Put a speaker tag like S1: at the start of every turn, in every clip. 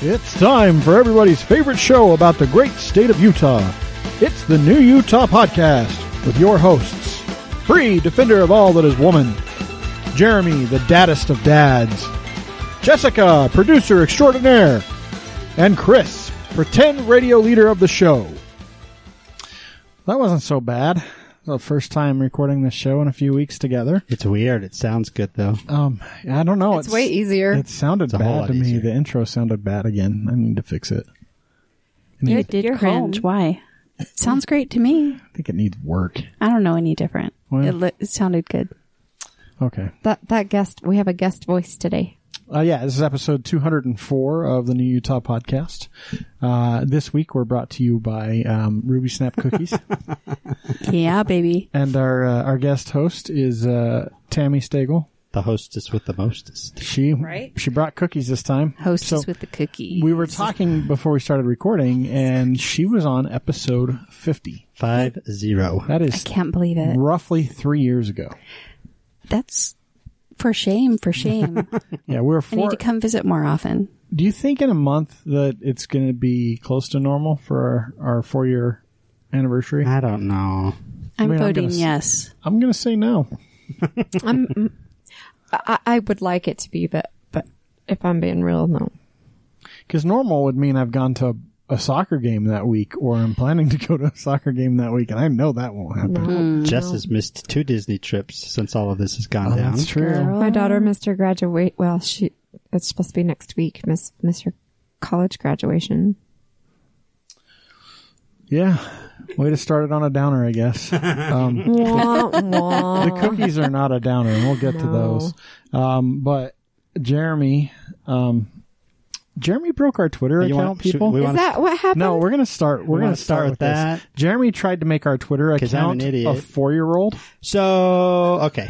S1: It's time for everybody's favorite show about the great state of Utah. It's the New Utah Podcast with your hosts, Bree, defender of all that is woman, Jeremy, the daddest of dads, Jessica, producer extraordinaire, and Chris, pretend radio leader of the show. That wasn't so bad. The first time recording this show in a few weeks together.
S2: It's weird. It sounds good though.
S1: Um, I don't know.
S3: It's way easier.
S1: It sounded
S2: a whole
S1: bad
S2: lot
S1: to me.
S2: easier.
S1: The intro sounded bad again. I need to fix it. I,
S3: You
S1: need,
S3: did cringe. Why? Sounds great to me.
S1: I think it needs work.
S3: I don't know any different.
S1: Well.
S3: It, li- it sounded good.
S1: Okay.
S4: That that guest, we have a guest voice today.
S1: Uh, yeah, this is episode 204 of the New Utah Podcast. Uh, this week we're brought to you by um, Ruby Snap Cookies,
S3: Yeah, baby.
S1: and our uh, our guest host is uh, Tammy Stagel.
S2: The hostess with the mostest.
S1: She
S3: Right.
S1: she brought cookies this time.
S3: Hostess
S1: So
S3: with the cookie.
S1: we were talking before we started recording, and she was on episode 50.
S2: Five zero.
S1: That
S3: I
S1: is
S3: can't believe it.
S1: roughly three years ago.
S3: That's for shame. For shame.
S1: Yeah, we were
S3: I
S1: four.
S3: need to come visit more often.
S1: Do you think in a month that it's going to be close to normal for our, our four year anniversary?
S2: I don't know.
S3: I'm
S1: mean, I'm
S3: voting
S1: gonna s-
S3: yes.
S1: I'm going to say no.
S4: I'm, I, I would like it to be, but but if I'm being real, no.
S1: Because normal would mean I've gone to a soccer game that week or I'm planning to go to a soccer game that week, and I know that won't happen.
S2: Jess has missed two Disney trips since all of this has gone
S1: Oh,
S2: down.
S1: that's true.
S4: My daughter missed her graduate. Well, she it's supposed to be next week. Miss miss her college graduation.
S1: Yeah. Way to start it on a downer, I guess. Um,
S4: Wah, wah.
S1: the cookies are not a downer, and we'll get to
S4: No.
S1: those. Um, but Jeremy, um, Jeremy broke our Twitter
S2: You
S1: account,
S2: want- should
S1: people.
S2: we
S4: Is
S2: wanna-
S4: that what happened?
S1: No, we're gonna start. We're
S2: We
S1: gonna
S2: wanna
S1: start,
S2: start
S1: with
S2: with
S1: that.
S2: that.
S1: Jeremy tried to make our Twitter
S2: 'Cause I'm an
S1: account
S2: idiot.
S1: a four-year-old.
S2: So okay.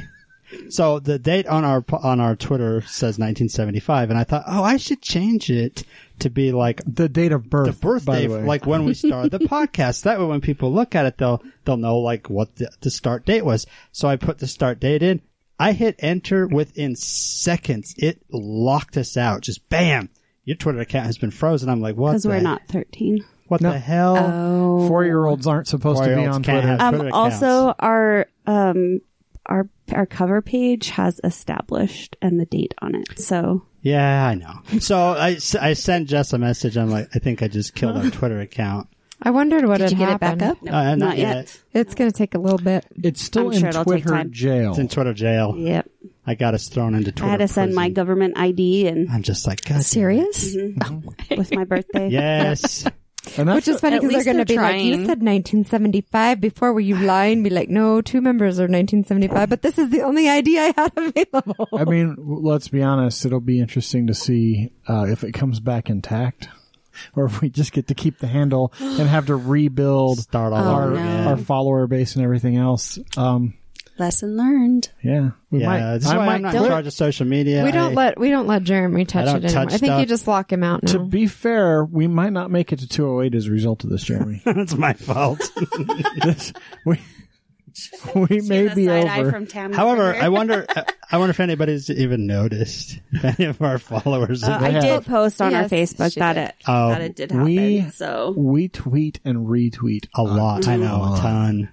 S2: So the date on our on our Twitter says 1975, and I thought, oh, I should change it to be like
S1: The date of birth.
S2: the
S1: by
S2: birthday,
S1: the way.
S2: like when we started the podcast. That way, when people look at it, they'll they'll know like what the, the start date was. So I put the start date in. I hit enter within seconds. It locked us out. Just bam. Your Twitter account has been frozen. I'm like, what?
S3: Because
S2: the,
S3: we're not 13.
S2: What the hell?
S3: Oh.
S1: four-year-olds aren't supposed to be
S2: Four-year-olds
S1: on
S2: can't
S1: Twitter.
S2: have-
S3: Um,
S2: Twitter accounts.
S3: also, our um, our our cover page has established and the date on it. So
S2: yeah, I know. So I, s- I send Jess a message. I'm like, I think I just killed our Twitter account.
S4: I wondered what
S3: did
S4: had
S3: you get
S4: happened.
S3: it back up? No,
S2: Uh, not yet.
S4: It's going to take a little bit.
S1: It's still
S3: I'm
S1: in
S3: sure it'll take
S1: Twitter
S3: time.
S1: jail.
S2: It's in Twitter jail.
S3: Yep.
S2: I got us thrown into Twitter.
S3: I had to send my
S2: prison.
S3: government ID and
S2: I'm just like, God.
S4: Serious?
S3: with my birthday.
S2: Yes.
S1: And that's
S4: Which is funny
S3: At
S4: because they're
S3: least
S4: going
S3: they're
S4: to be like, you
S3: trying.
S4: said 1975 before. Were you lying? Be like, no, two members are 1975, but this is the only ID I had available.
S1: I mean, w- let's be honest. It'll be interesting to see uh, if it comes back intact, or if we just get to keep the handle and have to rebuild
S2: Start all
S3: Oh,
S1: our
S2: over again.
S1: our follower base and everything else. Um,
S3: Lesson learned.
S1: yeah, we
S2: Yeah,
S1: might.
S2: this is
S1: I
S2: why
S1: might
S2: I'm not in
S1: quit.
S2: charge of social media.
S4: We don't
S2: I-
S4: let we don't let Jeremy touch
S2: don't
S4: it anymore.
S2: touch
S4: I think you
S2: stuff.
S4: just lock him out now.
S1: To be fair, we might not make it to 208 as a result of this, Jeremy.
S2: That's my fault.
S1: this, we we may be over.
S2: However, I wonder, I- I wonder if anybody's even noticed. If any of our followers, have-
S1: I
S3: I
S1: have-
S3: did post on
S4: Yes,
S3: our Facebook
S4: she
S3: that
S4: did.
S3: it
S2: Oh,
S3: that it did happen.
S1: we
S3: so
S1: we tweet and retweet
S2: a lot, I know, a ton.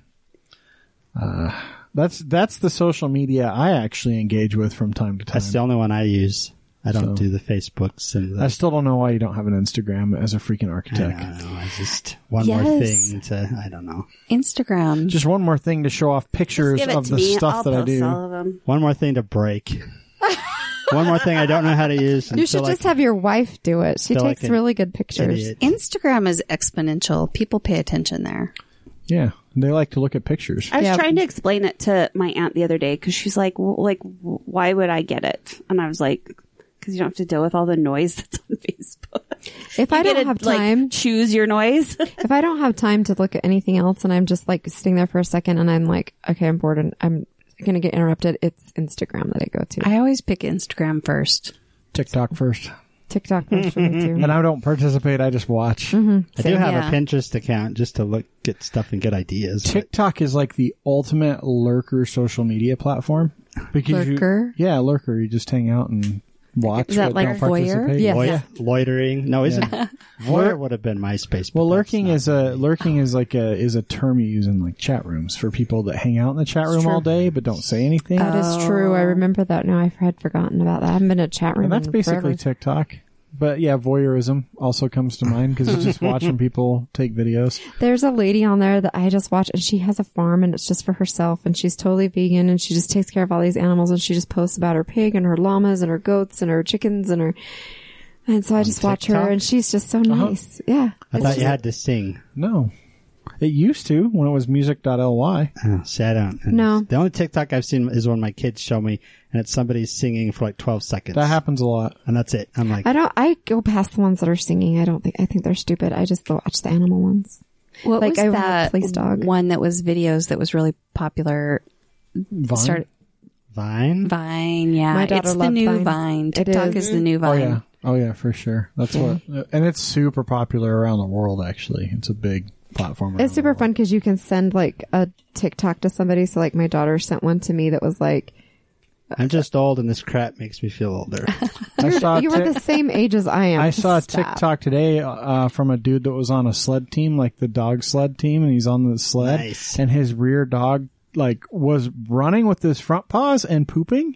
S1: That's that's the social media I actually engage with from time to time.
S2: That's the only one I use. I don't do the Facebooks and
S1: I
S2: the.
S1: still don't know why you don't have an Instagram as a freaking
S2: I
S1: architect.
S2: don't know. It's just one more
S3: Yes.
S2: thing to. I don't know.
S3: Instagram.
S1: Just one more thing to show off
S3: Just
S1: pictures
S3: give it
S1: of
S3: to
S1: the
S3: me.
S1: stuff
S3: I'll
S1: that I
S3: post
S1: do.
S3: all of them.
S2: One more thing to break. one more thing I don't know how to use.
S4: you should
S2: until I
S4: just have your wife do it. She
S2: feel
S4: takes
S2: like an
S4: really good pictures.
S2: idiot.
S3: Instagram is exponential. People pay attention there.
S1: Yeah, they like to look at pictures.
S3: I was
S4: Yeah.
S3: trying to explain it to my aunt the other day because she's like, well, like, w- why would I get it? And I was like, because you don't have to deal with all the noise that's on Facebook.
S4: If I
S3: You get
S4: don't
S3: to,
S4: have
S3: like,
S4: time,
S3: choose your noise.
S4: if I don't have time to look at anything else, and I'm just like sitting there for a second, and I'm like, okay, I'm bored, and I'm gonna get interrupted. It's Instagram that I go to.
S3: I always pick Instagram first.
S1: TikTok first,
S4: TikTok for sure too.
S1: and I don't participate. I just watch.
S3: Mm-hmm.
S2: I do have
S3: yeah.
S2: a Pinterest account just to look at stuff and get ideas. but
S1: TikTok is like the ultimate lurker social media platform because you-
S4: Lurker?
S1: yeah, lurker. You just hang out and
S5: Watch
S4: Is that
S5: but
S4: like
S5: don't
S4: voyeur?
S5: participate.
S4: Yes.
S2: Loy- Loitering. No, isn't
S5: Yeah.
S2: voyeur would have been MySpace. but
S1: Well,
S2: that's
S1: lurking
S2: not-
S1: is a lurking is like a is a term you use in like chat rooms for people that hang out in the chat room all day but don't say anything.
S4: That is true. I remember that. No, I had forgotten about that. I haven't been to a chat room.
S1: and that's
S4: in
S1: basically
S4: forever.
S1: TikTok. But yeah, voyeurism also comes to mind because it's just watching people take videos.
S4: There's a lady on there that I just watch, and she has a farm, and it's just for herself, and she's totally vegan, and she just takes care of all these animals, and she just posts about her pig and her llamas and her goats and her chickens and her. And so I just watch her,
S2: TikTok?
S4: and she's just so nice. Yeah,
S2: I
S4: It's
S2: thought
S4: just-
S2: you had to sing.
S1: No, it used to when it was music.ly.
S2: Oh, sad out. And
S4: No.
S2: The only TikTok I've seen is when my kids show me, and it's somebody singing for like 12 seconds.
S1: That happens a lot.
S2: and that's it. I'm like,
S4: I don't. I go past the ones that are singing. I don't think. I think they're stupid. I just watch the animal ones.
S6: What
S4: Like,
S6: was
S4: I want a
S6: that
S4: police dog.
S6: one that was videos that was really popular?
S1: Vine.
S6: Start
S2: Vine?
S3: Vine, yeah.
S4: My daughter
S3: it's the
S4: loved
S3: new
S4: Vine.
S3: Vine.
S4: It
S3: TikTok
S4: is.
S3: is. the new
S1: Oh
S3: Vine.
S1: yeah, oh yeah, for sure. That's what, uh, and it's super popular around the world. Actually, it's a big platform. around
S4: It's super
S1: the
S4: fun because you can send like a TikTok to somebody. So like my daughter sent one to me that was like,
S2: I'm just old and this crap makes me feel older.
S1: world. I saw
S4: "You are
S1: Tik-
S4: the same age as I am."
S1: I saw a
S4: Stop.
S1: TikTok today uh, from a dude that was on a sled team, like the dog sled team, and he's on the sled,
S2: Nice.
S1: and his rear dog like was running with his front paws and pooping.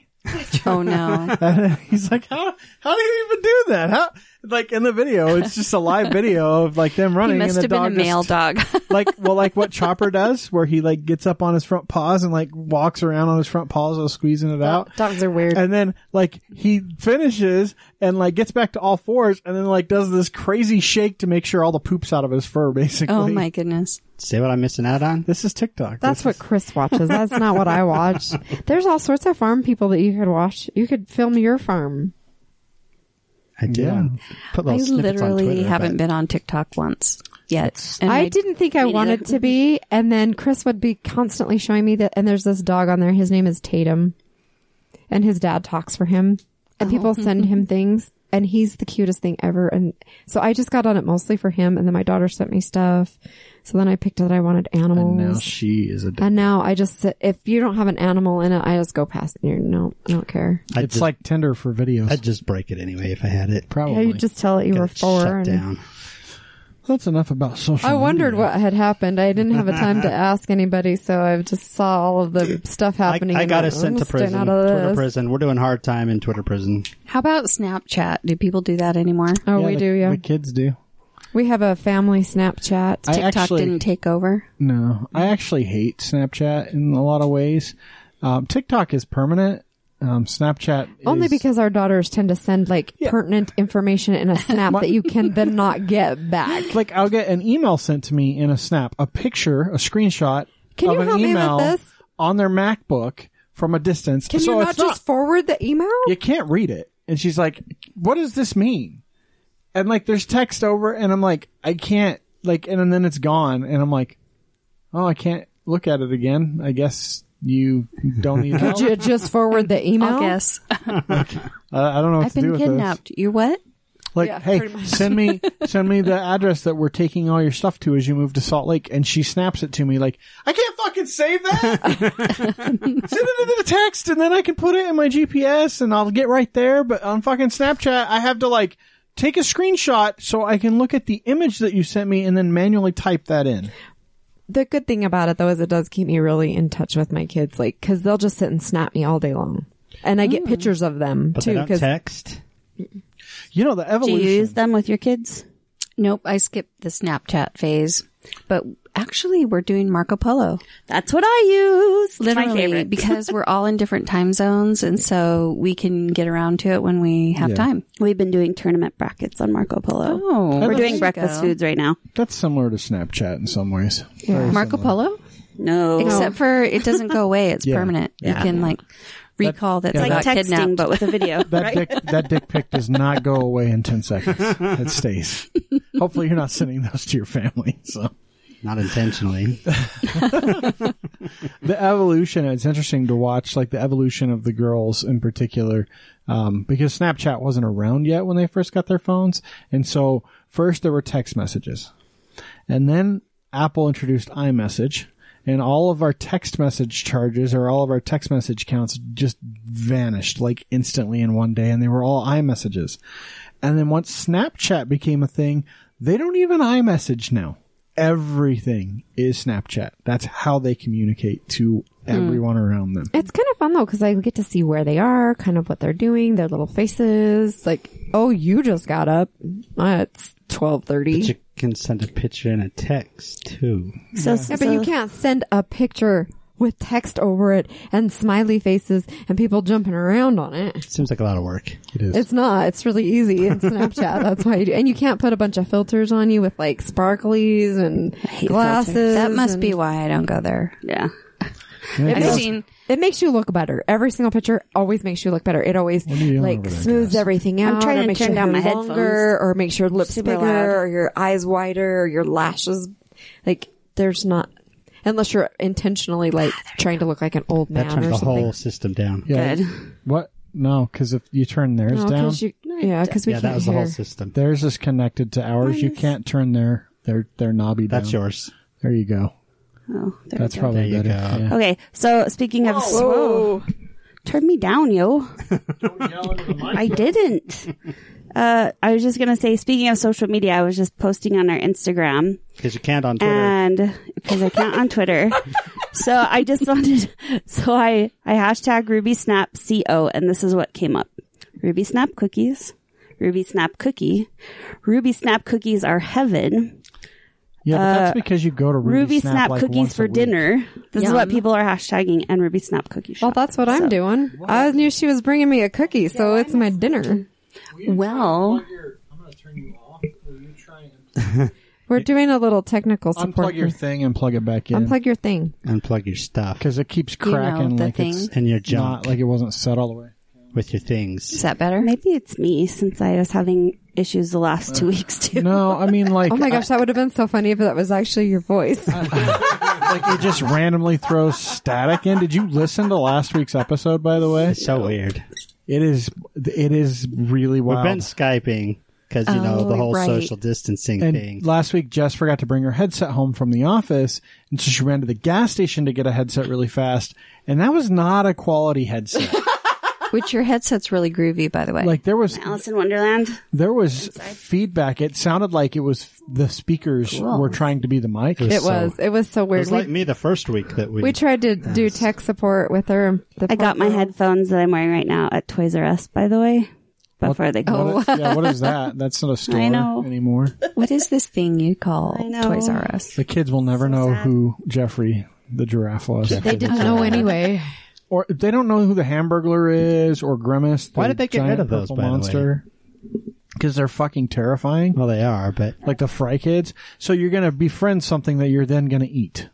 S3: Oh no.
S1: And he's like, how how do you even do that? How like in the video, it's just a live video of like them
S6: He
S1: running.
S6: must
S1: and the
S6: have been a
S1: dog just-
S6: male dog.
S1: like well, like what Chopper does, where he like gets up on his front paws and like walks around on his front paws while squeezing it out.
S4: Dogs are weird.
S1: And then like he finishes and like gets back to all fours and then like does this crazy shake to make sure all the poops out of his fur basically.
S3: Oh my goodness.
S2: See what I'm missing out on?
S1: This is TikTok.
S4: That's
S1: This
S4: what Chris watches. That's not what I watch. There's all sorts of farm people that you could watch. You could film your farm.
S2: I do.
S1: Yeah.
S2: Put
S3: I
S2: little snippets on
S3: literally
S2: Twitter,
S3: haven't
S2: but-
S3: been on TikTok once yet. And
S4: I, didn't think I
S3: me neither.
S4: wanted to be, and then Chris would be constantly showing me that. And there's this dog on there. His name is Tatum, and his dad talks for him, and people send him things, and he's the cutest thing ever. And so I just got on it mostly for him, and then my daughter sent me stuff. So then I picked that I wanted
S1: is-
S4: animals.
S1: and now she is a.
S4: And now I just sit- if you don't have an animal in it, I just go past. You no, I don't care.
S2: I'd
S1: It's
S2: just-
S1: like Tinder for videos.
S2: I'd just break it anyway if I had it.
S4: Yeah,
S1: Probably.
S4: you just tell it you
S2: Get
S4: were
S2: it
S4: four.
S2: Oh Shut
S4: And
S2: down.
S1: That's enough about social.
S4: I wondered
S1: media.
S4: what had happened. I didn't have a time to ask anybody, so I just saw all of the stuff
S2: I,
S4: happening.
S2: I
S4: and
S2: got
S4: I'm
S2: us sent to
S4: just staying
S2: prison.
S4: out of
S2: Twitter
S4: this.
S2: prison. We're doing hard time in Twitter prison.
S3: How about Snapchat? Do people do that anymore?
S4: Oh,
S1: Yeah,
S4: we
S1: the-
S4: do, yeah.
S1: The kids do.
S4: we have a family Snapchat.
S1: I
S3: TikTok
S1: actually-
S3: didn't take over.
S1: No, I actually hate Snapchat in a lot of ways. Um, TikTok is permanent. Um, Snapchat
S4: Only
S1: is-
S4: because our daughters tend to send like pertinent information in a snap that you can then not get back.
S1: like I'll get an email sent to me in a snap, a picture, a screenshot
S4: Can
S1: of
S4: you
S1: an
S4: help me with
S1: email
S4: this?
S1: on their MacBook from a distance.
S4: Can
S1: so
S4: you not
S1: it's
S4: just forward the email?
S1: you can't read it. And she's like, "What does this mean?" And like, there's text over, and I'm like, "I can't." Like, and, and then it's gone, and I'm like, "Oh, I can't look at it again." I guess you don't need help.
S4: Could you just forward the email?
S3: I guess.
S1: I, I don't know what
S3: I've
S1: to do
S3: been
S1: with this.
S3: kidnapped. You what?
S1: Like,
S4: Yeah,
S1: hey,
S4: pretty much.
S1: send me send me the address that we're taking all your stuff to as you move to Salt Lake, and she snaps it to me like, I can't fucking save that. send it into the text, and then I can put it in my GPS, and I'll get right there. But on fucking Snapchat, I have to like take a screenshot so I can look at the image that you sent me, and then manually type that in.
S4: The good thing about it though is it does keep me really in touch with my kids, like because they'll just sit and snap me all day long, and I get pictures of them
S2: Mm. But
S4: too.
S2: they don't
S4: Because
S2: text.
S1: You know the
S3: Do you
S1: evolution.
S3: use them with your kids?
S6: nope, I skipped the Snapchat phase, but actually we're doing Marco Polo.
S3: That's what I use.
S6: Literally,
S3: favorite.
S6: because we're all in different time zones, and so we can get around to it when we have
S1: Yeah.
S6: time.
S3: We've been doing tournament brackets on Marco Polo.
S6: Oh,
S3: We're doing breakfast foods right now.
S1: That's similar to Snapchat in some ways.
S6: Marco Polo,
S3: No.
S6: except for it doesn't go away; it's
S1: Yeah.
S6: permanent. You
S3: Yeah.
S6: can like recall that,
S3: it's
S6: they
S3: like
S6: got
S3: texting,
S6: kidnapped.
S3: but with a video.
S1: That
S3: right?
S1: dick that dick pic does not go away in ten seconds. It stays. Hopefully, you're not sending those to your family. So
S2: Not intentionally.
S1: the evolution. It's interesting to watch, like the evolution of the girls in particular, um, because Snapchat wasn't around yet when they first got their phones, and so first there were text messages, and then Apple introduced iMessage. and all of our text message charges or all of our text message counts just vanished like instantly in one day and they were all iMessages. And then once Snapchat became a thing, they don't even iMessage now. Everything is Snapchat. That's how they communicate to
S4: Hmm.
S1: everyone around them.
S4: It's kind of fun though because I get to see where they are, kind of what they're doing, their little faces. Like, oh, you just got up. Uh, it's twelve
S2: But you
S4: thirty.
S2: can send a picture and a text too.
S3: So,
S4: Yeah, but you can't send a picture with text over it and smiley faces and people jumping around on it.
S2: Seems like a lot of work.
S1: It is.
S4: It's not. It's really easy in Snapchat. That's why you do. And you can't put a bunch of filters on you with like sparklies and
S3: hate
S4: glasses.
S6: That must
S4: and-
S6: be why I don't go there.
S3: Yeah.
S1: Yeah,
S4: It
S1: yeah.
S4: makes,
S6: I've seen-
S4: it makes you look better. Every single picture always makes you look better. It always
S1: are you doing
S4: like
S1: over there,
S4: smooths
S1: Jess?
S4: everything out.
S3: I'm trying
S4: or
S3: to
S4: makes
S3: turn
S4: your
S3: down
S4: hair
S3: my
S4: longer, or makes your lips
S3: Super
S4: bigger,
S3: loud.
S4: or your eyes wider, or your lashes. Like there's not, unless you're intentionally like
S3: Ah,
S4: trying to look like an old
S2: That
S4: man
S2: turns
S4: or
S2: the
S4: something.
S2: whole system down.
S1: Yeah.
S3: Good.
S1: What? No, because if you turn theirs
S4: No,
S1: down,
S4: 'cause you- yeah, because we
S2: Yeah,
S4: can't
S2: that was
S4: hear.
S2: the whole system.
S1: theirs is connected to ours. You can't turn their their their knobby down.
S2: That's yours.
S1: There you go.
S3: Oh, there
S1: That's
S3: we go.
S1: probably
S2: There you
S1: better.
S2: go.
S1: Yeah.
S3: Okay, so speaking of whoa, turn me down, yo. I didn't. Uh, I was just gonna say, speaking of social media, I was just posting on our Instagram,
S2: Because you can't on Twitter.
S4: Uh,
S3: and because I can't on Twitter, so I just wanted. So I I hashtag Ruby Snap Co, and this is what came up: Ruby Snap cookies, Ruby Snap cookie, Ruby Snap cookies are heaven.
S1: Yeah, but that's because you go to Ruby,
S3: Ruby
S1: Snap,
S3: Snap,
S1: like, once
S3: cookies
S1: a
S3: for
S1: week.
S3: dinner. This is
S6: Yum.
S3: what people are hashtagging and Ruby Snap cookie
S4: Well,
S3: shop.
S4: that's what I'm
S3: So-
S4: doing. I knew she was bringing me a cookie, so it's my dinner.
S3: Well,
S1: I'm gonna turn you off. Will you try and
S4: We're doing a little technical
S1: unplug
S4: support.
S1: your
S4: here.
S1: thing and plug it back in?
S4: Unplug your thing.
S2: Unplug your stuff
S1: because it keeps
S6: know,
S1: cracking
S6: the
S1: like it's
S2: and your junk
S1: not like it wasn't set all the way.
S2: with your things.
S6: Is that better?
S3: maybe it's me since I was having issues the last two weeks too.
S1: Uh, No, I mean like
S4: Oh my gosh, that would have been so funny if that was actually your voice.
S1: I- like it just randomly throws static in. Did you listen to last week's episode? By the way,
S2: It's so weird.
S1: it is it is really
S2: We've
S1: wild.
S2: been Skyping because, you know,
S4: Oh,
S2: the whole
S4: right.
S2: social distancing
S1: And
S2: thing.
S1: last week, Jess forgot to bring her headset home from the office, and so she ran to the gas station to get a headset really fast. And that was not a quality headset.
S6: Which your headset's really groovy, by the way.
S1: like there was
S3: Alice in Wonderland.
S1: there was feedback. It sounded like it was the speakers were trying to be the mic.
S4: It was. It was so
S2: It
S4: weird.
S2: was
S4: We,
S2: like me the first week that we,
S4: we tried to do tech support with her. and the
S3: I
S4: poor
S3: got my
S4: girl-
S3: headphones that I'm wearing right now at Toys R Us, by the way. Before they
S4: Oh.
S3: go,
S1: What is- yeah, what is that? That's not a store
S3: know.
S1: anymore.
S6: what is this thing you call
S3: I know.
S6: Toys R Us?
S1: The kids will never know who Jeffrey the giraffe was,
S4: They didn't
S2: Oh,
S4: know anyway.
S1: or they don't know who the Hamburglar is, or Grimace.
S2: Why
S1: the
S2: did they get
S1: giant
S2: rid of those,
S1: purple
S2: by the way?
S1: monster? Because they're fucking terrifying.
S2: well, they are, but
S1: like the fry kids. So you're gonna befriend something that you're then gonna eat.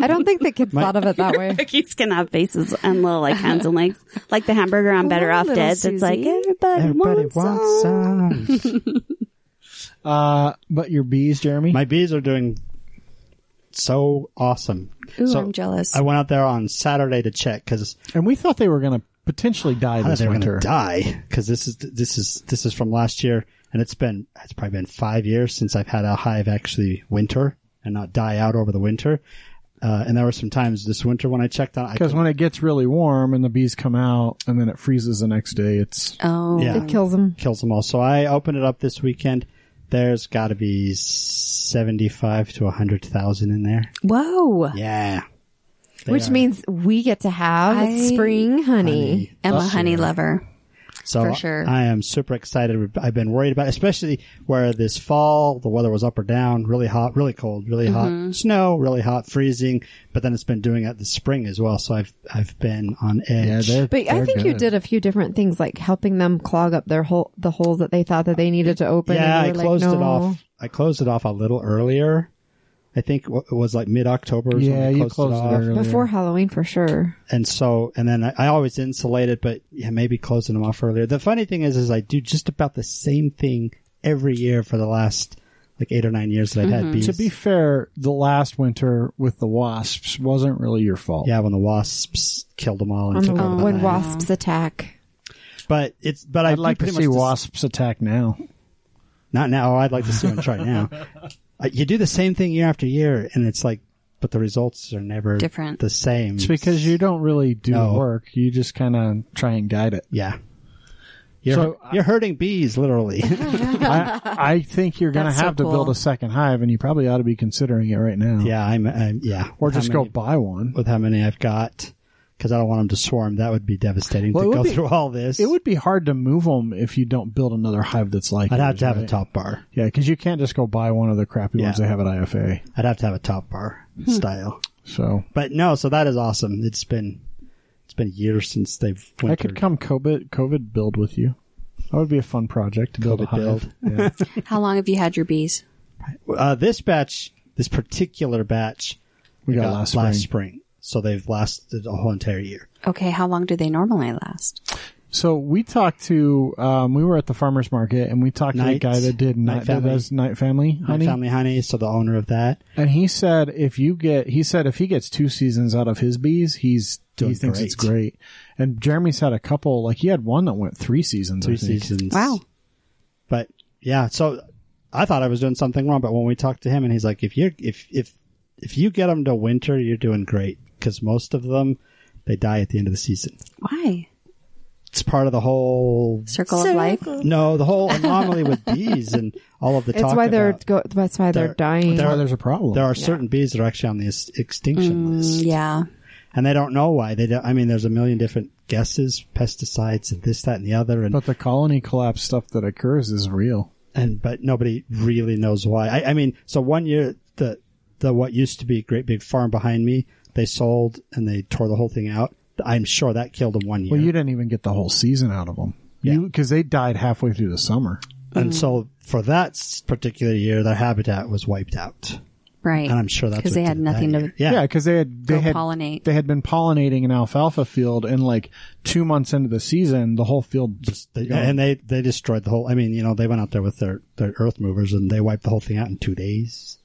S4: I don't think the kids thought of it that way.
S3: cookies can have faces and little like hands and legs, like the hamburger on Better
S6: Hello,
S3: Off
S6: little
S3: Dead. It's like
S6: Susie.
S3: everybody,
S2: everybody
S3: wants,
S2: wants
S3: some.
S2: some.
S1: Uh, but your bees, Jeremy.
S2: My bees are doing so awesome.
S6: Ooh,
S2: so
S6: I'm jealous.
S2: I went out there on Saturday to check because
S1: and we thought they were gonna potentially die
S2: I thought
S1: this
S2: they were
S1: winter.
S2: going to die because this is this is this is from last year, and it's been it's probably been five years since I've had a hive actually winter and not die out over the winter. Uh, and there were some times this winter when I checked on, I
S1: Because when it gets really warm and the bees come out and then it freezes the next day, it's
S6: oh,
S2: yeah,
S4: It kills them.
S2: kills them all. So I opened it up this weekend. There's got to be seventy-five to hundred thousand in there.
S6: whoa.
S2: Yeah, They
S4: Which
S2: are.
S4: means we get to have
S6: I-
S4: spring honey.
S6: I'm a
S2: Plus
S6: honey
S2: year.
S6: lover.
S2: So
S6: For sure.
S2: I am super excited. I've been worried about, especially where this fall, the weather was up or down, really hot, really cold, really hot, snow, really hot, freezing. But then it's been doing it this spring as well. So I've, I've been on
S1: yeah.
S2: edge.
S1: They're,
S4: But I
S1: they're
S4: think you
S1: good.
S4: did a few different things, like helping them clog up their hole, the holes that they thought that they needed to open. and
S2: Yeah,
S4: you
S2: I
S4: were like,
S2: closed it
S4: "No."
S2: off. I closed it off a little earlier. I think w- it was like mid October.
S1: Yeah, you closed it earlier.
S4: before Halloween for sure.
S2: and so and then I, I always insulate it, but yeah, maybe closing them off earlier. The funny thing is, is I do just about the same thing every year for the last like eight or nine years that I've had bees.
S1: To be fair, the last winter with the wasps wasn't really your fault.
S2: yeah, when the wasps killed them all and
S4: On the-
S2: took over the
S4: Um, when
S2: hive.
S4: wasps attack,
S2: But it's but I'd
S1: I'd like to see wasps attack now.
S2: Not now. I'd like to see one try now. Uh, you do the same thing year after year, and it's like but the results are never
S6: Different.
S2: the same.
S1: It's because you don't really do
S2: No.
S1: work. You just kind of try and guide it.
S2: yeah, you're
S1: So,
S2: you're hurting bees literally.
S1: I, I think you're going to
S6: That's so
S1: have to build
S6: cool.
S1: a second hive, and you probably ought to be considering it right now.
S2: yeah, I'm, I'm yeah,
S1: Or
S2: With how
S1: just go
S2: many-
S1: buy one.
S2: with how many I've got because I don't want them to swarm. That would be devastating
S1: Well, it
S2: to
S1: would
S2: go
S1: be-
S2: through all this.
S1: It would be hard to move them if you don't build another hive that's like.
S2: I'd have
S1: yours,
S2: to have a
S1: right?
S2: top bar.
S1: Yeah, because you can't just go buy one of the crappy
S2: Yeah.
S1: ones they have at IFA.
S2: I'd have to have a top bar style.
S1: So
S2: But no, so that is awesome. It's been it's been years since they've
S1: I
S2: wintered.
S1: could come COVID COVID build with you. That would be a fun project to build a
S2: COVID
S1: hive. Yeah.
S6: How long have you had your bees?
S2: uh, this batch, this particular batch,
S1: We got
S2: got
S1: last
S2: spring. So they've lasted a whole entire year.
S6: Okay, how long do they normally last?
S1: So we talked to um, we were at the farmers market and we talked to the
S2: Night-
S1: guy that did
S2: Night
S1: night, that
S2: Family.
S1: does night family
S2: My
S1: honey,
S2: family honey, so the owner of that.
S1: and he said if you get he said if he gets two seasons out of his bees he's
S2: Doing
S1: he thinks
S2: great.
S1: it's great. And Jeremy's had a couple like he had one that went three seasons. I
S2: Three
S1: think.
S2: seasons.
S6: Wow.
S2: But yeah, so I thought I was doing something wrong, but when we talked to him and he's like, if you if if if you get them to winter, you're doing great because most of them they die at the end of the season.
S6: Why?
S2: It's part of the whole
S6: Circle of life?
S2: no, the whole anomaly with bees and all of the
S4: It's
S2: talk
S4: why they're
S2: about-
S4: go, that's why they're,
S2: They're-
S4: dying.
S1: That's why there's a problem.
S2: there are certain bees that are actually on the ex- extinction
S6: Mm.
S2: list.
S6: Yeah.
S2: and they don't know why. They don't. I mean, there's a million different guesses, pesticides, and this, that, and the other, and
S1: but the colony collapse stuff that occurs is real.
S2: and but nobody really knows why. I, I mean, so one year the the what used to be a great big farm behind me, they sold and they tore the whole thing out. I'm sure that killed them one year.
S1: Well, you didn't even get the whole season out of them. You because they died halfway through the summer.
S6: Mm.
S2: and so for that s- particular year, their habitat was wiped out,
S6: Right.
S2: and I'm sure that's
S6: because
S2: what
S6: they
S2: did
S6: had
S2: it
S6: nothing
S2: that
S6: to.
S2: year. Yeah,
S1: Yeah, because they had they
S6: Go
S1: had
S6: pollinate.
S1: they had been pollinating an alfalfa field, and like two months into the season, the whole field just
S2: They-
S1: gone.
S2: and they they destroyed the whole. I mean, you know, they went out there with their their earth movers and they wiped the whole thing out in two days.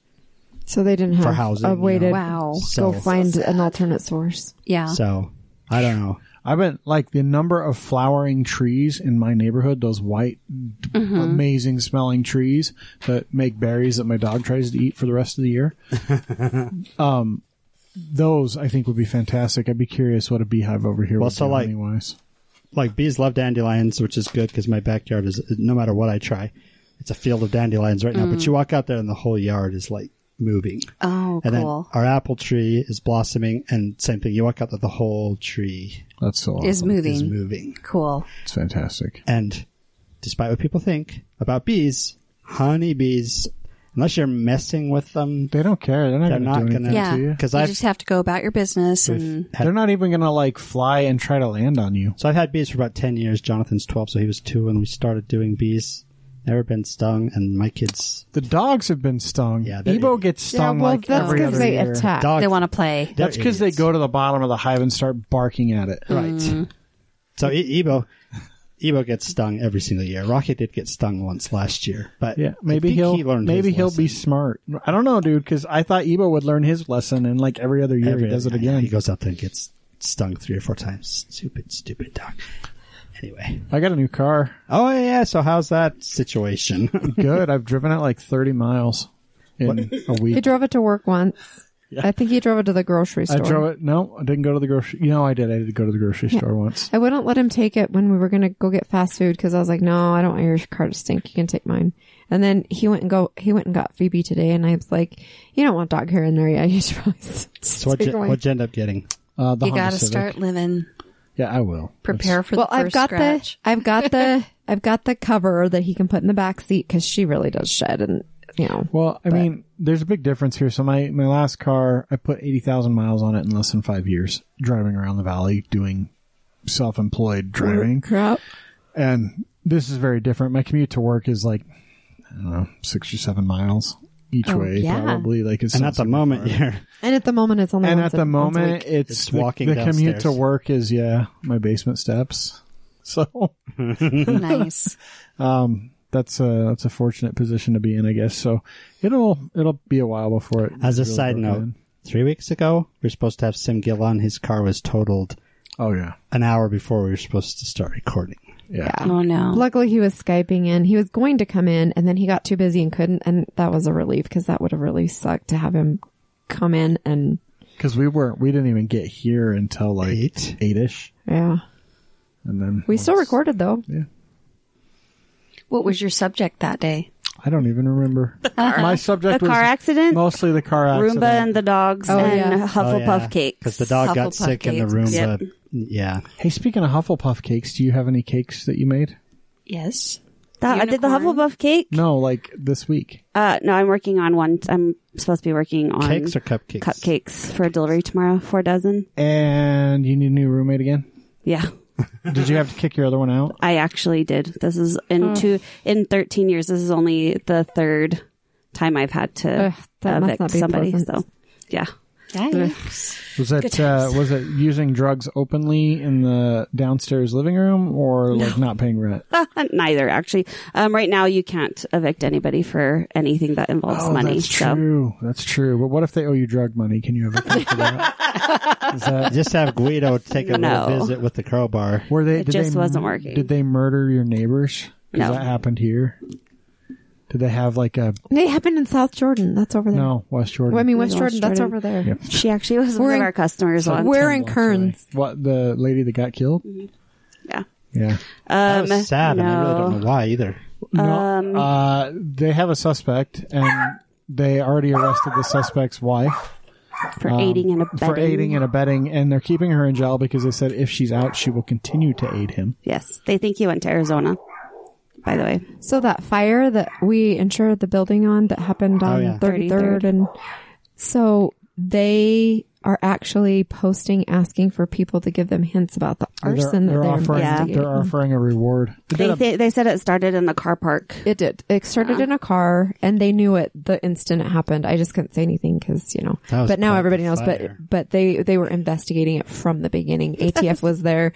S4: so they didn't have
S2: for housing,
S4: a
S2: you
S4: way
S2: know.
S4: to
S6: Wow.
S4: go
S2: So-
S4: find an alternate source.
S6: Yeah.
S2: So I don't know.
S1: I've been like the number of flowering trees in my neighborhood, those white, d-
S6: Mm-hmm.
S1: amazing smelling trees that make berries that my dog tries to eat for the rest of the year. um, those I think would be fantastic. I'd be curious what a beehive over here
S2: Well,
S1: would
S2: so,
S1: do
S2: like-
S1: anyways.
S2: like bees love dandelions, which is good because my backyard is no matter what I try, it's a field of dandelions right now.
S6: Mm.
S2: But you walk out there and the whole yard is like moving.
S6: oh,
S2: and
S6: cool.
S2: then our apple tree is blossoming, and same thing. You walk out there, the whole tree
S1: That's so awesome.
S6: Is moving.
S2: is moving.
S6: Cool.
S1: It's fantastic.
S2: And despite what people think about bees, honeybees, unless you're messing with them,
S1: They don't care. They're not
S2: They're
S1: going to
S2: not
S1: do anything
S2: gonna-
S6: Yeah.
S1: to you.
S2: because
S6: you
S2: I've
S6: just have to go about your business and
S1: They're not even going to like fly and try to land on you.
S2: So I've had bees for about 10 years. Jonathan's 12, so he was two when we started doing bees. Never been stung, and my kids,
S1: The dogs have been stung.
S2: Yeah, they're
S1: Ebo
S2: idiots.
S1: gets stung like
S4: that's
S1: every other
S4: Ah, they
S1: year.
S4: attack.
S2: dogs,
S6: they want to play.
S1: That's because they
S2: idiots.
S1: go to the bottom of the hive and start barking at it.
S2: Right. So E- Ebo, Ebo gets stung every single year. Rocket did get stung once last year, but
S1: Yeah,
S2: I
S1: maybe
S2: think
S1: he'll
S2: he learned
S1: maybe
S2: his
S1: he'll be
S2: lesson.
S1: smart. I don't know, dude, because I thought Ebo would learn his lesson, and like every other year,
S2: Every
S1: he does it
S2: other- yeah,
S1: again.
S2: He goes out there and gets stung three or four times. Stupid, stupid dog. Anyway,
S1: I got a new car.
S2: oh yeah. So how's that situation?
S1: Good. I've driven it like thirty miles in a
S4: He
S1: week.
S4: drove it to work once. I think he drove it to the grocery
S1: I
S4: store.
S1: drove it. No, I didn't go to the grocery. You know, I did. I did go to the grocery store once.
S4: I wouldn't let him take it when we were going to go get fast food because I was like, no, I don't want your car to stink. You can take mine. And then he went and go. He went and got Phoebe today, and I was like, you don't want dog hair in there yet. You should probably s-
S2: so what
S4: take
S2: you,
S4: away.
S2: what you end up getting?
S1: Uh, the
S6: You
S1: Honda
S6: got to
S1: Civic.
S6: start living.
S1: Yeah, I will.
S6: Prepare for
S4: well,
S6: the first
S4: I've got
S6: scratch.
S4: the I've got the I've got the cover that he can put in the back seat because she really does shed, and you know,
S1: Well, I mean, there's a big difference here. So my, my last car, I put 80,000 miles on it in less than five years, driving around the valley, doing self-employed driving.
S4: crap.
S1: And this is very different. My commute to work is like, I don't know, six or seven miles each
S6: Oh,
S1: way,
S6: yeah.
S1: probably. Like it's
S2: And
S1: not
S2: at the
S1: super
S2: moment,
S1: far.
S2: you're
S4: And at the moment, it's only
S1: And
S4: once
S1: at
S4: a-
S1: the
S4: once a week.
S1: moment, it's,
S2: It's
S1: the-
S2: walking
S1: The commute
S2: downstairs.
S1: to work is yeah, my basement steps. So
S6: nice.
S1: um, that's a that's a fortunate position to be in, I guess. So it'll it'll be a while before it.
S2: As a
S1: really
S2: side
S1: goes
S2: note,
S1: in.
S2: three weeks ago, we are supposed to have Sim Gill on. His car was totaled
S1: oh yeah,
S2: an hour before we were supposed to start recording.
S1: yeah.
S6: Oh no.
S4: Luckily, he was Skyping in. He was going to come in and then he got too busy and couldn't. And that was a relief because that would have really sucked to have him come in and
S1: because we weren't we didn't even get here until like
S2: Eight.
S1: eight ish,
S4: yeah,
S1: and then
S4: we still recorded though.
S6: What was your subject that day?
S1: I don't even remember. My subject
S3: The
S1: was
S3: car accident?
S1: mostly the car accident.
S3: Roomba and the dogs
S4: Oh,
S3: and
S4: yeah.
S2: Because
S3: Hufflepuff cakes.
S2: the dog got
S6: Hufflepuff
S2: sick in the
S6: cakes.
S2: room,
S3: Yep.
S2: but yeah.
S1: Hey, speaking of Hufflepuff cakes, do you have any cakes that you made?
S6: Yes.
S3: That- I did the
S6: Unicorn.
S3: Hufflepuff cake.
S1: No, like this week.
S3: Uh, no, I'm working on one. I'm supposed to be working on
S2: Cakes or cupcakes?
S3: cupcakes for delivery tomorrow. Four dozen.
S1: And you need a new roommate again?
S3: Yeah,
S1: Did you have to kick your other one out?
S3: I actually did. This is in
S4: Oh.
S3: two in 13 years. This is only the third time I've had to uh,
S4: Ugh, that must
S3: evict
S4: not be
S3: somebody.
S4: pleasant.
S3: So, yeah.
S6: Yikes.
S1: Was it uh, was it using drugs openly in the downstairs living room or like not paying rent?
S3: Neither actually. Um, right now you can't evict anybody for anything that involves
S2: Oh,
S3: money.
S1: Oh, that's
S3: so
S1: true. That's true. But what if they owe you drug money? Can you ever pay for that? Is that
S2: Just have Guido take a
S3: No.
S2: little visit with the crowbar.
S1: were they?
S3: It
S1: did
S3: just
S1: they-
S3: wasn't working.
S1: Did they murder your neighbors? 'Cause
S3: No.
S1: that happened here. Did they have like a
S4: They happened in South Jordan. That's over there.
S1: no West Jordan?
S4: Well, I mean West
S3: West
S4: Jordan, That's
S3: Jordan.
S4: over there.
S1: Yep.
S3: she actually was
S4: We're
S3: one
S4: in-
S3: of our customers once.
S4: We're in Kearns.
S1: What the lady that got killed?
S3: Mm-hmm. Yeah.
S1: Yeah.
S3: Um,
S2: That was sad, and I really
S3: no.
S2: don't know why either.
S1: No,
S3: Um,
S1: uh, they have a suspect, and they already arrested the suspect's wife
S3: for
S2: Um,
S3: aiding and abetting.
S1: for aiding and abetting, and they're keeping her in jail because they said if she's out, she will continue to aid him.
S3: Yes, they think he went to Arizona. By the way,
S4: So that fire that we insured the building on that happened
S1: Oh,
S4: on
S2: yeah.
S4: 33rd, and so they are actually posting asking for people to give them hints about the arson
S1: they're,
S4: that they're
S1: offering,
S3: Yeah.
S4: investigating.
S1: they're offering a reward.
S3: they, they they said it started in the car park.
S4: It did. It started in a car, and they knew it the instant it happened. I just couldn't say anything because you know.
S2: That was
S4: But now
S2: quite
S4: everybody
S2: the
S4: knows.
S2: fire.
S4: But but they they were investigating it from the beginning. ATF was there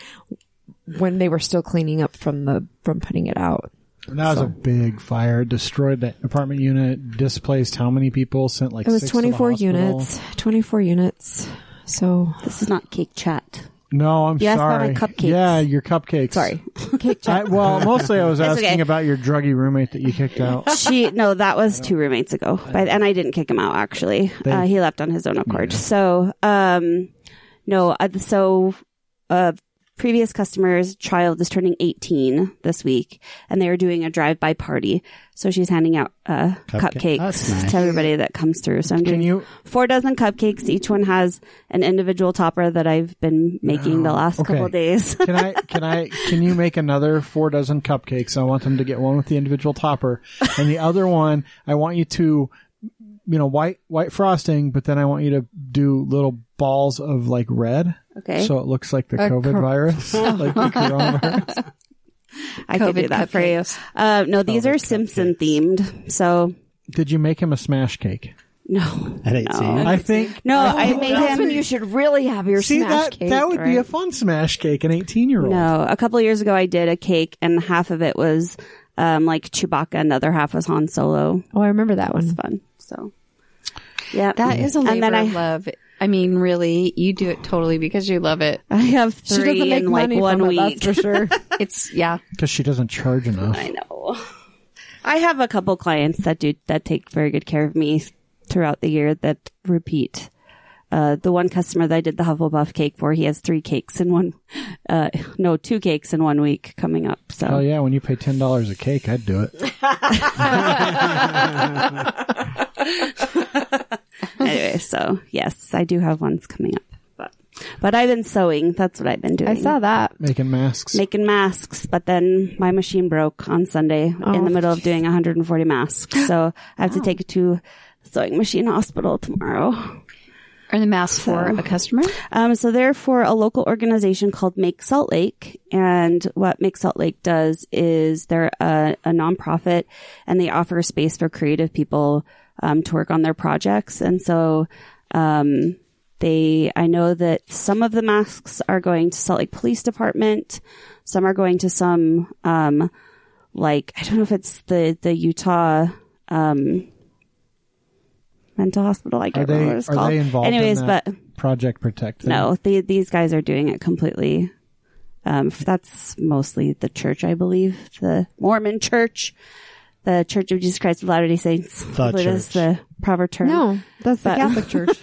S4: when they were still cleaning up from the from putting it out.
S1: And that was a big fire. Destroyed that apartment unit, displaced how many people, sent like
S4: It was
S1: six to the
S4: twenty four
S1: hospital.
S4: units. Twenty four units. So
S3: This is not cake chat.
S1: No, I'm
S3: You asked about
S1: sorry.
S3: my cupcakes.
S1: Yeah, your cupcakes.
S4: sorry.
S1: I, well, mostly I was
S3: That's
S1: asking
S3: okay.
S1: about your druggy roommate that you kicked out.
S3: She no, that was two roommates ago, but and I didn't kick him out. Actually, uh, he left on his own accord. So, um, no, uh, so uh, previous customers' child is turning eighteen this week, and they are doing a drive-by party. So she's handing out uh,
S2: Cupcake-
S3: cupcakes
S2: That's nice.
S3: to everybody that comes through. So I'm doing
S1: you-
S3: four dozen cupcakes. Each one has an individual topper that I've been making
S2: Oh,
S3: the last
S1: Okay.
S3: couple days.
S1: Can I? Can I? Can you make another four dozen cupcakes? I want them to get one with the individual topper, and the other one I want you to, you know, white white frosting, but then I want you to do little balls of like red,
S3: Okay,
S1: so it looks like the
S4: A
S1: COVID
S4: cor-
S1: virus, like the coronavirus.
S3: I could
S6: COVID
S3: do that for you.
S6: cupcakes.
S3: Uh, no, these are Simpson themed. So
S1: Did you make him a smash cake?
S3: no,
S2: At 18.
S3: No.
S1: I think.
S3: No, I made
S4: That's when
S3: him.
S4: you should really have your
S1: See
S4: smash
S1: that
S4: cake.
S1: that would be a
S3: right?
S1: fun smash cake, an eighteen year old.
S3: No, a couple of years ago I did a cake, and half of it was um, like Chewbacca, another half was Han Solo.
S4: oh, I remember that
S3: It's
S4: one.
S3: fun. So yeah,
S6: That is a labor
S3: And then
S6: of
S3: I-
S6: love. I mean, really, you do it totally because you love it.
S3: I have three
S4: She doesn't make
S3: in like
S4: money
S3: one
S4: from
S3: week.
S4: it, that's for sure.
S6: It's yeah.
S1: because she doesn't charge enough.
S3: I know. I have a couple clients that do that take very good care of me throughout the year that repeat. Uh, the one customer that I did the Hufflepuff cake for, he has three cakes in one, uh, no, two cakes in one week coming up. So
S1: Oh yeah, when you pay ten dollars a cake, I'd do it.
S3: anyway, so yes, I do have ones coming up, but but I've been sewing. That's what I've been doing.
S4: I saw that.
S1: Making masks.
S3: making masks, but then my machine broke on Sunday
S4: Oh,
S3: in the middle of doing 140 masks, so I have to take it to the sewing machine hospital tomorrow.
S6: Are the masks for a customer?
S3: Um, so they're for a local organization called Make Salt Lake. And what Make Salt Lake does is they're a, a nonprofit and they offer space for creative people, um, to work on their projects. And so, um, they, I know that some of the masks are going to Salt Lake Police Department. Some are going to some, um, like, I don't know if it's the, the Utah, um, mental hospital. I
S1: Are
S3: can't
S1: they
S3: remember what
S1: are
S3: it's called.
S1: they involved?
S3: Anyways,
S1: in that
S3: but
S1: Project Protect. thing?
S3: no, the, these guys are doing it completely. Um, f- that's mostly the church, I believe, the Mormon church. the Church of Jesus Christ of Latter Day Saints.
S2: The
S3: What is
S2: church.
S3: the proper term?
S4: No, that's the
S3: But-
S4: Catholic Church.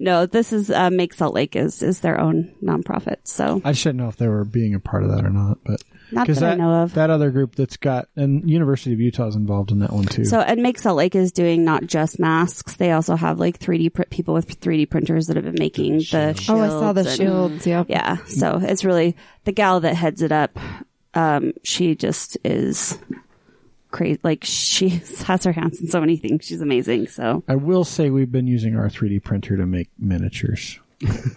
S3: no. This is uh, Make Salt Lake is is their own nonprofit. So
S1: I just didn't know if they were being a part of that or not, but
S3: Not
S1: because
S3: that I
S1: that,
S3: know of.
S1: that other group that's got and University of Utah's involved in that one too.
S3: So, and Make Salt Lake is doing not just masks. They also have like 3D print people with 3D printers that have been making the shields.
S4: oh, I saw the
S3: and-
S4: shields. Yep.
S3: Yeah. So it's really the gal that heads it up. Um, she just is crazy. Like she has her hands in so many things. She's amazing. So
S1: I will say we've been using our 3D printer to make miniatures.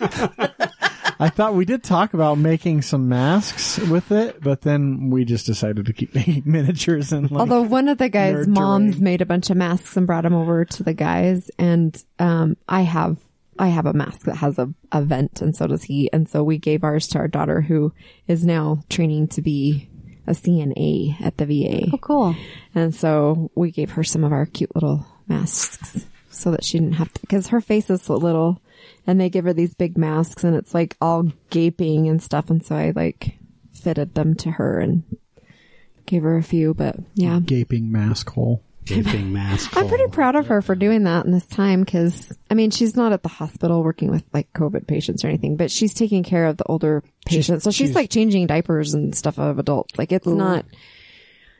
S1: I thought we did talk about making some masks with it, but then we just decided to keep making miniatures and like,
S4: Although one of the guys'
S1: nerd
S4: moms
S1: terrain.
S4: made a bunch of masks and brought them over to the guys, and um, I have I have a mask that has a, a vent, and so does he, and so we gave ours to our daughter who is now training to be a CNA at the VA,
S6: Oh, cool.
S4: and so we gave her some of our cute little masks so that she didn't have to because her face is so little, and they give her these big masks, and it's like all gaping and stuff, and so I like fitted them to her and. Gave her a few, but yeah.
S1: gaping mask hole.
S2: Gaping mask.
S4: I'm pretty
S2: hole.
S4: proud of her for doing that in this time because, I mean, she's not at the hospital working with like COVID patients or anything, but she's taking care of the older patients. so she's, like changing diapers and stuff of adults. Like it's not,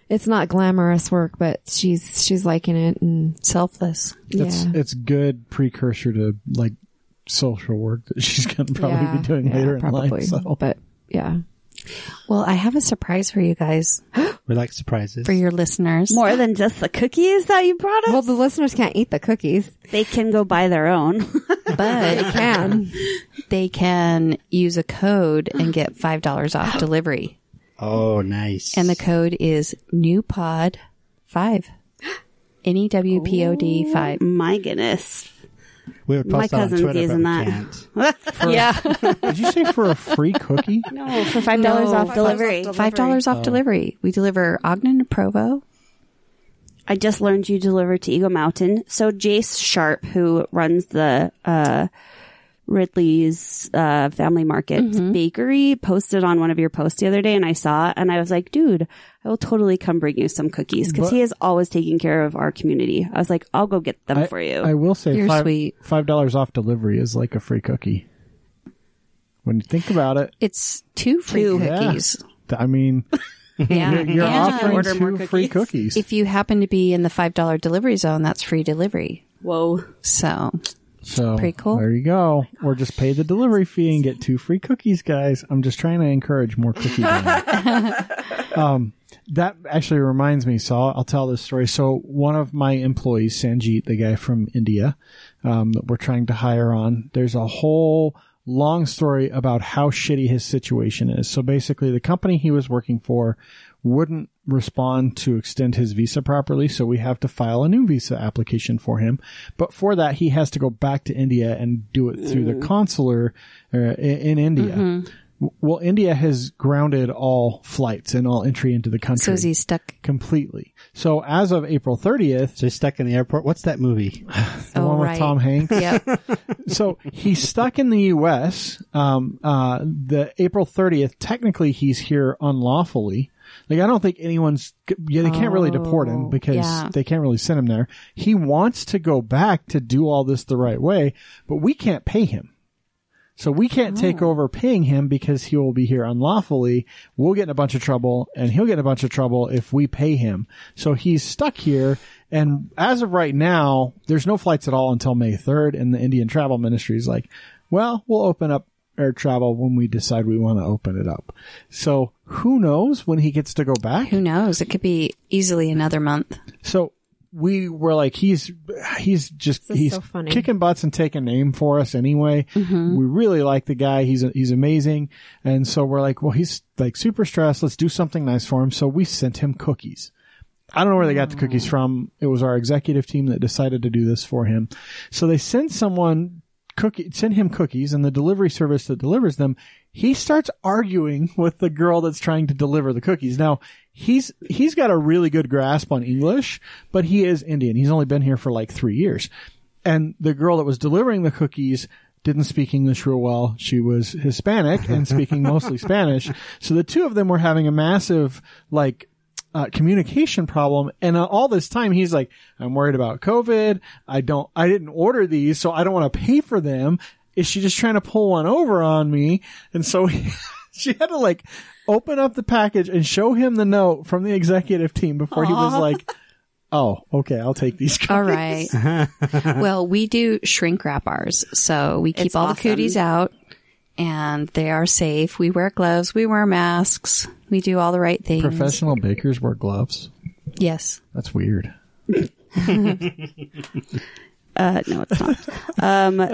S4: it's not glamorous work, but she's, she's liking it. And
S6: Selfless.
S1: It's
S4: yeah.
S1: it's good precursor to like social work that she's gonna probably
S4: Yeah,
S1: be doing
S4: yeah,
S1: later in
S4: probably.
S1: life. So
S4: But yeah.
S6: Well, I have a surprise for you guys,
S2: We like surprises.
S6: for your listeners.
S3: more than just the cookies that you brought us,
S4: Well, the listeners can't eat the cookies.
S3: they can go buy their own.
S6: But
S4: Can.
S6: they can use a code and get $5 off delivery.
S2: Oh, nice.
S6: And the code is E NEWPOD5. E N-E-W-P-O-D 5.
S3: My goodness.
S2: we would
S3: my
S2: post that on
S3: cousin's
S2: Twitter, but
S3: using
S2: we
S3: that.
S2: can't.
S6: Yeah.
S1: did you say for a free cookie?
S3: No, Oh, for five dollars
S6: No.
S3: off delivery.
S6: Five dollars off delivery. We deliver Ogden to Provo.
S3: I just learned you deliver to Eagle Mountain. So Jace Sharp, who runs the uh, Ridley's uh, Family Market
S6: Mm-hmm.
S3: Bakery, posted on one of your posts the other day, and I saw it, and I was like, "Dude, I will totally come bring you some cookies because
S1: But-
S3: he is always taking care of our community." I was like, "I'll go get them
S1: I,
S3: for you."
S1: I will say
S6: You're
S1: five,
S6: sweet.
S1: five dollars off delivery is like a free cookie. When you think about it,
S6: It's two free
S3: Two.
S1: Yeah.
S6: cookies.
S1: Th- I mean,
S6: Yeah.
S1: you're, you're
S6: And
S1: offering
S3: order
S1: two
S3: more
S1: free cookies.
S6: if you happen to be in the five dollar delivery zone, that's free delivery.
S3: Whoa,
S6: So
S1: so
S6: pretty cool.
S1: There you go. Or just pay the delivery fee and get two free cookies, guys. I'm just trying to encourage more cookie. buying. um, that actually reminds me. So I'll, I'll tell this story. So one of my employees, Sanjeet, the guy from India, um, that we're trying to hire on. There's a whole long story about how shitty his situation is. So basically, the company he was working for wouldn't respond to extend his visa properly, so we have to file a new visa application for him. But for that, he has to go back to India and do it through the consular uh, in, in India. W- Well, India has grounded all flights and all entry into the country
S6: Susie's stuck.
S1: completely. So as of April 30th,
S2: So he's stuck in the airport. What's that movie?
S1: the one
S6: Oh,
S1: with
S6: right.
S1: Tom Hanks,
S6: Yep.
S1: so he's stuck in the U.S. Um, uh, the April 30th. Technically, he's here unlawfully. Like I don't think anyone's. Yeah, they can't really deport him
S6: Oh,
S1: because
S6: yeah.
S1: they can't really send him there. He wants to go back to do all this the right way, but we can't pay him. So we can't take over paying him because he will be here unlawfully. We'll get in a bunch of trouble and he'll get in a bunch of trouble if we pay him. So he's stuck here. And as of right now, there's no flights at all until May 3rd. And the Indian travel ministry is like, well, we'll open up air travel when we decide we want to open it up. So who knows when he gets to go back?
S6: Who knows? It could be easily another month.
S1: So we were like, he's he's just
S4: This is
S1: he's
S4: so funny. Mm-hmm.
S1: kicking butts and taking aim for us anyway. We really like the guy. He's he's amazing, and so we're like, well, he's like super stressed. Let's do something nice for him. So we sent him cookies. I don't know where they got the
S4: Oh.
S1: cookies from. It was our executive team that decided to do this for him. So they send someone cookie, send him cookies and the delivery service that delivers them, he starts arguing with the girl that's trying to deliver the cookies. Now, he's, he's got a really good grasp on English, but he is Indian. He's only been here for like three years. And the girl that was delivering the cookies didn't speak English real well. She was Hispanic and speaking mostly Spanish. So the two of them were having a massive, like, uh, communication problem. And uh, all this time he's like, I'm worried about COVID. I don't, I didn't order these, so I don't want to pay for them. Is she just trying to pull one over on me? And so she had to like open up the package and show him the note from the executive team before he was like, Oh, okay, I'll take these. Guys.
S6: All right. well, we do shrink wrap ours, so we keep
S3: It's
S6: all
S3: awesome.
S6: the cooties out, and they are safe. We wear gloves. We wear masks. We do all the right things.
S1: Professional bakers wear gloves.
S6: Yes.
S1: That's weird.
S3: Uh, no, it's not. um,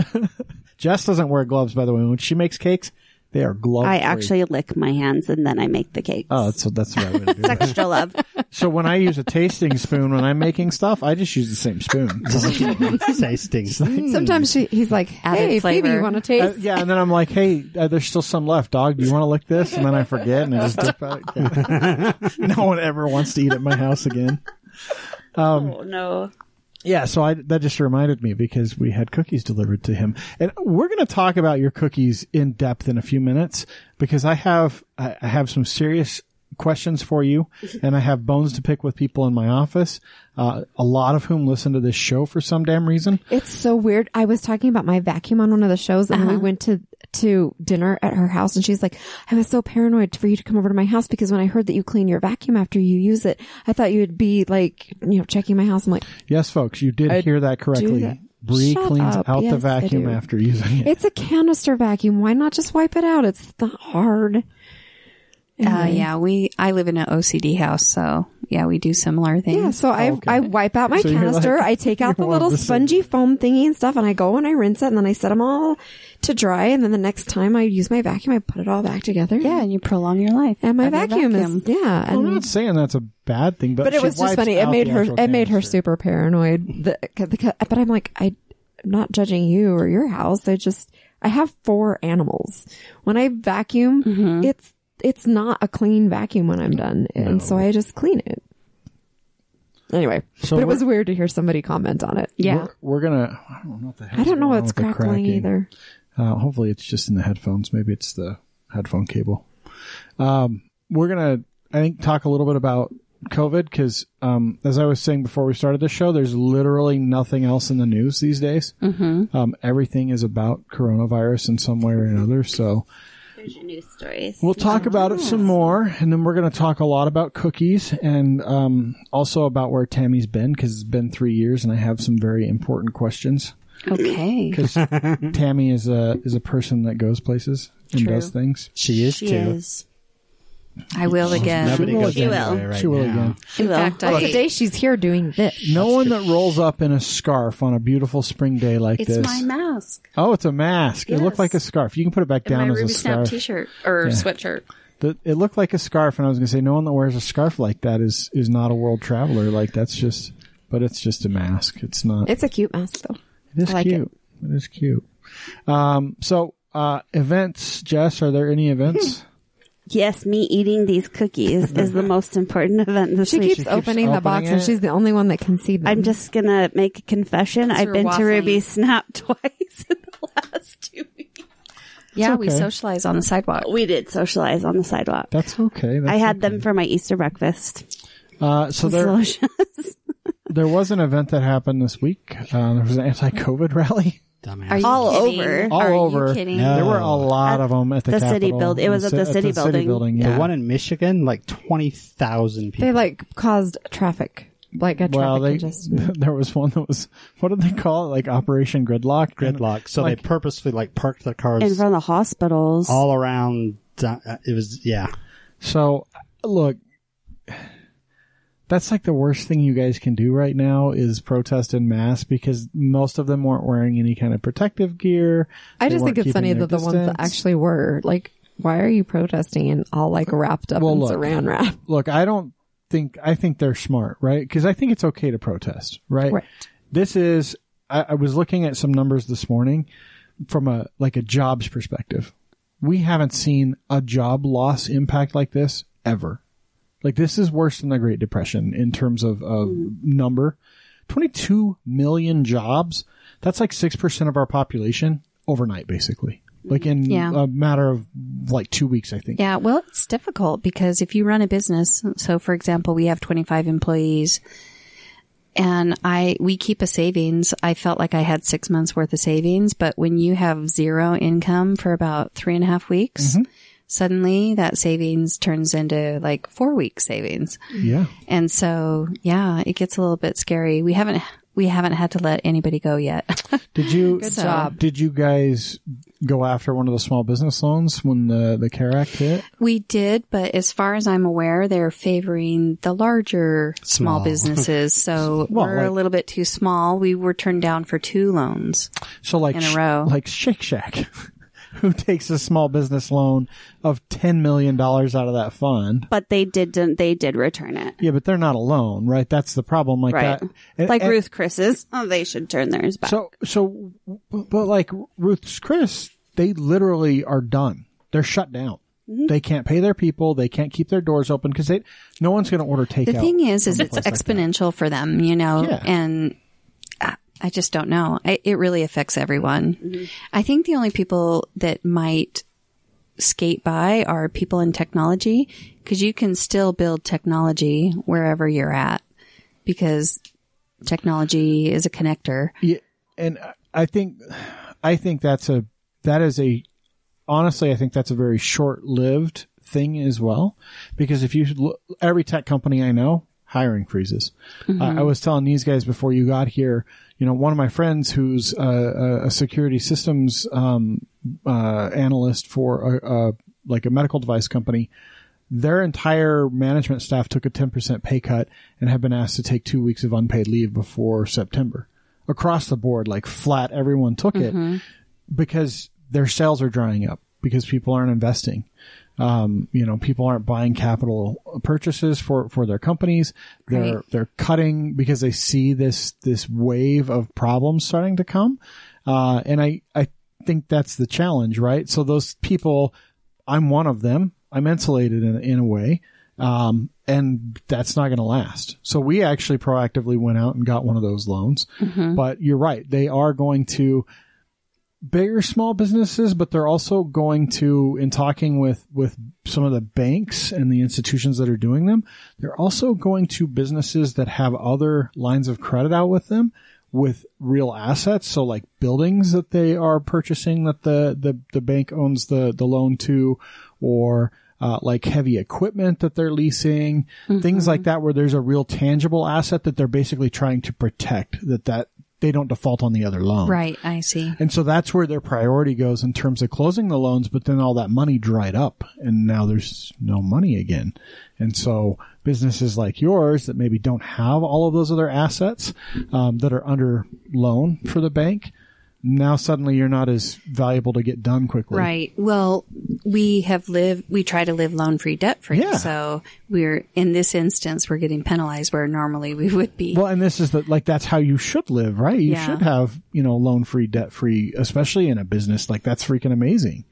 S1: Jess doesn't wear gloves, by the way. When she makes cakes, they are glove.
S3: I actually lick my hands and then I make the cakes.
S1: Oh, that's that's the right way to do it.
S3: Extra love.
S1: So when I use a tasting spoon when I'm making stuff, I just use the same spoon. Uh,
S2: tasting.
S1: Hmm.
S4: Sometimes she, he's like,
S6: Added
S4: "Hey, Phoebe,
S6: flavor.
S4: you want to
S1: Uh,
S4: taste?"
S1: yeah, and then I'm like, "Hey, uh, there's still some left, dog. Do you want to lick this?" And then I forget, and I just dip out. Yeah. no one ever wants to eat at my house again. Um,
S3: oh, no.
S1: Yeah, so I, that just reminded me because we had cookies delivered to him, and we're going to talk about your cookies in depth in a few minutes because I have I I have some serious questions for you, and I have bones to pick with people in my office, uh, a lot of whom listen to this show for some damn reason.
S4: It's so weird. I was talking about my vacuum on one of the shows, and we
S1: Uh-huh.
S4: went to to dinner at her house, and she's like, "I was so paranoid for you to come over to my house because when I heard that you clean your vacuum after you use it, I thought you would be like, you know, checking my house." I'm like,
S1: Yes, folks, you did hear that correctly.
S4: that.
S1: Bree
S4: Shut
S1: cleans
S4: up.
S1: out
S4: Yes,
S1: the
S4: I
S1: vacuum
S4: do.
S1: after using it.
S4: "It's a canister vacuum. Why not just wipe it out? It's not hard."
S6: Uh, yeah. We. I live in an OCD house, so yeah, we do similar things.
S4: Yeah, so I I wipe out my
S1: Oh, So you're
S4: canister.
S1: like-
S4: I take out
S1: you're
S4: the
S1: one of
S4: little
S1: the same.
S4: spongy foam thingy and stuff, and I go and I rinse it, and then I set them all to dry. And then the next time I use my vacuum, I put it all back together.
S6: Yeah, and you prolong your life.
S4: and my
S6: of your
S4: vacuum,
S6: vacuum.
S4: is yeah.
S1: I'm
S4: And,
S1: not saying that's a bad thing, but
S4: but it
S1: she
S4: was just
S1: wipes
S4: funny. It
S1: out
S4: made
S1: the
S4: her
S1: actual
S4: it made her
S1: canister.
S4: super paranoid. The, the, ca- but I'm like I, am not judging you or your house. I just I have four animals. When I vacuum, it's it's not a clean vacuum when I'm done, and so I just clean it. Anyway,
S1: So
S4: but it
S1: we're-
S4: was weird to hear somebody comment on it.
S6: Yeah.
S1: We're, we're gonna. I don't know what the heck.
S4: I don't know what's crackling either.
S1: Uh, hopefully, it's just in the headphones. Maybe it's the headphone cable. Um, we're gonna, I think, talk a little bit about COVID because, um, as I was saying before we started the show, there's literally nothing else in the news these days. Mm-hmm. Um, everything is about coronavirus in some way or another. So
S3: There's your news stories.
S1: we'll talk about it
S6: Mm-hmm.
S1: some more, and then we're gonna talk a lot about cookies and um, also about where Tammy's been because it's been three years, and I have some very important questions
S6: Okay.
S1: because Tammy is a is a person that goes places and does things.
S2: She is
S3: she
S2: too.
S3: is.
S6: I will again.
S2: Nobody goes
S3: She will.
S2: anywhere right
S1: She will
S2: now.
S1: again.
S3: She
S6: In
S3: will.
S6: fact, I,
S4: Today she's here doing this.
S1: No one that rolls up in a scarf on a beautiful spring day like
S6: it's
S1: this.
S6: my mask.
S1: oh, it's a mask. It looked
S6: Yes.
S1: like a scarf. You can put it back
S6: My
S1: down as a
S6: Ruby Snap
S1: scarf.
S6: T-shirt or sweatshirt.
S1: The- it looked like a scarf, and I was going to say, no one that wears a scarf like that is is not a world traveler. Like that's just, but it's just a mask. It's not.
S4: It's a cute mask though.
S1: it is
S4: I like it.
S1: cute. it is cute. Um. So, uh, events, Jess. Are there any
S3: Hmm.
S1: events?
S3: Yes, me eating these cookies is the most important event this
S4: She
S3: week.
S4: keeps, opening the
S1: opening
S4: box, and
S1: it.
S4: she's the only one that can see them.
S3: I'm just gonna make a confession. I've
S6: were
S3: been to
S6: waffling.
S3: Ruby Snap twice in the last two weeks.
S6: Yeah, we
S1: okay.
S6: socialize on the sidewalk.
S3: We did socialize on the sidewalk.
S1: That's okay. That's
S3: I had them for my Easter breakfast.
S1: Uh, so there,
S3: Delicious.
S1: there was an event that happened this week. Uh, there was an anti-COVID rally
S2: Dumbass.
S6: Are you
S3: All
S6: kidding?
S3: over.
S1: all
S6: Are
S1: over.
S6: You kidding?
S2: No.
S1: There were a lot
S3: At
S1: of them at the,
S3: the city
S1: Capitol.
S3: build- it was at the
S1: ci-
S3: city building.
S1: yeah.
S2: The one in Michigan, like twenty thousand people.
S4: They like caused traffic, like a
S1: well,
S4: traffic
S1: they,
S4: congestion.
S1: there was one that was what did they call it? Like Operation Gridlock.
S2: gridlock. So
S1: Like-
S2: they purposely like parked their cars
S3: In front of the hospitals.
S2: all around. down- uh, It was yeah.
S1: So, look, that's like the worst thing you guys can do right now is protest in mass because most of them weren't wearing any kind of protective gear.
S4: I
S1: They
S4: just think
S1: weren't
S4: it's funny
S1: keeping
S4: that the
S1: their
S4: ones that
S1: distance.
S4: actually were like, why are you protesting and all like wrapped up
S1: Well,
S4: in
S1: look.
S4: saran wrap?
S1: look, I don't think I think they're smart, right? Because I think it's okay to protest, right?
S4: Right.
S1: This is I, I was looking at some numbers this morning from a like a jobs perspective. We haven't seen a job loss impact like this ever. Like this is worse than the Great Depression in terms of, of
S4: Mm-hmm.
S1: number. 22 million jobs. That's like 6% of our population overnight, basically. like in
S6: Yeah.
S1: a matter of like two weeks, I think.
S6: Yeah, well, it's difficult because if you run a business, so for example, we have 25 employees and I we keep a savings. I felt like I had six months worth of savings, but when you have zero income for about three and a half weeks, suddenly that savings turns into like four week savings.
S1: Yeah.
S6: And so, yeah, it gets a little bit scary. We haven't we haven't had to let anybody go yet.
S1: Did you
S6: So- job.
S1: Did you guys go after one of the small business loans when the the CARE Act hit?
S6: We did, but as far as I'm aware, they're favoring the larger small,
S2: Small.
S6: businesses. So
S1: Well,
S6: we're
S1: like-
S6: a little bit too small. We were turned down for two loans.
S1: So like
S6: In a
S1: sh-
S6: row.
S1: like Shake Shack, who takes a small business loan of ten million dollars out of that fund.
S3: But they did they did return it.
S1: Yeah, but they're not alone, right? That's the problem. Like
S3: Right.
S1: that, and-
S3: like
S1: and-
S3: Ruth Chris's. Oh, they should turn theirs back.
S1: So so, but like Ruth's Chris, they literally are done. They're shut down.
S6: Mm-hmm.
S1: They can't pay their people. They can't keep their doors open because they no one's going to order takeout.
S6: The thing is, is it's
S1: place like that.
S6: exponential for them, you know,
S1: Yeah.
S6: and I- I just don't know. I, it really affects everyone.
S1: Mm-hmm.
S6: I think the only people that might skate by are people in technology because you can still build technology wherever you're at because technology is a connector.
S1: Yeah, and I- I think I think that's a that is a honestly I think that's a very short-lived thing as well because if you look, every tech company I know hiring freezes. I, I was telling these guys before you got here, you know, one of my friends who's a, a, a security systems um, uh, analyst for a, a like a medical device company. Their entire management staff took a 10% pay cut and have been asked to take two weeks of unpaid leave before September across the board, like flat, everyone took it because their sales are drying up because people aren't investing. Um, you know, people aren't buying capital purchases for, for their companies. They're,
S6: Right.
S1: they're cutting because they see this, this wave of problems starting to come. Uh, and I, I think that's the challenge, right? So those people, I'm one of them. I'm insulated in, in a way. Um, and that's not going to last. So we actually proactively went out and got one of those loans. But you're right. They are going to bigger small businesses, but they're also going to, in talking with, with some of the banks and the institutions that are doing them, they're also going to businesses that have other lines of credit out with them with real assets. So like buildings that they are purchasing that the, the, the bank owns the, the loan to or, uh, like heavy equipment that they're leasing, things like that, where there's a real tangible asset that they're basically trying to protect that, that they don't default on the other loan.
S6: Right. I see.
S1: And so that's where their priority goes in terms of closing the loans, but then all that money dried up and now there's no money again. And so businesses like yours that maybe don't have all of those other assets um, that are under loan for the bank, now suddenly you're not as valuable to get done quickly.
S6: Right. Well, we have lived, we try to live loan free, debt free.
S1: Yeah.
S6: So we're, in this instance, we're getting penalized where normally we would be.
S1: Well, and this is the, like, that's how you should live, right? You
S6: Yeah.
S1: should have, you know, loan free, debt free, especially in a business. Like, that's freaking amazing.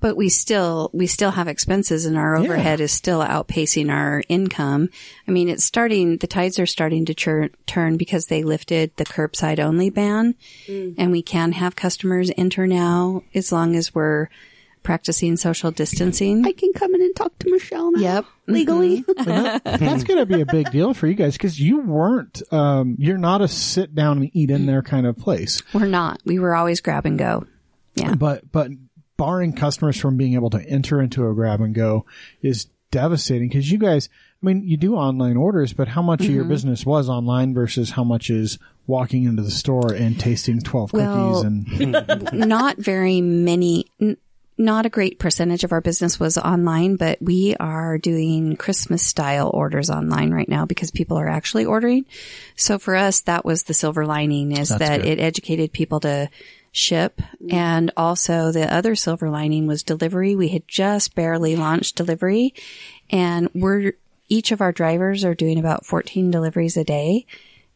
S6: but we still we still have expenses and our overhead is still outpacing our income. I mean, it's starting the tides are starting to chur- turn because they lifted the curbside only ban and we can have customers enter now as long as we're practicing social distancing.
S3: I can come in and talk to Michelle now.
S6: Yep.
S3: Legally.
S1: That's going to be a big deal for you guys because you weren't, um, you're not a sit down and eat in there kind of place.
S6: we're not. We were always grab and go. Yeah.
S1: But, but barring customers from being able to enter into a grab and go is devastating because you guys, I mean, you do online orders, but how much of your business was online versus how much is walking into the store and tasting 12
S6: Well,
S1: cookies and
S6: not very many, n- not a great percentage of our business was online, but we are doing Christmas style orders online right now because people are actually ordering. So for us, that was the silver lining is that it educated people to ship. And also the other silver lining was delivery. We had just barely launched delivery and we're, each of our drivers are doing about 14 deliveries a day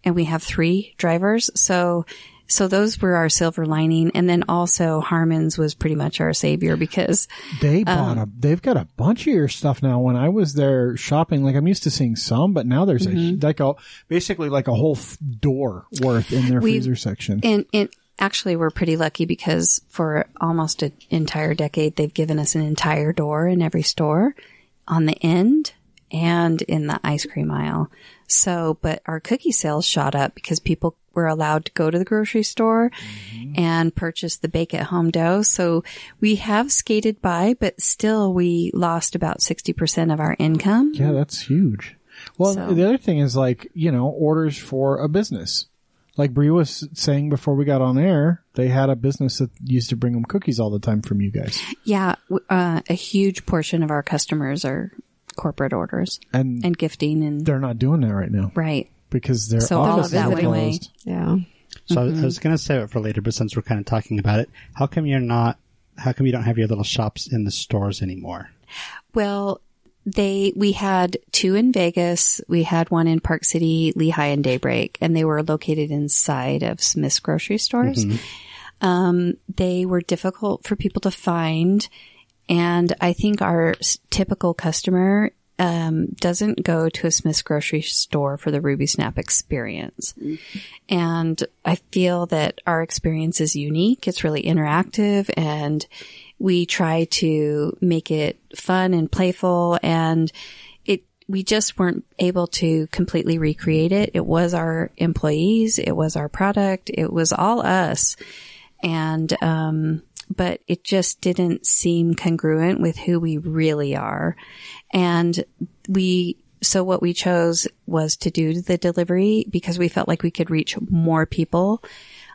S6: and we have three drivers. So, so those were our silver lining. And then also Harmon's was pretty much our savior because Um,
S1: They bought a. They've got a bunch of your stuff now. When I was there shopping, like I'm used to seeing some, but now
S6: Mm-hmm.
S1: there's a like a basically like a whole f- door worth in their
S6: We-
S1: freezer section.
S6: and, and actually we're pretty lucky because for almost an entire decade they've given us an entire door in every store on the end and in the ice cream aisle. So, but our cookie sales shot up because people were allowed to go to the grocery store
S1: Mm-hmm.
S6: and purchase the bake at home dough. So we have skated by, but still we lost about 60% of our income.
S1: Yeah, that's huge. Well,
S6: So-
S1: the other thing is like, you know, orders for a business. Like Brie was saying before we got on air, they had a business that used to bring them cookies all the time from you guys.
S6: Yeah. w- Uh, a huge portion of our customers are corporate orders
S1: And,
S6: and gifting and
S1: they're not doing that right now
S6: right.
S1: because their
S6: So all
S1: offices
S6: of that
S1: are
S6: went away.
S1: closed.
S4: Yeah.
S2: So I was- I was going to save it for later, but since we're kind of talking about it, how come you're not? How come you don't have your little shops in the stores anymore?
S6: Well, they we had two in Vegas, we had one in Park City, Lehigh, and Daybreak, and they were located inside of Smith's grocery stores. Um, they were difficult for people to find, and I think our s- typical customer um, doesn't go to a Smith's grocery store for the Ruby Snap experience. And I feel that our experience is unique. It's really interactive and we try to make it fun and playful and it, we just weren't able to completely recreate it. It was our employees. It was our product. It was all us. And, um, but it just didn't seem congruent with who we really are. And we, so what we chose was to do the delivery because we felt like we could reach more people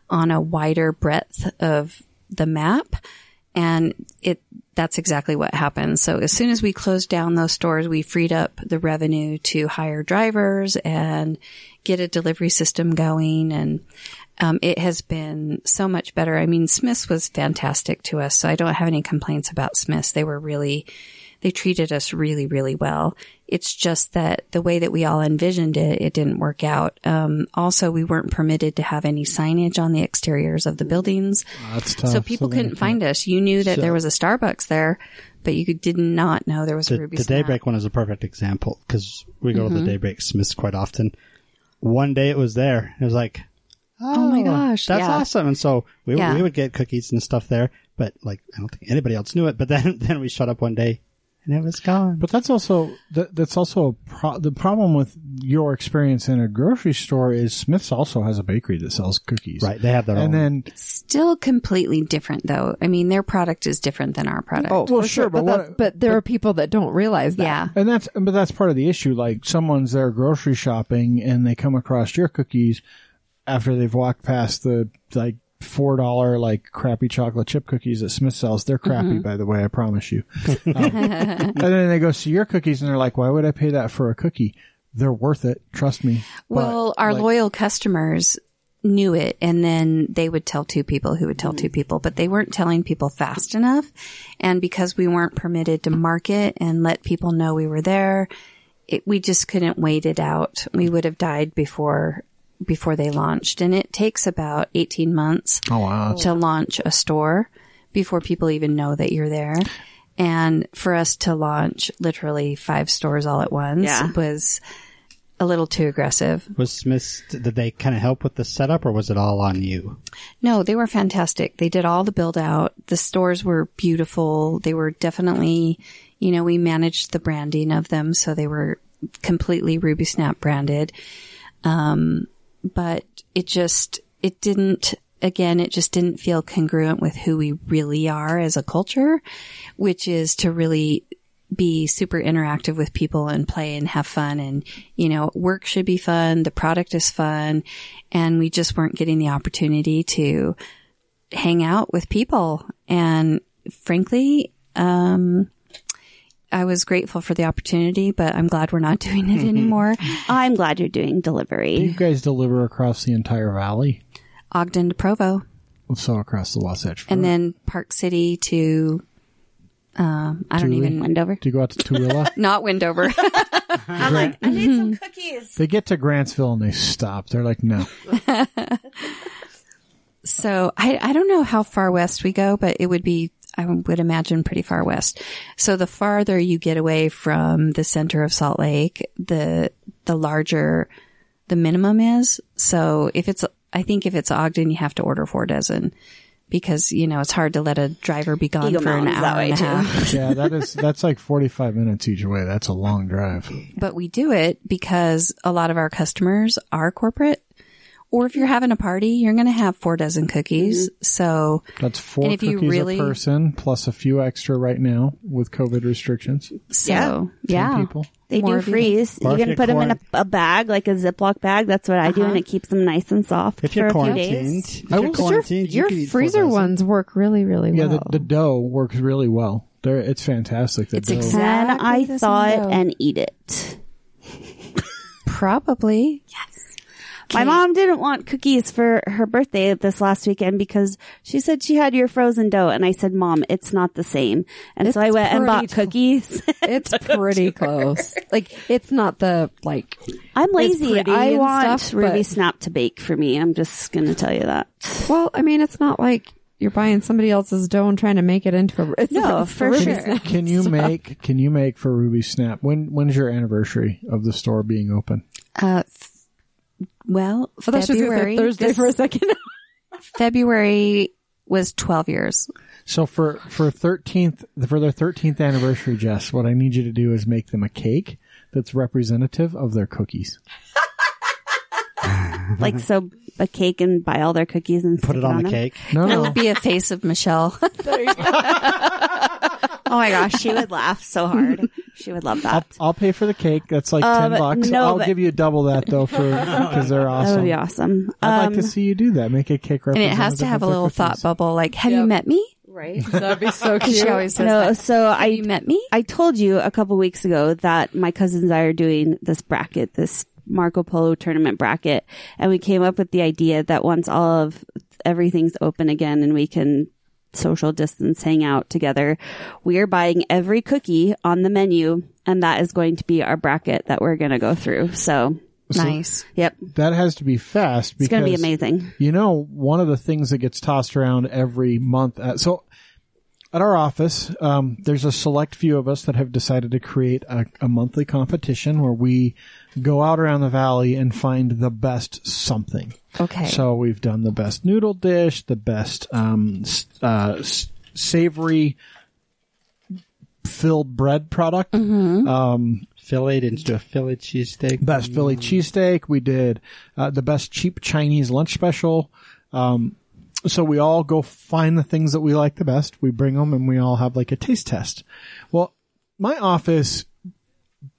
S6: on a wider breadth of the map. And it, that's exactly what happened. So as soon as we closed down those stores, we freed up the revenue to hire drivers and get a delivery system going. And, um, it has been so much better. I mean, Smith's was fantastic to us. So I don't have any complaints about Smith's. They were really, they treated us really, really well. It's just that the way that we all envisioned it, it didn't work out. Um, also, we weren't permitted to have any signage on the exteriors of the buildings.
S1: That's tough.
S6: So people
S1: they-
S6: couldn't find us. You knew that there was a Starbucks there, but you did not know there was a
S2: The,
S6: Ruby
S2: the
S6: Snap.
S2: daybreak one is a perfect example because we go to the daybreak Smiths quite often. One day it was there. It was like, oh,
S6: my gosh,
S2: that's
S6: yeah.
S2: awesome! And so we
S6: Yeah.
S2: we would get cookies and stuff there, but like I don't think anybody else knew it. But then then we shut up one day and it was gone.
S1: But that's also that, that's also a pro- the problem with your experience in a grocery store is Smith's also has a bakery that sells cookies,
S2: right, they have their own.
S1: And then
S6: Still completely different though. I mean, their product is different than our product.
S1: well, Oh, sure, but,
S4: But,
S1: what,
S4: that's- but there are people that don't realize that.
S6: yeah.
S1: And that's but that's part of the issue. Like someone's there grocery shopping and they come across your cookies after they've walked past the like four dollar like crappy chocolate chip cookies that Smith sells. They're crappy,
S6: Mm-hmm.
S1: by the way. I promise you. Um, and then they go see your cookies and they're like, "Why would I pay that for a cookie? They're worth it. Trust me." But,
S6: Well, our
S1: like-
S6: loyal customers knew it and then they would tell two people who would tell
S1: Mm-hmm.
S6: two people, but they weren't telling people fast enough. And because we weren't permitted to market and let people know we were there, it, we just couldn't wait it out. We would have died before, before they launched. And it takes about 18 months
S1: Oh wow!
S6: to launch a store before people even know that you're there. And for us to launch literally five stores all at once
S3: Yeah.
S6: was a little too aggressive.
S2: was Smiths? Did they kind of help with the setup, or was it all on you?
S6: No, they were fantastic. They did all the build out. The stores were beautiful. They were definitely, you know, we managed the branding of them. So they were completely Ruby Snap branded. Um, but it just, it didn't, again, it just didn't feel congruent with who we really are as a culture, which is to really be super interactive with people and play and have fun. And, you know, work should be fun. The product is fun. And we just weren't getting the opportunity to hang out with people. And frankly, um, I was grateful for the opportunity, but I'm glad we're not doing it anymore.
S3: I'm glad you're doing
S1: You
S3: delivery.
S1: guys deliver across the entire valley,
S6: Ogden to Provo
S1: so across the Wasatch.
S6: and
S3: Hmm.
S1: Front.
S6: then Park City to, um, I don't
S1: Tule.
S6: even,
S3: Wendover.
S1: do you go out to Tooele?
S6: not Wendover.
S3: I'm like, I need some cookies.
S1: they get to Grantsville and they stop. They're like, "No."
S6: So I, I don't know how far west we go, but it would be, I would imagine pretty far west. So the farther you get away from the center of Salt Lake, the, the larger the minimum is. So if it's I think if it's Ogden, you have to order four dozen because, you know, it's hard to let a driver be gone
S3: Eagle
S6: for an
S3: Mountain's that
S6: hour
S3: way
S6: and a
S3: too.
S6: half.
S1: Yeah, that is that's like forty five minutes each way. That's a long drive.
S6: but we do it because a lot of our customers are corporate. Or if you're having a party, you're going to have four dozen cookies. So
S1: That's four
S6: And if you
S1: cookies
S6: really-
S1: a person plus a few extra right now with COVID restrictions.
S6: So yeah,
S1: Ten people.
S3: They
S6: More
S3: do
S6: of you.
S3: freeze. You
S2: Or if
S3: can
S2: you're
S3: put them in a,
S2: quarant-
S3: a bag, like a Ziploc bag. That's what I do, and it keeps them nice and soft
S2: If
S3: for
S2: you're
S3: a few
S2: quarantined,
S3: days.
S2: if
S1: I
S2: you're
S1: will- But your-
S2: quarantined, you
S4: Your
S2: could eat four
S4: freezer
S2: dozen.
S4: ones work really, really
S1: Yeah,
S4: well.
S1: the, the dough works really well. There, it's fantastic. The
S6: It's
S1: dough.
S6: exact-
S3: Then I
S6: Exactly the same
S3: thaw it
S6: dough.
S3: and eat it.
S6: probably.
S3: My mom didn't want cookies for her birthday this last weekend because she said she had your frozen dough, and I said, "Mom, it's not the same." And so I
S4: It's
S3: went and bought
S4: pretty
S3: cookies.
S4: it's pretty close. Like it's not the like
S3: I'm lazy.
S4: pretty
S3: I
S4: and
S3: want
S4: stuff,
S3: Ruby
S4: but-
S3: Snap to bake for me. I'm just gonna tell you that.
S4: Well, I mean, it's not like you're buying somebody else's dough and trying to make it into a. It's
S3: No,
S4: it's a
S3: for
S4: Ruby
S3: sure.
S4: snack.
S1: Can you make? Can you make for Ruby Snap? When when is your anniversary of the store being open?
S6: Uh, f- well,
S4: I thought she was Oh, gonna say
S6: February.
S4: Thursday
S6: this
S4: for a second.
S6: February was twelve years.
S1: So for for thirteenth for their thirteenth anniversary, Jess, what I need you to do is make them a cake that's representative of their cookies.
S3: Like so, a cake and buy all their cookies and
S2: Put
S3: stick
S2: it on the
S3: them.
S2: cake.
S1: No,
S6: That
S1: no,
S6: would be a face of Michelle.
S3: Oh my gosh, she would laugh so hard. She would love that.
S1: I'll pay for the cake. That's like
S3: Um,
S1: ten bucks.
S3: no,
S1: I'll
S3: but-
S1: give you double that though for
S6: Oh,
S1: because they're
S3: That would
S1: awesome.
S3: be awesome.
S1: I'd like
S3: Um,
S1: to see you do that. Make a cake
S6: and
S1: representative.
S6: it has to have a
S1: of their
S6: little
S1: cookies.
S6: thought bubble like, have you met me?
S3: right?
S4: That'd be so cute.
S6: She always says
S3: No,
S6: that.
S3: so
S6: Have you
S3: I
S6: met me?
S3: I told you a couple weeks ago that my cousins and I are doing this bracket, this Marco Polo tournament bracket, and we came up with the idea that once all of everything's open again and we can social distance hang out together, we are buying every cookie on the menu, and that is going to be our bracket that we're going to go through. So,
S6: nice.
S3: yep,
S1: That has to be fast.
S3: it's going to be
S1: because-
S3: amazing.
S1: You know, one of the things that gets tossed around every month. At, so, at our office, um, there's a select few of us that have decided to create a, a monthly competition where we go out around the valley and find the best something.
S6: Okay.
S1: So we've done the best noodle dish, the best um, s- uh, s- savory filled bread product.
S2: Filleted into a Philly cheesesteak.
S1: best Philly cheesesteak. We did uh, the best cheap Chinese lunch special. Um, so we all go find the things that we like the best. We bring them and we all have like a taste test. Well, my office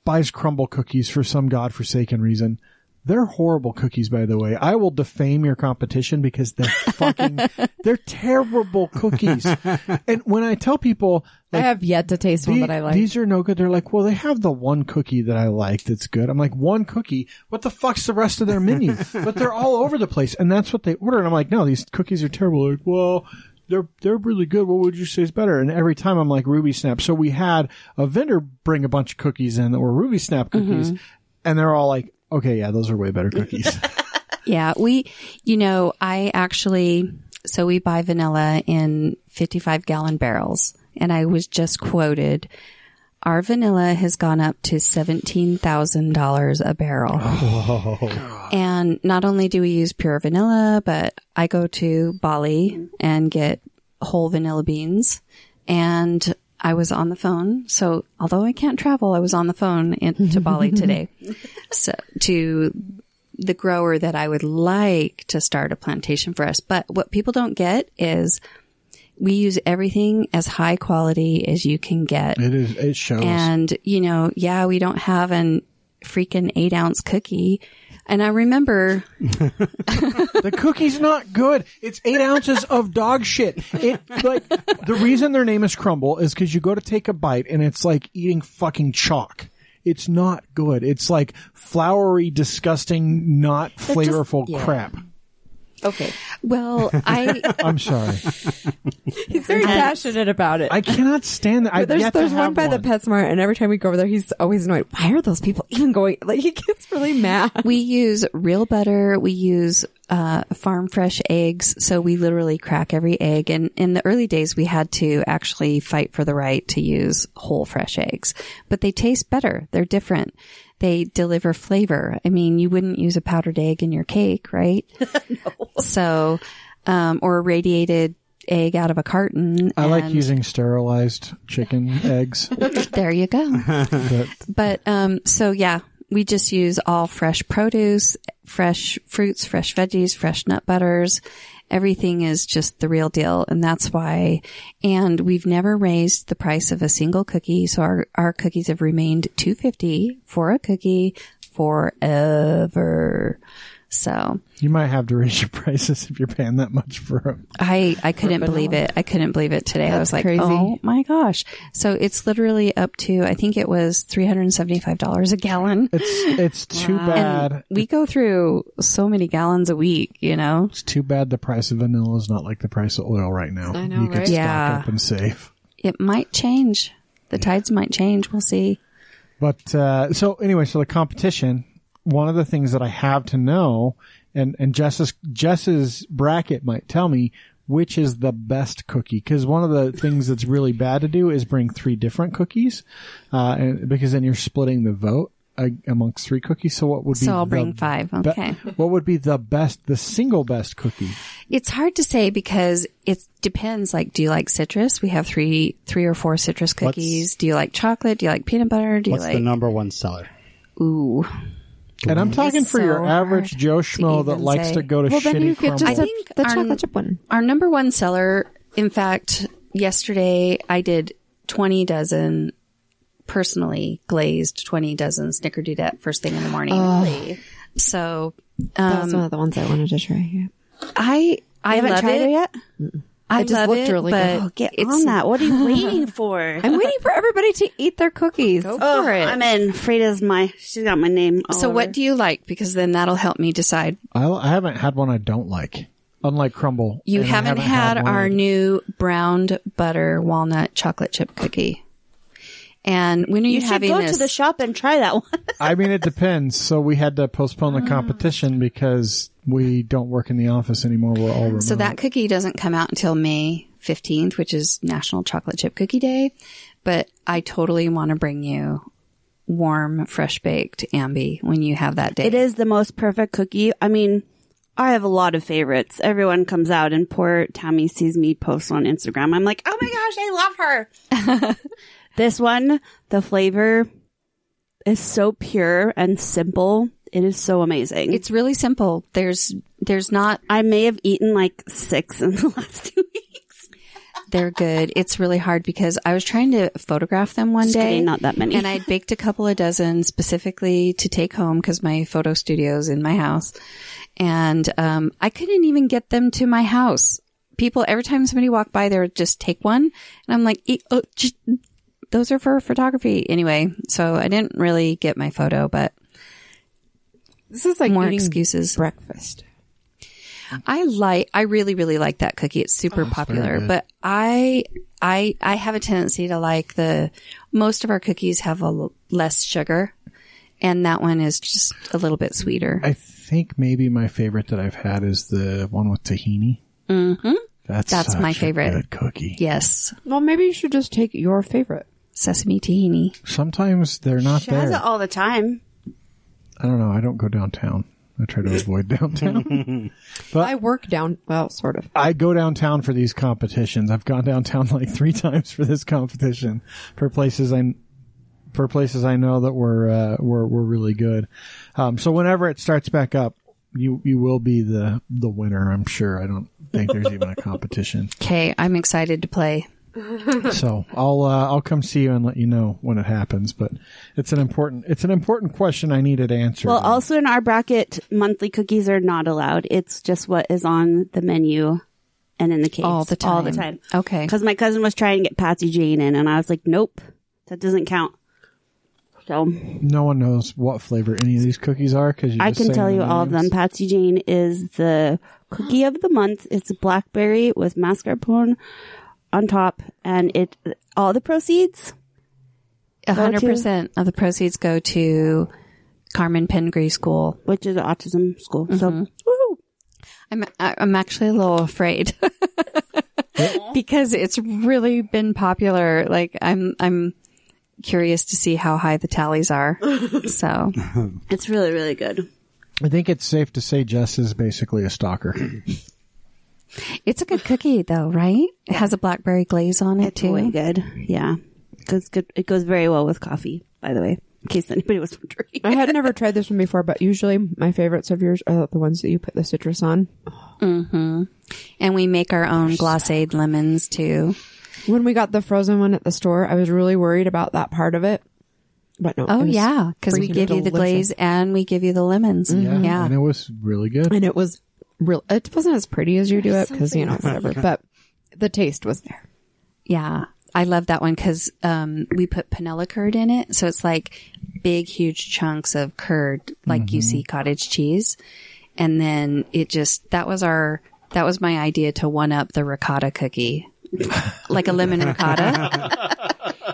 S1: buys crumble cookies for some godforsaken reason. They're horrible cookies, by the way. I will defame your competition because they're fucking, they're terrible cookies. And when I tell people,
S4: I
S1: like,
S4: have yet to taste one
S1: the-
S4: that I like.
S1: These are no good. They're like, well, they have the one cookie that I like that's good. I'm like, one cookie? What the fuck's the rest of their menu? but they're all over the place, and that's what they order. And I'm like, no, these cookies are terrible. They're like, well, they're they're really good. What would you say is better? And every time I'm like, Ruby Snap. So we had a vendor bring a bunch of cookies in that were Ruby Snap cookies,
S4: Mm-hmm.
S1: and they're all like, okay, yeah, those are way better cookies.
S6: Yeah, we, you know, I actually, so we buy vanilla in 55 gallon barrels and I was just quoted, our vanilla has gone up to $17,000 a barrel. And not only do we use pure vanilla, but I go to Bali and get whole vanilla beans. And I was on the phone. So although I can't travel, I was on the phone in, to Bali today. So to the grower that I would like to start a plantation for us. But what people don't get is we use everything as high quality as you can get.
S1: it is. It shows.
S6: And, you know, yeah, we don't have an freaking eight ounce cookie. And I remember
S1: The cookie's not good. It's eight ounces of dog shit. It like the reason their name is crumble is because you go to take a bite and it's like eating fucking chalk. It's not good. It's like floury, disgusting, not flavorful
S6: yeah.
S1: crap.
S6: Well, I
S1: I'm sorry.
S4: He's very passionate about it.
S1: I cannot stand that. I've
S4: but there's
S1: yet to
S4: there's
S1: have
S4: one by the PetSmart, and every time we go over there, he's always annoyed. Why are those people even going? Like he gets really mad.
S6: we use real butter. We use uh, farm fresh eggs. So we literally crack every egg. And in the early days, we had to actually fight for the right to use whole fresh eggs, but they taste better. They're different. they deliver flavor. I mean, you wouldn't use a powdered egg in your cake, right? So, um, or a radiated egg out of a carton.
S1: I like
S6: and-
S1: using sterilized chicken eggs.
S6: There you go. But um, so yeah, we just use all fresh produce, fresh fruits, fresh veggies, fresh nut butters. Everything is just the real deal, and that's why. And we've never raised the price of a single cookie, so our our cookies have remained two fifty for a cookie forever. So
S1: You might have to raise your prices if you're paying that much for them.
S6: I, I couldn't believe it. I couldn't believe it today. I was like,
S4: crazy.
S6: oh my gosh. So it's literally up to, I think it was $375 a gallon.
S1: It's it's too
S6: And
S1: bad.
S6: we go through so many gallons a week, you know?
S1: It's too bad the price of vanilla is not like the price of oil right now.
S4: I know,
S1: you could
S4: right?
S1: stock
S6: Yeah.
S1: up and save.
S6: It might change. The tides might change. We'll see.
S1: But uh, so anyway, so the competition. One of the things that I have to know, and and Jess's Jess's bracket might tell me which is the best cookie because one of the things that's really bad to do is bring three different cookies, uh, and, because then you're splitting the vote uh, amongst three cookies. So what would be
S6: So I'll
S1: the
S6: bring five.
S1: be-
S6: Okay.
S1: what would be the best, the single best cookie?
S6: It's hard to say because it depends. Like, do you like citrus? We have three, three or four citrus
S2: What's-
S6: cookies. do you like chocolate? Do you like peanut butter? Do you
S2: What's
S6: like,
S2: the number one seller?
S6: ooh.
S1: And I'm talking
S6: It's
S1: for your
S6: so
S1: average
S6: hard
S1: Joe
S6: to
S1: Schmo that
S6: even
S1: likes
S6: say.
S1: to go to
S4: Well,
S1: shitty
S4: then you could
S1: crumble.
S4: just
S6: I
S4: have
S6: think
S4: the
S6: our-
S4: chocolate chip one.
S6: Our number one seller, in fact, yesterday I did 20 dozen personally glazed 20 dozen snickerdoodette first thing in the morning. So
S4: That was one of the ones I wanted to try. Yeah.
S6: I, I
S3: You haven't
S6: love
S3: tried it, yet?
S6: I
S4: just
S6: love
S4: looked
S6: it,
S4: really
S6: but
S4: good.
S3: Oh, get
S6: it's
S3: on that. What are you waiting for?
S4: I'm waiting for everybody to eat their cookies.
S3: oh, I'm in. Frida's my, she's got my name. all
S6: So
S3: over.
S6: what do you like? Because then that'll help me decide.
S1: I, I haven't had one I don't like, unlike crumble.
S6: You
S1: and I
S6: haven't, had,
S1: one
S6: our
S1: I-
S6: new browned butter walnut chocolate chip cookie. And when are you,
S3: You should
S6: having
S3: go
S6: this?
S3: to the shop and try that one.
S1: I mean, it depends. So we had to postpone the
S6: Ah.
S1: competition because we don't work in the office anymore. We're all remote.
S6: So that cookie doesn't come out until May 15th, which is National Chocolate Chip Cookie Day. But I totally want to bring you warm, fresh baked Ambi when you have that day.
S3: It is the most perfect cookie. I mean, I have a lot of favorites. Everyone comes out and poor Tammy sees me post on Instagram. I'm like, oh my gosh, I love her. this one, the flavor is so pure and simple. It is so amazing.
S6: It's really simple. There's, there's not,
S3: I may have eaten like six in the last two weeks.
S6: they're good. It's really hard because I was trying to photograph them one
S3: Just
S6: day.
S3: kidding, not that many.
S6: and I baked a couple of dozen specifically to take home because my photo studio's in my house, and um, I couldn't even get them to my house. People every time somebody walked by, they would just take one, and I'm like, "E- oh, j- those are for photography anyway. So I didn't really get my photo, but
S4: This is like
S6: more
S4: eating
S6: excuses.
S4: breakfast.
S6: I like I really really like that cookie. It's super popular, but I I I have a tendency to like the most of our cookies have a l- less sugar and that one is just a little bit sweeter.
S1: I think maybe my favorite that I've had is the one with tahini. Mm-hmm. That's
S6: That's
S1: such
S6: my
S1: a
S6: favorite.
S1: good cookie.
S6: yes,
S4: Well, maybe you should just take your favorite.
S6: sesame tahini.
S1: Sometimes they're not
S3: she
S1: there.
S3: has it all the time.
S1: I don't know. I don't go downtown. I try to avoid downtown.
S4: I work down, well, sort of.
S1: I go downtown for these competitions. I've gone downtown like three times for this competition for places I for places I know that were uh, were were really good. Um, so whenever it starts back up, you you will be the the winner. I'm sure. I don't think there's even a competition.
S6: Okay, I'm excited to play.
S1: So I'll uh, I'll come see you and let you know when it happens. But it's an important it's an important question I needed answered.
S3: Well, also in our bracket, monthly cookies are not allowed. It's just what is on the menu and in the case
S6: All the
S3: All the
S6: time.
S3: time.
S6: Okay.
S3: Because my cousin was trying to get Patsy Jane in, and I was like, nope, that doesn't count. So
S1: no one knows what flavor any of these cookies are because
S3: I can tell you all of them. Patsy Jane is the cookie of the month. It's blackberry with mascarpone on top, and it all the proceeds.
S6: A 100% of the proceeds go to Carmen Pengree School.
S3: Which is an autism school.
S6: Mm-hmm.
S3: So, woo!
S6: I'm I- I'm actually a little afraid because it's really been popular. Like I'm I'm curious to see how high the tallies are. So
S3: It's really, really good.
S1: I think it's safe to say Jess is basically a stalker.
S6: it's a good cookie though, right? It has a blackberry glaze on it too.
S3: Way good. Yeah. Goes good. It goes very well with coffee, by the way, in case anybody was wondering.
S4: I had never tried this one before, but usually my favorites of yours are the ones that you put the citrus on.
S6: And we make our own glossade lemons too.
S4: When we got the frozen one at the store, I was really worried about that part of it. But no. it
S6: Oh
S4: was-
S6: yeah, because we
S4: freaking
S6: give you
S4: delicious.
S6: the glaze and we give you the lemons. Yeah,
S1: And it was really good.
S4: And it was real. It wasn't as pretty as you do it because, you know, whatever. But the taste was there.
S6: yeah. I love that one because um, we put panela curd in it, so it's like big, huge chunks of curd, like you see cottage cheese, and then it just that was our that was my idea to one up the ricotta cookie, like a lemon ricotta.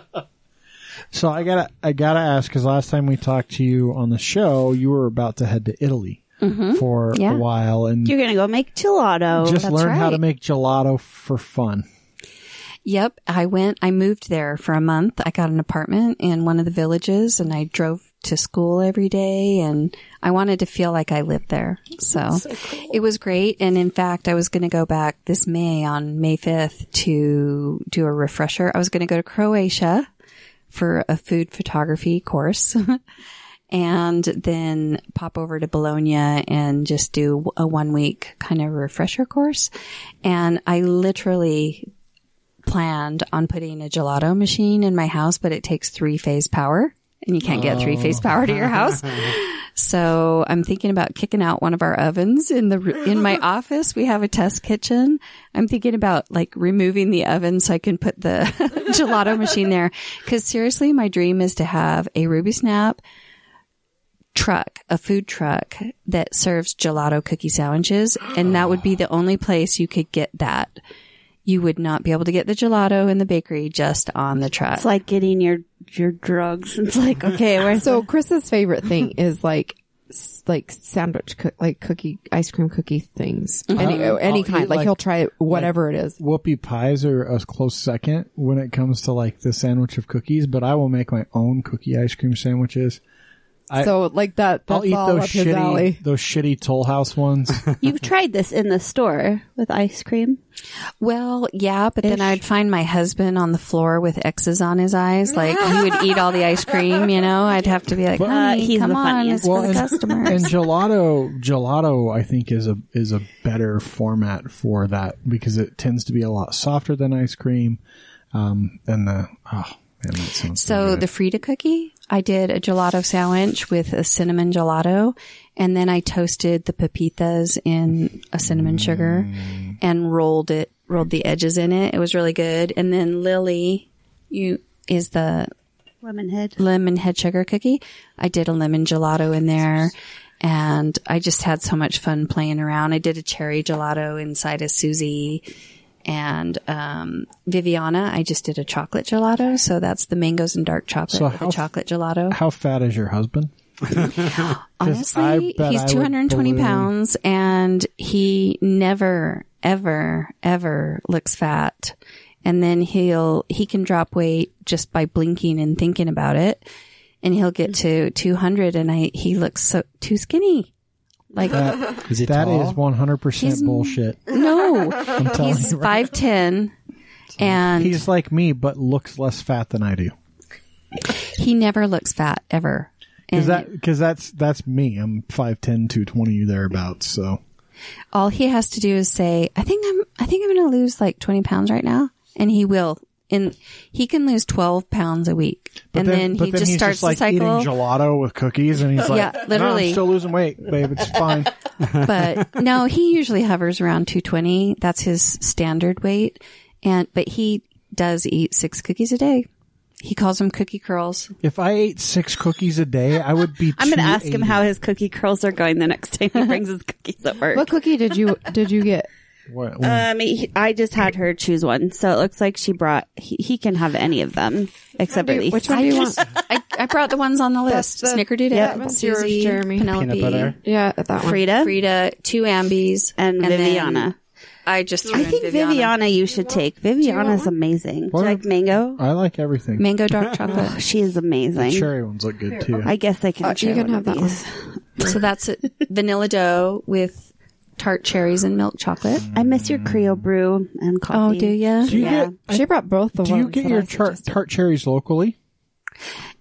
S1: So I gotta, I gotta ask because last time we talked to you on the show, you were about to head to Italy
S4: Mm-hmm.
S1: for
S6: Yeah.
S1: a while and
S3: You're going to go make gelato.
S1: just
S6: that's
S1: learn how
S6: right.
S1: to make gelato for fun.
S6: Yep. I went, I moved there for a month. I got an apartment in one of the villages and I drove to school every day and I wanted to feel like I lived there. So, it was great. And in fact, I was going to go back this May on May 5th to do a refresher. I was going to go to Croatia for a food photography course. and then pop over to Bologna and just do a one week kind of refresher course. And I literally planned on putting a gelato machine in my house, but it takes three phase power and you can't get three phase power to your house. So I'm thinking about kicking out one of our ovens in the r- in my office. We have a test kitchen. I'm thinking about like removing the oven so I can put the gelato machine there. Because seriously, my dream is to have a Ruby Snap truck, a food truck that serves gelato cookie sandwiches, and that would be the only place you could get that. You would not be able to get the gelato in the bakery just on the truck.
S3: It's like getting your, your drugs. It's like, okay, where's
S4: So Chris's favorite thing is like s- like sandwich coo- like cookie ice cream cookie things any
S1: I'll-
S4: any
S1: I'll
S4: kind
S1: eat,
S4: Uh-huh. like,
S1: like-
S4: he'll try whatever it is
S1: Whoopie pies are a close second when it comes to like the sandwich of cookies, but I will make my own cookie ice cream sandwiches. I-
S4: so like that that's
S1: I'll eat
S4: all
S1: those
S4: up his alley
S1: shitty, those shitty Toll House ones.
S3: You've tried this in the store with ice cream.
S6: Well, yeah, but then I'd find my husband on the floor with X's on his eyes. Like he would eat all the ice cream, you know? I'd have to be like, "Honey,
S3: he's
S6: come
S3: the
S6: on, it's
S3: funniest.
S6: for the
S1: and,
S6: customers.
S1: and gelato, gelato, I think is a is a better format for that because it tends to be a lot softer than ice cream. Um, and the oh man, that sounds
S6: So the Frida cookie, I did a gelato sandwich with a cinnamon gelato, and then I toasted the pepitas in a cinnamon sugar and rolled it, rolled the edges in it. It was really good. And then Lily, you is the
S3: Lemon head.
S6: lemon head sugar cookie. I did a lemon gelato in there and I just had so much fun playing around. I did a cherry gelato inside of Susie and um, Viviana. I just did a chocolate gelato. So that's the mangoes and dark chocolate
S1: So
S6: with
S1: how
S6: a
S1: f-
S6: chocolate gelato.
S1: how fat is your husband? I
S6: Honestly,
S1: bet I
S6: he's
S1: would
S6: 220
S1: balloon.
S6: pounds and he never, ever, ever looks fat. And then he'll, he can drop weight just by blinking and thinking about it. And he'll get to 200 and I, he looks so, too skinny. Like,
S2: Is he
S1: That
S2: tall?
S1: is one hundred percent bullshit.
S6: no,
S1: I'm telling
S6: he's
S1: you, right?
S6: 5'10 and
S1: he's like me, but looks less fat than I do.
S6: he never looks fat ever.
S1: Is
S6: And
S1: that because that's that's me? I'm 5'10", 220 thereabouts. So
S6: all he has to do is say, I think I'm, I think I'm going to lose like 20 pounds right now. And he will. And he can lose 12 pounds a week. and then,
S1: but
S6: he just
S1: he's
S6: starts
S1: like
S6: the cycle.
S1: eating gelato with cookies, and he's like,
S6: Yeah,
S1: "No,
S6: literally.
S1: I'm still losing weight, babe. It's fine."
S6: but no, he usually hovers around 220. That's his standard weight. And, but he does eat six cookies a day. He calls them cookie curls.
S1: If I ate six cookies a day, I would be.
S3: I'm going to ask him
S1: 280.
S3: how his cookie curls are going the next time he brings his cookies at work.
S4: what cookie did you did you get
S1: What,
S3: Um, he- I just had her choose one, so it looks like she brought. He, he can have any of them except for these.
S4: which one do you want
S6: I, I brought the ones on the list.
S4: the-
S6: Snickerdoodle,
S4: yeah, that one's yours,
S6: Susie,
S4: Jeremy.
S6: Penelope,
S2: Peanut butter.
S4: yeah that one
S3: Frida
S6: Frida, two Ambies,
S3: and
S6: then
S3: Viviana.
S6: I just threw
S3: I
S6: in
S3: think Viviana. you should take. Viviana's amazing. Do you like mango?
S1: I like everything.
S6: Mango dark chocolate.
S3: Oh, she is amazing.
S1: Cherry ones look good too.
S3: I guess I can.
S4: Oh,
S3: try
S4: you can
S3: one
S4: have
S3: of
S4: that one.
S3: these.
S6: so that's it. vanilla dough with tart cherries and milk chocolate. Oh,
S3: I miss your Creole
S2: Mm.
S3: brew and coffee.
S6: ya?
S1: do you
S3: yeah.
S1: get
S4: She brought both the
S1: do
S4: ones.
S1: you get
S4: that
S1: your
S4: I
S1: char-
S4: suggested.
S1: tart cherries locally?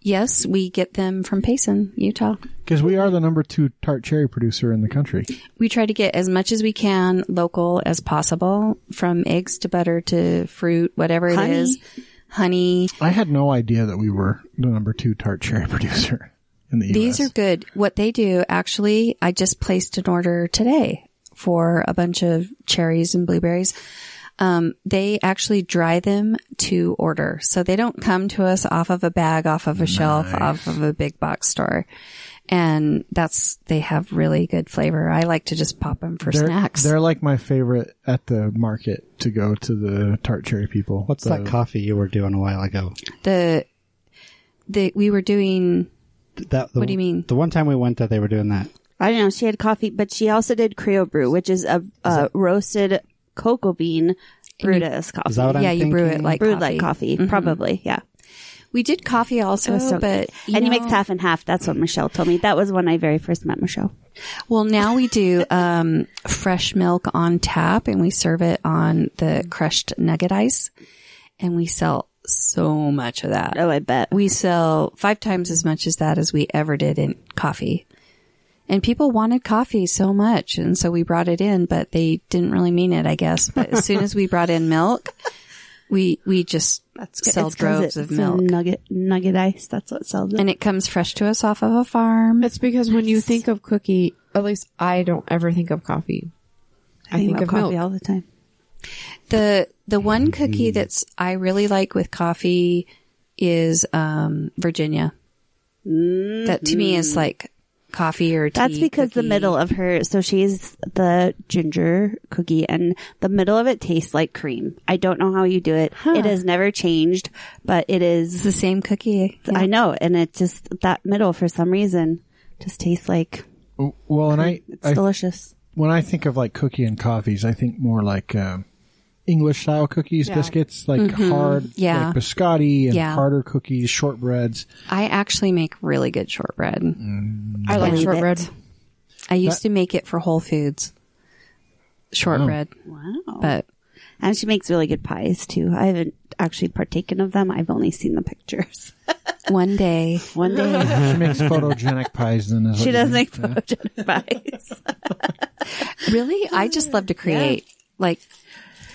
S6: Yes, we get them from Payson, Utah.
S1: Because we are the number two tart cherry producer in the country.
S6: We try to get as much as we can local as possible from eggs to butter to fruit, whatever it
S3: Honey.
S6: is. Honey.
S1: I had no idea that we were the number two tart cherry producer in the U.S.
S6: These are good. What they do, actually, I just placed an order today for a bunch of cherries and blueberries. Um, they actually dry them to order. So they don't come to us off of a bag, off of a shelf, off of a big box store. And that's, they have really good flavor. I like to just pop them for
S1: they're,
S6: snacks.
S1: They're like my favorite at the market to go to the tart cherry people.
S2: What's
S1: the,
S2: that coffee you were doing a while ago?
S6: the, the, we were doing,
S2: That, the,
S6: What do you mean?
S2: The one time we went there, they were doing that.
S3: I don't know. She had coffee, but she also did Creole brew, which is a, a roasted cocoa bean brewed as coffee.
S2: Is that what Mm-hmm. I'm
S6: yeah, you brew it
S2: thinking?
S6: like
S3: brewed
S6: coffee.
S3: like coffee, probably. Yeah.
S6: We did coffee also,
S3: That's so
S6: Oh, but
S3: good. and he
S6: know-
S3: makes half and half. That's what Michelle told me. That was when I very first met Michelle.
S6: Well, now we do um, fresh milk on tap, and we serve it on the crushed nugget ice, and we sell so much of that.
S3: Oh, I bet.
S6: We sell five times as much as that as we ever did in coffee. And people wanted coffee so much, and so we brought it in, but they didn't really mean it, I guess. But as soon as we brought in milk, we we just sell
S3: It's 'cause
S6: droves
S3: it's
S6: of
S3: some
S6: milk,
S3: Nugget, nugget ice. That's what sells it.
S6: and it comes fresh to us off of a farm.
S4: It's because when you think of cookie, at least I don't ever think of coffee. I think, of
S3: coffee
S4: milk.
S3: all the time.
S6: The the one cookie that's I really like with coffee is um, Virginia. That to me is like coffee or tea.
S3: Mm-hmm. That's because the
S6: cookie.
S3: middle of her, so she's the ginger cookie, and the middle of it tastes like cream. I don't know how you do it. It has never changed, but it
S6: It's
S3: is.
S6: the same cookie.
S3: I know, and it just that middle for some reason just tastes like
S1: Well, and I,
S3: it's
S1: I
S3: delicious.
S1: when I think of like cookie and coffees, I think more like um, English style cookies, biscuits, like
S4: Mm-hmm.
S1: hard,
S6: Yeah.
S1: like biscotti and
S6: Yeah.
S1: harder cookies, shortbreads.
S6: I actually make really good shortbread.
S4: I like
S3: Believe it.
S4: shortbread.
S6: I used to make it for Whole Foods. Shortbread,
S3: Wow!
S6: but
S3: And she makes really good pies too. I haven't actually partaken of them. I've only seen the pictures.
S6: one day
S3: One day
S1: She makes photogenic pies. Then is what
S3: she
S1: you
S3: does
S1: mean.
S3: make photogenic pies.
S6: Really? I just love to create. Like,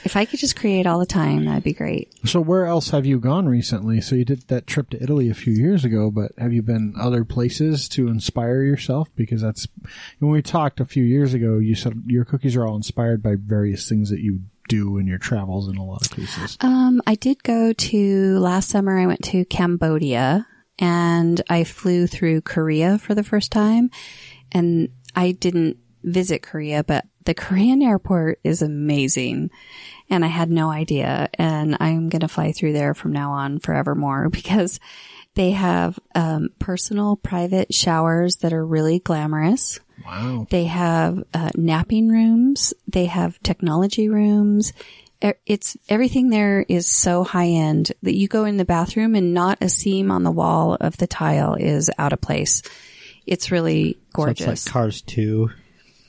S6: if I could just create all the time, that'd be great.
S1: So where else have you gone recently? So you did that trip to Italy a few years ago, but have you been other places to inspire yourself? Because that's when we talked a few years ago. You said your cookies are all inspired by various things that you do in your travels in a lot of cases.
S6: Um, I did go to last summer. I went to Cambodia and I flew through Korea for the first time. And I didn't visit Korea, but the Korean airport is amazing. And I had no idea. And I'm going to fly through there from now on forevermore because they have um, personal private showers that are really glamorous.
S4: Uh,
S1: Wow.
S6: They have uh, napping rooms. They have technology rooms. E- It's everything there is so high end that you go in the bathroom and not a seam on the wall of the tile is out of place. It's really
S2: So it's
S6: gorgeous.
S2: like Cars 2.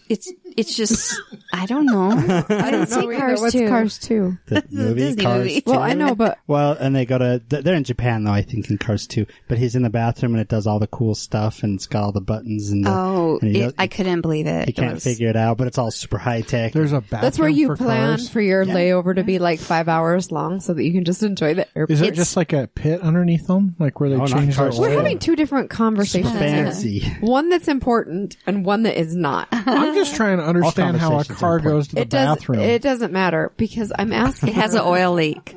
S6: it's, it's just I don't know. I don't see cars
S4: What's
S6: too.
S4: Cars too?
S2: The movie,
S3: Disney
S2: Cars
S3: movie.
S2: 2.
S4: Well, I know, but
S2: Well, and they go to, th- they're in Japan though, I think, in Cars 2. But he's in the bathroom and it does all the cool stuff and it's got all the buttons and the,
S6: Oh,
S2: and he,
S6: it,
S2: does-
S6: I couldn't believe it.
S2: he
S6: It
S2: can't
S6: was-
S2: figure it out, but it's all super high tech.
S1: There's a bathroom
S4: that's where you
S1: for
S4: plan
S1: cars.
S4: for your layover to be like five hours long, so that you can just enjoy the airport.
S1: Is there just like a pit underneath them, like where they
S2: Oh, not
S1: change their
S2: cars.
S4: We're
S2: Yeah.
S4: having two different conversations. here.
S2: fancy.
S4: One that's important and one that is not.
S1: I'm just trying to understand how a
S2: conversations are
S1: car
S2: important.
S1: goes to the
S4: it does.
S1: bathroom.
S4: It doesn't matter because I'm asking.
S6: It has an
S4: her.
S6: oil leak.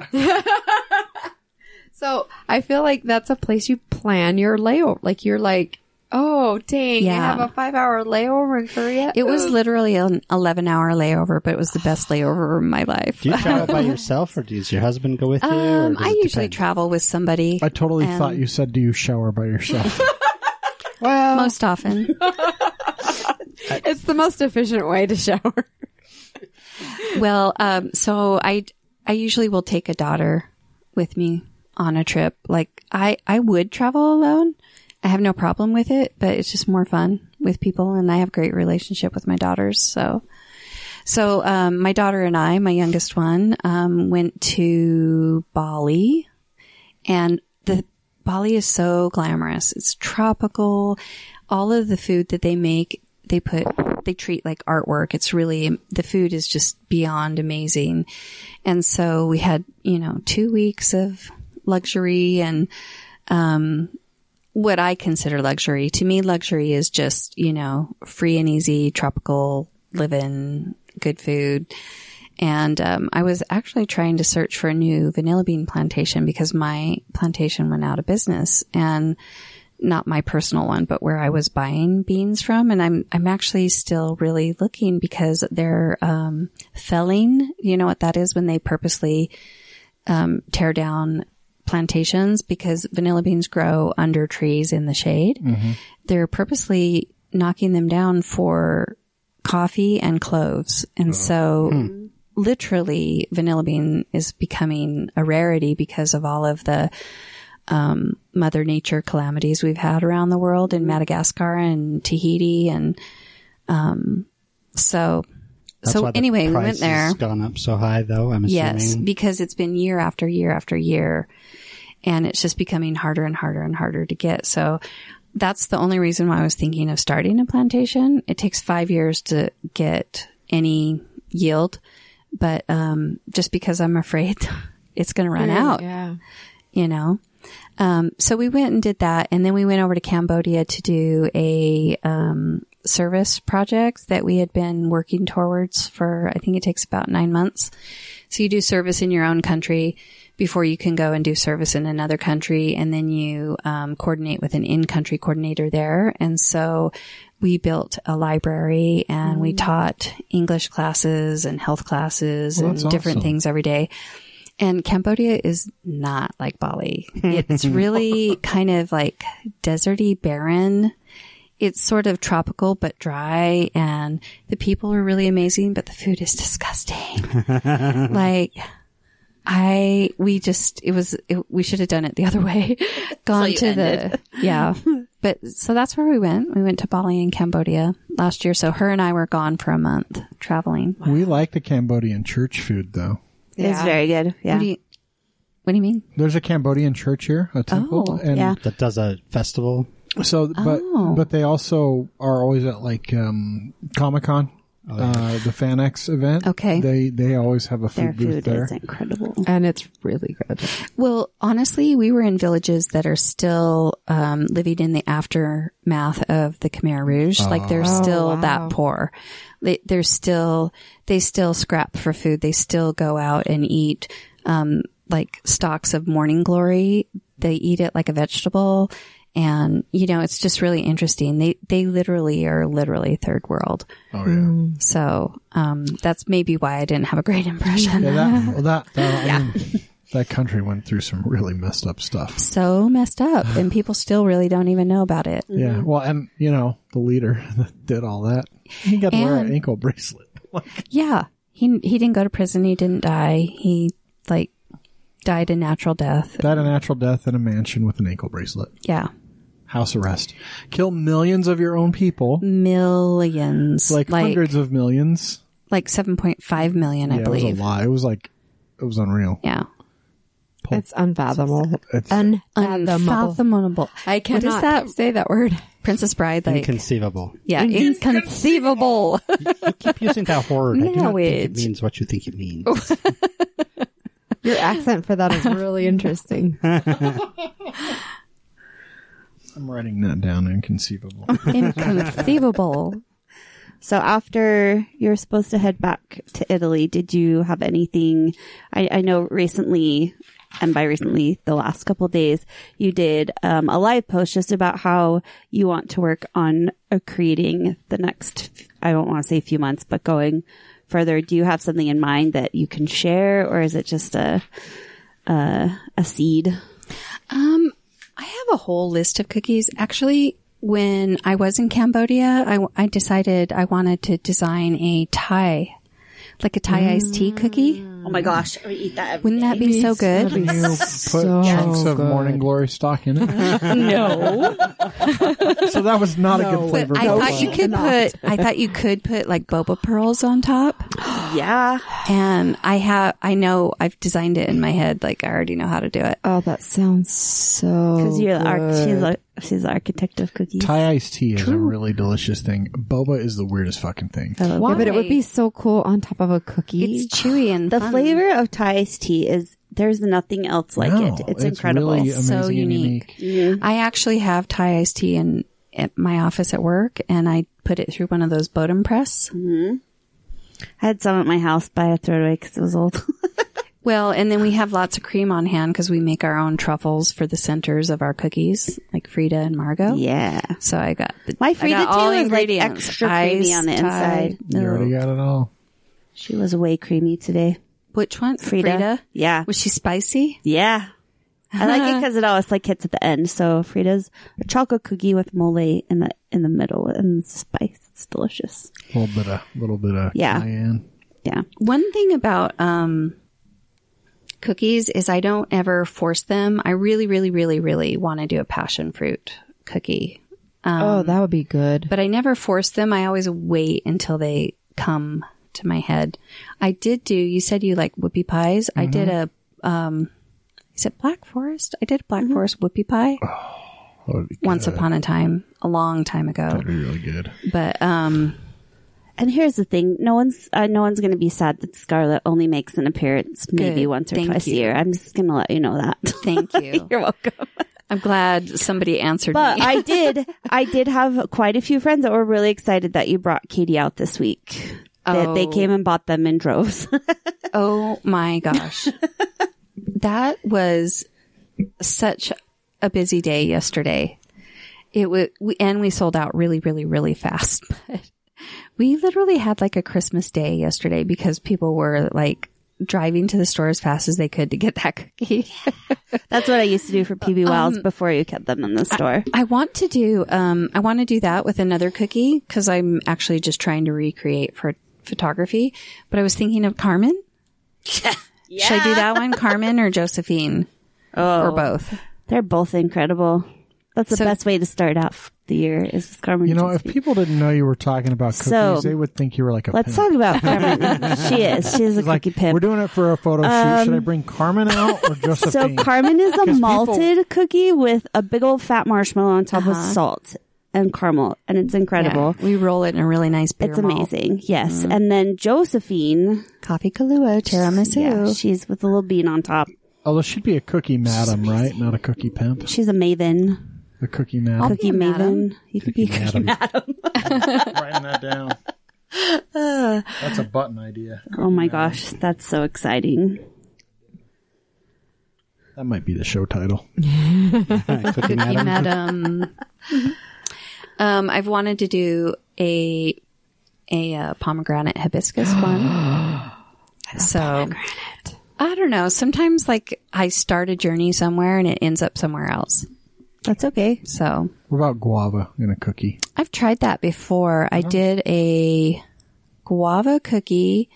S4: So I feel like that's a place you plan your layover. Like you're like, oh dang, I
S6: Yeah.
S4: have a five hour layover in Korea.
S6: It was literally an 11 hour layover, but it was the best layover of my life.
S2: Do you travel by yourself or does your husband go with you? or
S6: Um,
S2: does
S6: I
S2: it
S6: usually
S2: depend?
S6: travel with somebody.
S1: I totally
S6: Um,
S1: thought you said, "Do you shower by yourself?"
S6: most often.
S4: it's the most efficient way to shower.
S6: Well, um, so I I usually will take a daughter with me on a trip. Like I I would travel alone. I have no problem with it, but it's just more fun with people, and I have great relationship with my daughters. So, so um, my daughter and I, my youngest one, um, went to Bali and the Bali is so glamorous. It's tropical. All of the food that they make, they put, they treat like artwork. It's really, the food is just beyond amazing. And so we had, you know, two weeks of luxury and, um, what I consider luxury. To me, luxury is just, you know, free and easy, tropical living, good food. And um, I was actually trying to search for a new vanilla bean plantation because my plantation went out of business and not my personal one, but where I was buying beans from. And I'm, I'm actually still really looking because they're, um, felling. You know what that is when they purposely, um, tear down plantations because vanilla beans grow under trees in the shade.
S2: Mm-hmm.
S6: They're purposely knocking them down for coffee and cloves.
S2: Uh-huh.
S6: And so
S2: Hmm.
S6: literally vanilla bean is becoming a rarity because of all of the, um, mother nature calamities we've had around the world
S2: Mm-hmm.
S6: in Madagascar and Tahiti. And, um, so,
S2: That's
S6: so
S2: why the
S6: anyway, we
S2: price
S6: went there.
S2: Has gone up so high, though. I'm assuming.
S6: Yes, because it's been year after year after year, and it's just becoming harder and harder and harder to get. So that's the only reason why I was thinking of starting a plantation. It takes five years to get any yield, but um, just because I'm afraid it's going to run out
S4: Yeah.
S6: you know. Um, so we went and did that, and then we went over to Cambodia to do a um, service project that we had been working towards for. I think it takes about nine months. So you do service in your own country before you can go and do service in another country, and then you um, coordinate with an in-country coordinator there. And so we built a library, and we taught English classes and health classes and different things every day. And Cambodia is not like Bali. It's really kind of like deserty, barren. It's sort of tropical but dry and the people are really amazing, but the food is disgusting. like I, we just, it was, it, we should have done it the other way. Gone to the, yeah. But so that's where we went. We went to Bali and Cambodia last year. So her and I were gone for a month traveling.
S1: We like the Cambodian church food though.
S3: It's very good.
S6: What
S3: Yeah.
S6: do you, what do you mean?
S1: There's a Cambodian church here, a temple,
S6: Oh,
S1: and
S3: yeah.
S2: That does a festival.
S1: so but
S6: Oh.
S1: but they also are always at like um, Comic Con, uh, the FanX event.
S6: Okay.
S1: they they always have a
S3: Their
S1: food booth
S3: food
S1: there.
S3: is incredible.
S4: And it's really good.
S6: Well, honestly, we were in villages that are still um, living in the aftermath of the Khmer Rouge. Like they're still
S4: wow.
S6: that poor. They, they're still they still scrap for food. They still go out and eat um, like stalks of morning glory. They eat it like a vegetable, and you know it's just really interesting. They they literally are literally third world.
S1: Oh yeah.
S6: So um, that's maybe why I didn't have a great impression.
S1: Yeah, that well, that that, I mean, that country went through some really messed up stuff.
S6: so messed up and people still really don't even know about it.
S1: Yeah, well, and you know the leader that did all that. He got to wear an
S6: And-
S1: ankle bracelet.
S6: Yeah. He he didn't go to prison, he didn't die. He like died a natural death.
S1: Died a natural death in a mansion with an ankle bracelet.
S6: Yeah.
S1: House arrest. Kill millions of your own people,
S6: Millions.
S1: like, hundreds of millions.
S6: like 7.5 million, I
S1: yeah, it was a
S6: believe.
S1: lot. It was like it was unreal.
S6: Yeah.
S4: It's unfathomable.
S1: It's-
S4: Unfathomable.
S6: Unfathomable.
S4: I
S6: What is
S4: cannot
S6: that?
S4: say that word.
S6: Princess Bride like
S2: Inconceivable.
S6: yeah, inconceivable.
S2: Keep using that word. I do not think it
S6: Marriage.
S2: means what you think it means.
S4: Your accent for that is really interesting.
S1: I'm writing that down. Inconceivable.
S6: inconceivable.
S3: So after you're supposed to head back to Italy, did you have anything? I, I know recently, and by recently, the last couple of days, you did um, a live post just about how you want to work on uh, creating the next. I don't want to say few months, but going further, do you have something in mind that you can share, or is it just a a, a seed?
S6: Um, I have a whole list of cookies. Actually, when I was in Cambodia, I, I decided I wanted to design a Thai like a Thai iced tea cookie.
S3: Oh my gosh, I would eat that. every
S6: Wouldn't that be so good?
S1: You put
S4: So
S1: chunks of
S4: good.
S1: morning glory stock in it.
S3: no.
S1: so that was not a good flavor.
S6: But I thought
S1: profile.
S6: you could put I thought you could put like boba pearls on top.
S3: yeah.
S6: And I have I know I've designed it in my head like I already know how to do it.
S4: Oh, that sounds so.
S3: Because you're the arch-
S4: good.
S3: she's, the she's the architect of cookies.
S1: Thai iced tea is a really delicious thing. Boba is the weirdest fucking thing.
S4: Yeah, but it would be so cool on top of a cookie.
S6: It's chewy and
S3: the
S6: fun.
S3: flavor of Thai iced tea is there's nothing else like
S1: No,
S3: it. It's, incredible.
S1: really
S6: It's so
S1: amazing and
S6: unique. I actually have Thai iced tea in at my office at work, and I put it through one of those Bodum press.
S3: I had some at my house, but I threw it away because it was old.
S6: Well, and then we have lots of cream on hand because we make our own truffles for the centers of our cookies, like Frida and Margot.
S3: yeah.
S6: So I got the, Oh.
S3: My
S6: I got
S3: Frida
S6: all
S3: too is, like,
S6: ingredients.
S3: extra creamy on the
S6: Iced Thai
S3: inside.
S1: You already
S6: milk.
S1: got it all.
S3: She was way creamy today.
S6: Which one?
S3: Frida. Yeah.
S6: Was she spicy?
S3: Yeah. I like it because it always like hits at the end. So Frida's a chocolate cookie with mole in the in the middle and spice. It's delicious.
S1: A little bit of, little bit of
S3: Yeah.
S1: cayenne.
S3: Yeah.
S6: One thing about um, cookies is I don't ever force them. I really, really, really, really want to do a passion fruit cookie. Um,
S1: Um,
S4: oh, that would be good.
S6: but I never force them. I always wait until they come to my head. I did do. You said you like whoopie pies. I did a. Um, is it Black Forest? I did Black Forest whoopie pie
S1: That would be good.
S6: once upon a time, a long time ago.
S1: That'd be really good.
S6: But um,
S3: And here's the thing: no one's uh, no one's going to be sad that Scarlett only makes an appearance maybe
S6: Good.
S3: once or
S6: Thank
S3: twice
S6: you.
S3: a year. I'm just going to let you know that.
S6: thank you.
S3: You're welcome.
S6: I'm glad somebody answered
S3: But
S6: me.
S3: I did, I did have quite a few friends that were really excited that you brought Katie out this week. That they
S6: Oh.
S3: came and bought them in droves.
S6: Oh my gosh. that was such a busy day yesterday. It was, we, and we sold out really, really, really fast. But we literally had like a Christmas day yesterday because people were like driving to the store as fast as they could to get that cookie.
S3: That's what I used to do for PB Wells before you kept them in the store.
S6: I want to do, um, I want to do that with another cookie because I'm actually just trying to recreate for photography. But I was thinking of Carmen. Should I do that one, Carmen or Josephine? Or both?
S3: They're both incredible. That's the
S6: So-
S3: best way to start off the year is with Carmen.
S1: You know, if
S3: Josephine.
S1: people didn't know you were talking about cookies,
S3: So,
S1: they would think you were like a.
S3: Let's
S1: pimp.
S3: talk about Carmen. she is. She is a
S1: It's like
S3: cookie pimp.
S1: we're doing it for a photo shoot. Should I bring Carmen out or
S3: So
S1: Josephine?
S3: Carmen is a malted cookie with a big old fat marshmallow on
S6: Uh-huh.
S3: top with salt and caramel, and it's incredible.
S6: Yeah, we roll it in a really nice beer
S3: It's
S6: malt.
S3: amazing. Yes. And then Josephine,
S6: Coffee Kahlua, Mm-hmm. tiramisu.
S3: yeah, she's with a little bean on top.
S1: Although she'd Oh, be a cookie madam, right? Not a cookie pimp.
S3: She's a maven,
S1: A cookie madam.
S3: cookie maven. You could be a cookie
S1: madam. Writing that down. That's a button idea.
S3: Oh my gosh, that's so exciting.
S1: That might be the show title.
S2: Cookie
S6: Cookie
S2: Madam.
S6: Madam. Mm-hmm. um, I've wanted to do a a uh, pomegranate hibiscus one. so I don't know. Sometimes like I start a journey somewhere and it ends up somewhere else.
S3: That's okay.
S6: So
S1: What about guava in a cookie?
S6: I've tried that before. I did a guava cookie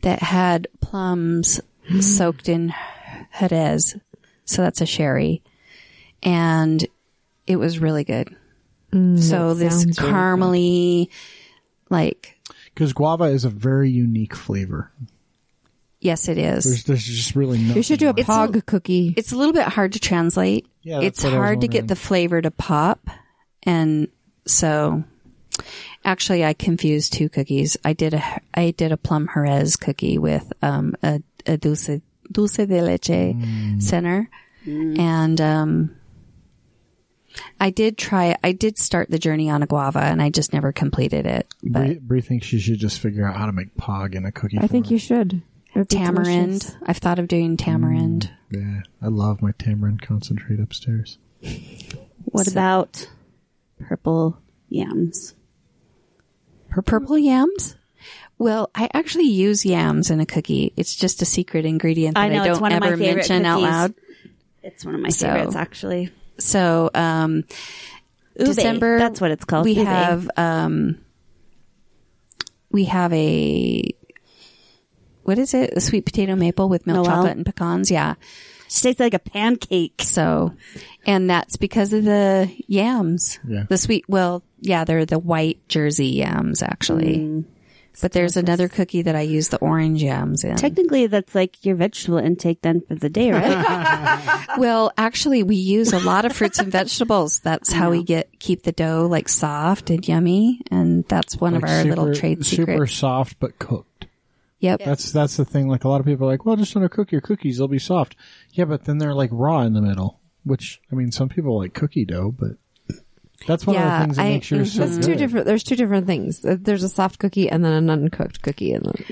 S6: that had plums
S4: Mm.
S6: soaked in Jerez. So that's a sherry. And it was really good. so this
S4: Mm, sounds really
S6: caramely, like,
S1: Because guava is a very unique flavor.
S6: yes, it
S1: There's,
S6: is.
S1: there's just really no.
S4: You should do a
S6: It's a-
S4: pog cookie.
S6: It's a little bit hard to translate.
S1: Yeah, that's
S6: it's
S1: what I was
S6: hard to
S1: wondering.
S6: get the flavor to pop. And so actually I confused two cookies. I did a I did a plum Jerez cookie with um a, a dulce dulce de leche
S1: Mm.
S6: center. And um I did try I did start the journey on a guava and I just never completed it. But
S1: Bree, Bree thinks she should just figure out how to make pog in a cookie.
S4: I think
S1: form.
S4: you should. It would be
S6: tamarind,
S4: delicious.
S6: I've thought of doing
S1: Mm.
S6: tamarind.
S1: Yeah, I love my tamarind concentrate upstairs.
S3: What about purple yams?
S6: Purple yams? Well, I actually use yams in a cookie. It's just a secret ingredient that
S3: I
S6: I,
S3: know, it's
S6: don't
S3: one of my
S6: ever
S3: favorite
S6: mention out
S3: cookies.
S6: loud.
S3: It's one of my
S6: So-
S3: favorites, actually.
S6: So, um,
S3: Ube,
S6: December.
S3: That's what it's called.
S6: We
S3: ube.
S6: have um, we have um, a what is it? The sweet potato maple with milk
S3: Noel?
S6: chocolate and pecans. Yeah.
S3: She tastes like a pancake.
S6: So, and that's because of the yams.
S1: Yeah.
S6: The sweet, well, yeah, they're the white Jersey yams actually.
S3: Mm.
S6: but there's another cookie that I use the orange yams in.
S3: Technically, that's like your vegetable intake then for the day, right?
S6: well, actually, we use a lot of fruits and vegetables. That's how we get keep the dough like soft and yummy, and that's one of
S1: Like
S6: our
S1: super,
S6: little trade
S1: Super
S6: secrets.
S1: soft but cooked.
S6: Yep.
S1: That's that's the thing. Like a lot of people are like, well, just let her cook your cookies; they'll be soft. Yeah, but then they're like raw in the middle. Which I mean, some people like cookie dough, but that's one of
S6: Yeah,
S1: the things that
S6: I- mhm.
S1: makes yours so
S4: That's two
S1: good.
S4: different. There's two different things. Uh, There's a soft cookie and then an uncooked cookie, and then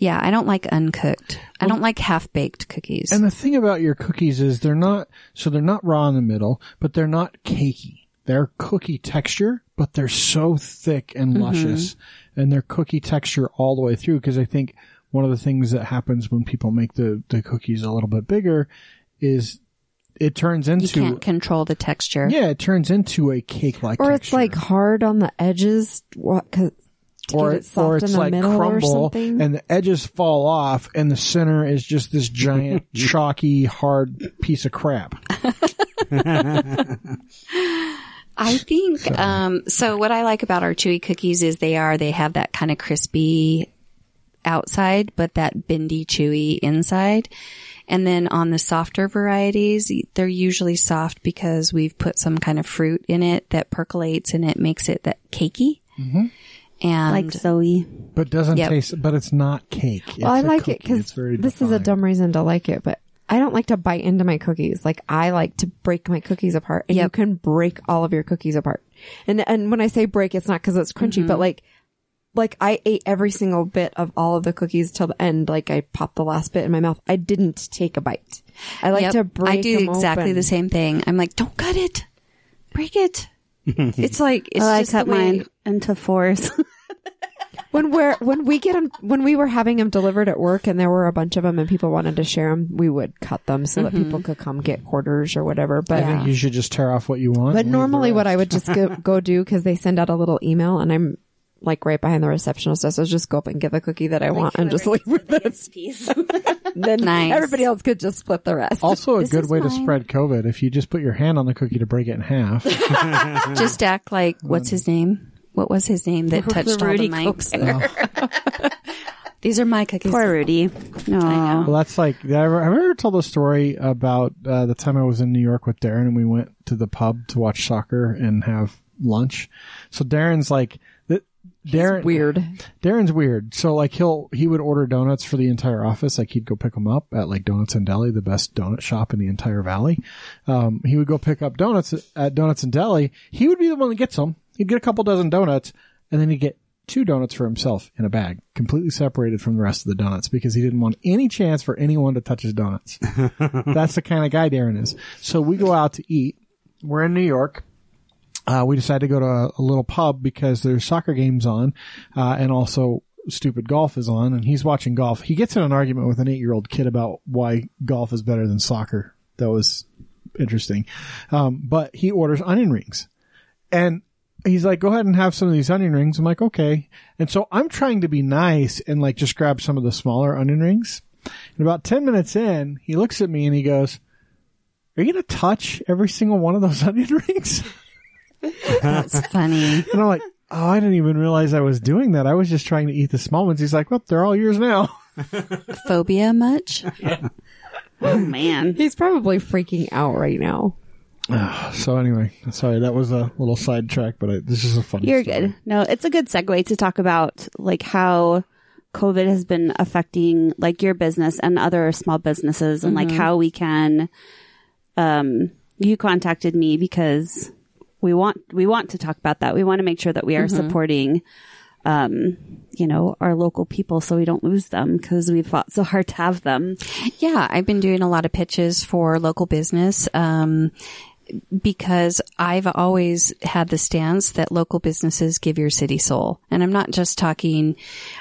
S6: Yeah, I don't like uncooked. I don't like half baked cookies.
S1: And the thing about your cookies is they're not so they're not raw in the middle, but they're not cakey. They're cookie texture, but they're so thick and
S4: Mm-hmm.
S1: luscious, and they're cookie texture all the way through. Because I think one of the things that happens when people make the the cookies a little bit bigger is it turns
S6: you
S1: into
S6: can't control the texture.
S1: yeah, it turns into a cake like
S4: or it's like hard on the edges. What? Cause to
S1: or
S4: get it
S1: it-
S4: soft
S1: or it's
S4: in the
S1: like
S4: middle or
S1: crumble
S4: something.
S1: and the edges fall off and the center is just this giant chalky hard piece of crap.
S6: I think um, so. What I like about our chewy cookies is they are they have that kind of crispy outside, but that bendy chewy inside. And then on the softer varieties, they're usually soft because we've put some kind of fruit in it that percolates and it makes it that cakey. Mm-hmm.
S3: like
S6: And
S3: Zoe.
S1: But doesn't
S6: Yep.
S1: taste. But it's not cake.
S4: Well, Oh, I
S1: It's a
S4: like it
S1: cookie. It's
S4: because
S1: very
S4: this is a
S1: defined.
S4: dumb reason to like it, but I don't like to bite into my cookies. Like I like to break my cookies apart, and you can break all of your cookies apart. And and when I say break, it's not because it's crunchy, but
S6: Mm-hmm.
S4: like like I ate every single bit of all of the cookies till the end. Like I popped the last bit in my mouth. I didn't take a bite. I like
S6: Yep.
S4: to break.
S6: I do
S4: them
S6: exactly
S4: open.
S6: the same thing. I'm like, don't cut it, break it. it's like it's
S3: Oh, I
S6: just
S3: cut
S6: the way-
S3: mine into fours.
S4: When we're when we get them when we were having them delivered at work and there were a bunch of them and people wanted to share them, we would cut them so
S6: Mm-hmm.
S4: that people could come get quarters or whatever. But
S1: I think you should just tear off what you want. and leave
S4: But
S1: the
S4: normally, what
S1: rest.
S4: I would just go, go do because they send out a little email, and I'm like right behind the receptionist desk. I just go up and get the cookie that I want and just leave with it. Then
S6: Nice.
S4: everybody else could just split the rest.
S1: also a
S6: This
S1: good
S6: is
S1: way to
S6: mine.
S1: spread COVID if you just put your hand on the cookie to break it in half.
S6: just act like what's his name? What was his name that touched all the
S3: Rudy
S6: mics? These are my cookies.
S3: Poor Rudy. No.
S1: well, that's like I ever, have I ever told a story about uh, the time I was in New York with Darren and we went to the pub to watch soccer and have lunch. So Darren's like. th- Darren,
S4: Weird.
S1: Darren's weird. So like he'll he would order donuts for the entire office. Like he'd go pick them up at like Donuts and Deli, the best donut shop in the entire valley. Um, he would go pick up donuts at Donuts and Deli. He would be the one that gets them. He'd get a couple dozen donuts, and then he'd get two donuts for himself in a bag, completely separated from the rest of the donuts because he didn't want any chance for anyone to touch his donuts. That's the kind of guy Darren is. So we go out to eat. We're in New York uh, we decided to go to a, a little pub because there's soccer games on, uh, and also stupid golf is on, and he's watching golf. He gets in an argument with an eight year old kid about why golf is better than soccer. That was interesting. Um, but he orders onion rings. And he's like, go ahead and have some of these onion rings. I'm like, okay. And so I'm trying to be nice and like just grab some of the smaller onion rings. And about 10 minutes in, he looks at me and he goes, are you going to touch every single one of those onion rings?
S6: That's funny.
S1: And I'm like, oh, I didn't even realize I was doing that. I was just trying to eat the small ones. He's like, well, they're all yours now.
S6: Phobia much?
S3: Oh, man.
S4: He's probably freaking out right now.
S1: So anyway, sorry, that was a little sidetrack, but I, this is a fun.
S3: You're
S1: story.
S3: good. No, it's a good segue to talk about like how COVID has been affecting like your business and other small businesses and like how we can um you contacted me because we want we want to talk about that. We want to make sure that we are supporting um you know our local people so we don't lose them because we fought so hard to have them.
S6: Yeah, I've been doing a lot of pitches for local business. Um, because I've always had the stance that local businesses give your city soul. And I'm not just talking,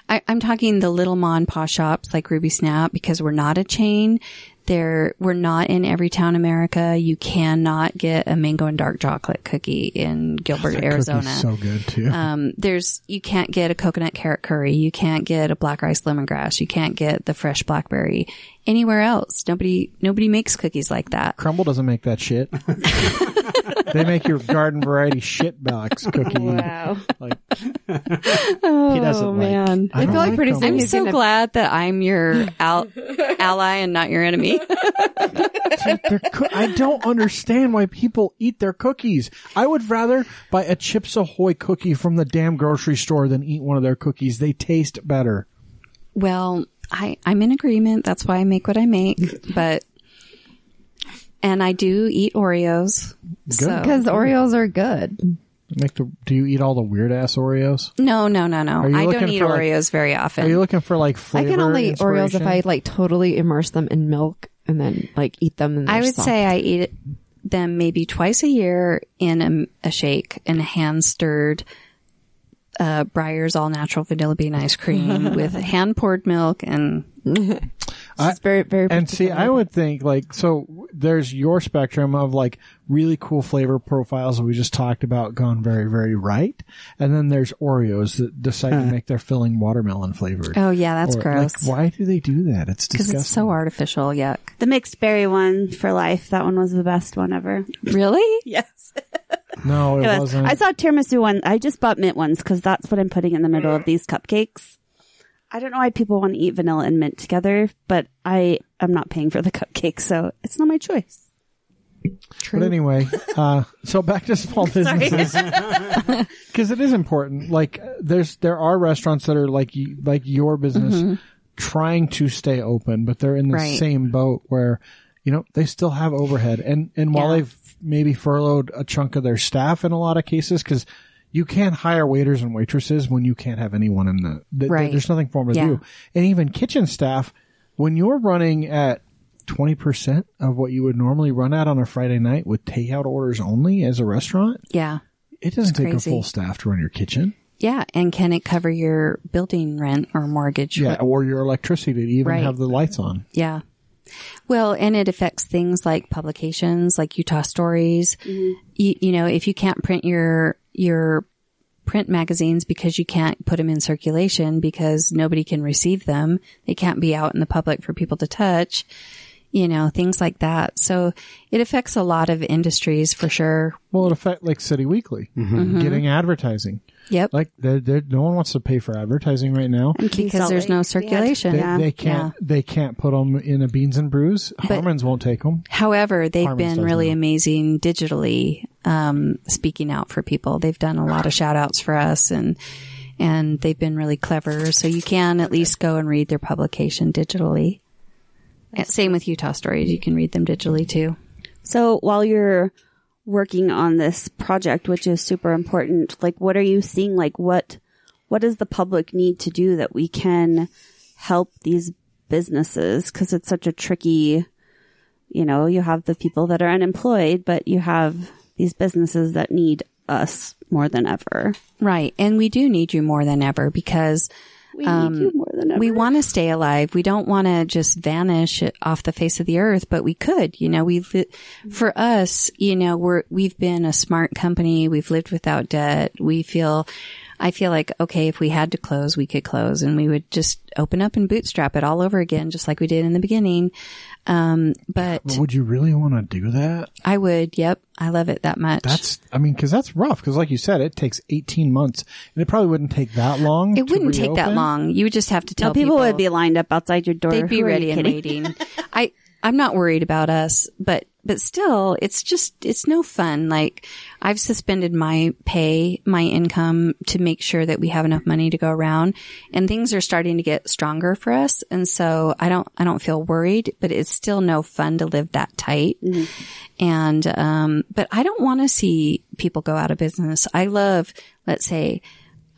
S6: I, I'm talking the little ma and pa shops like Ruby Snap because we're not a chain. There, we're not in every town in America. You cannot get a mango and dark chocolate cookie in Gilbert, Arizona.
S1: so good too.
S3: Uh,
S6: Um, there's you can't get a coconut carrot curry. You can't get a black rice lemongrass. You can't get the fresh blackberry anywhere else. Nobody nobody makes cookies like that.
S1: Crumble doesn't make that shit. they make your garden variety shit box cookie.
S3: Wow.
S1: Like,
S2: he doesn't like.
S4: I feel like pretty soon
S6: I'm
S4: he's
S6: so
S4: gonna-
S6: glad that I'm your al- ally and not your enemy.
S1: Dude, they're coo- I don't understand why people eat their cookies. I would rather buy a Chips Ahoy cookie from the damn grocery store than eat one of their cookies. They taste better.
S6: well, I I'm in agreement. That's why I make what I make. But and I do eat Oreos. So-
S4: because Oreos are good.
S1: Make the, do you eat all the weird ass Oreos?
S6: no, no, no, no.
S1: you
S6: I don't
S1: looking
S6: eat
S1: for, like-
S6: Oreos very
S1: Are you
S6: often.
S1: looking for like
S4: I
S1: flavor?
S4: can only eat Oreos if
S1: inspiration?
S4: I like totally immerse them in milk and then like eat them. And
S6: I
S4: they're
S6: would
S4: soft.
S6: say I eat it- them maybe twice a year in a, a shake and hand stirred uh, Breyer's all natural vanilla bean ice cream with hand poured milk and
S4: It's very very
S1: And see, I would think like so. w- There's your spectrum of like really cool flavor profiles that we just talked about, gone very, very right, and then there's Oreos that decide
S3: Uh-huh.
S1: to make their filling watermelon flavored.
S6: oh yeah, that's
S1: Or, like,
S6: gross
S1: why do they do that? It's
S6: because
S1: disgusting.
S6: it's so artificial. Yuck!
S3: The mixed berry one for life. That one was the best one ever.
S6: Really?
S3: Yes.
S1: no, it,
S3: It was.
S1: wasn't.
S3: I saw tiramisu one. I just bought mint ones because that's what I'm putting in the middle of these cupcakes. I don't know why people want to eat vanilla and mint together, but I am not paying for the cupcake, so it's not my choice.
S1: But anyway, uh, so back to small businesses because it is important. Like there's there are restaurants that are like y- like your business trying to stay open, but they're in the
S6: Mm-hmm. Right.
S1: same boat where you know they still have overhead, and and while
S6: Yeah.
S1: they've maybe furloughed a chunk of their staff in a lot of cases because. You can't hire waiters and waitresses when you can't have anyone in the. th-
S6: Right.
S1: There's nothing for them to
S6: Yeah.
S1: do. And even kitchen staff, when you're running at 20% of what you would normally run at on a Friday night with takeout orders only as a restaurant,
S6: Yeah.
S1: it doesn't take
S6: crazy.
S1: a full staff to run your kitchen.
S6: Yeah, and can it cover your building rent or mortgage?
S1: Yeah. Or your electricity to even
S6: Right.
S1: have the lights on.
S6: Yeah. Well, and it affects things like publications, like Utah Stories.
S3: Mm-hmm.
S6: You, you know, if you can't print your your print magazines because you can't put them in circulation because nobody can receive them, they can't be out in the public for people to touch. You know, things like that. So it affects a lot of industries for sure.
S1: Well, it affect like City Weekly
S6: Mm-hmm.
S1: getting advertising.
S6: Yep.
S1: Like, they're, they're, no one wants to pay for advertising right now.
S6: because there's no circulation.
S1: They,
S3: Yeah.
S1: they can't. They can't put them in a beans and brews. Harmons won't take them.
S6: However, they've
S1: Harmon
S6: been
S1: doesn't
S6: really
S1: know.
S6: amazing digitally, um, speaking out for people. They've done a lot of shout outs for us and, and they've been really clever. So you can at least go and read their publication digitally. And same with Utah stories. You can read them digitally too.
S3: So while you're working on this project, which is super important, like what are you seeing? Like what what does the public need to do that we can help these businesses? Because it's such a tricky, you know, you have the people that are unemployed, but you have these businesses that need us more than ever.
S6: Right. And we do need you more than ever because
S3: We need you more than ever.
S6: we want to stay alive. We don't want to just vanish off the face of the earth, but we could, you know, we, li- for us, you know, we're, we've been a smart company. We've lived without debt. We feel, I feel like, okay, if we had to close, we could close and we would just open up and bootstrap it all over again, just like we did in the beginning. Um, but
S1: Would you really want to do that?
S6: I would, yep, I love it that much.
S1: That's, I mean, cause that's rough. Cause like you said, it takes 18 months and it probably wouldn't take that long.
S6: it
S1: to
S6: wouldn't take that
S1: reopen.
S6: long. You would just have to tell
S3: No, people, would be lined up outside your door.
S6: They'd be
S3: Who are you
S6: ready and
S3: kidding?
S6: waiting. I I'm not worried about us, but but still, it's just it's no fun. Like I've suspended my pay, my income to make sure that we have enough money to go around, and things are starting to get stronger for us. And so I don't I don't feel worried, but it's still no fun to live that tight.
S3: Mm-hmm.
S6: And um, but I don't want to see people go out of business. I love, let's say,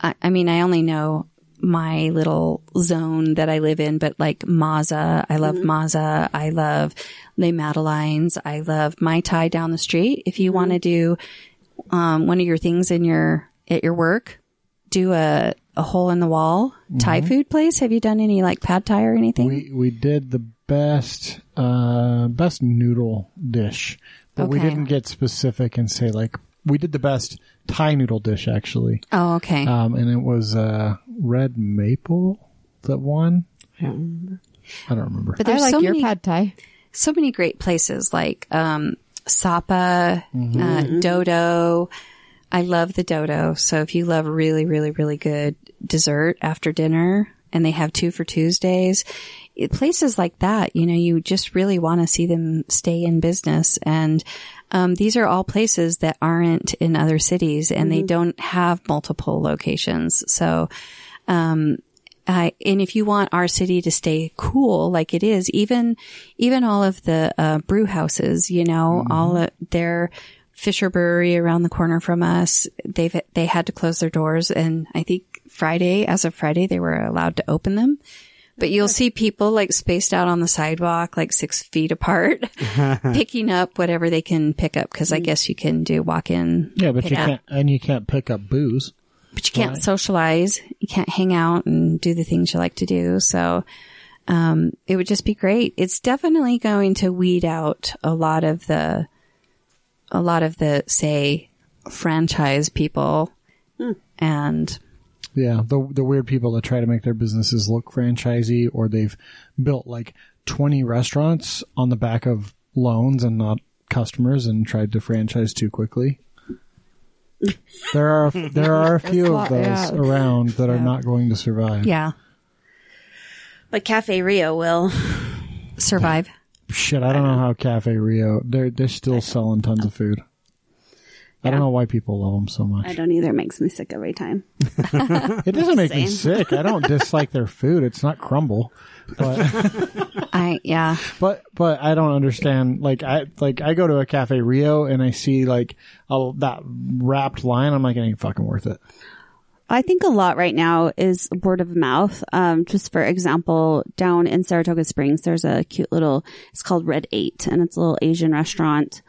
S6: I, I mean, I only know my little zone that I live in, but like Mazza, I love Mazza. I love Les Madelines. I love Mai Tai down the street. If you want to do, um, one of your things in your, at your work, do a, a hole in the wall Thai food place. Have you done any like pad Thai or anything?
S1: We we did the best uh, best noodle dish, but we
S6: Okay.
S1: didn't get specific and say like we did the best Thai noodle dish actually,
S6: Oh, okay.
S1: um, and it was uh, red maple that one. I don't remember.
S6: but
S4: I
S6: there's
S4: like
S6: so
S4: your
S6: many
S4: pad thai.
S6: so many great places like um, Sapa, uh, Dodo. I love the Dodo. So if you love really, really, really good dessert after dinner, and they have two for Tuesdays, it, places like that, you know, you just really want to see them stay in business. And um, these are all places that aren't in other cities, and they don't have multiple locations. So uh, and if you want our city to stay cool like it is, even even all of the uh, brew houses, you know, all of their Fisher Brewery around the corner from us, they've they had to close their doors, and I think Friday, as of Friday, they were allowed to open them. But you'll see people like spaced out on the sidewalk, like six feet apart, picking up whatever they can pick up. Cause I guess you can do walk in,
S1: yeah, but
S6: pick
S1: you
S6: up.
S1: can't and you can't pick up booze.
S6: but you can't socialize. You can't hang out and do the things you like to do. So, um, it would just be great. It's definitely going to weed out a lot of the, a lot of the, say, franchise people and
S1: Yeah, the the weird people that try to make their businesses look franchisey, or they've built like twenty restaurants on the back of loans and not customers, and tried to franchise too quickly. There are there are a few of
S4: lot,
S1: those
S4: yeah.
S1: around that are not going to survive.
S6: yeah,
S3: But Cafe Rio will.
S6: survive.
S1: Shit, I don't know how Cafe Rio they're they're still selling tons of food. I don't know why people love them so
S3: I
S1: much.
S3: don't either. It makes me sick every time.
S1: It doesn't make me
S3: Same.
S1: sick. I don't dislike their food. It's not crumble, but.
S6: I, yeah.
S1: But but I don't understand. Like I like I go to a Cafe Rio and I see like a, that wrapped line. I'm like, it ain't fucking worth it.
S3: I think a lot right now is word of mouth. Um, just for example, down in Saratoga Springs, there's a cute little, it's called Red Eight and it's a little Asian restaurant.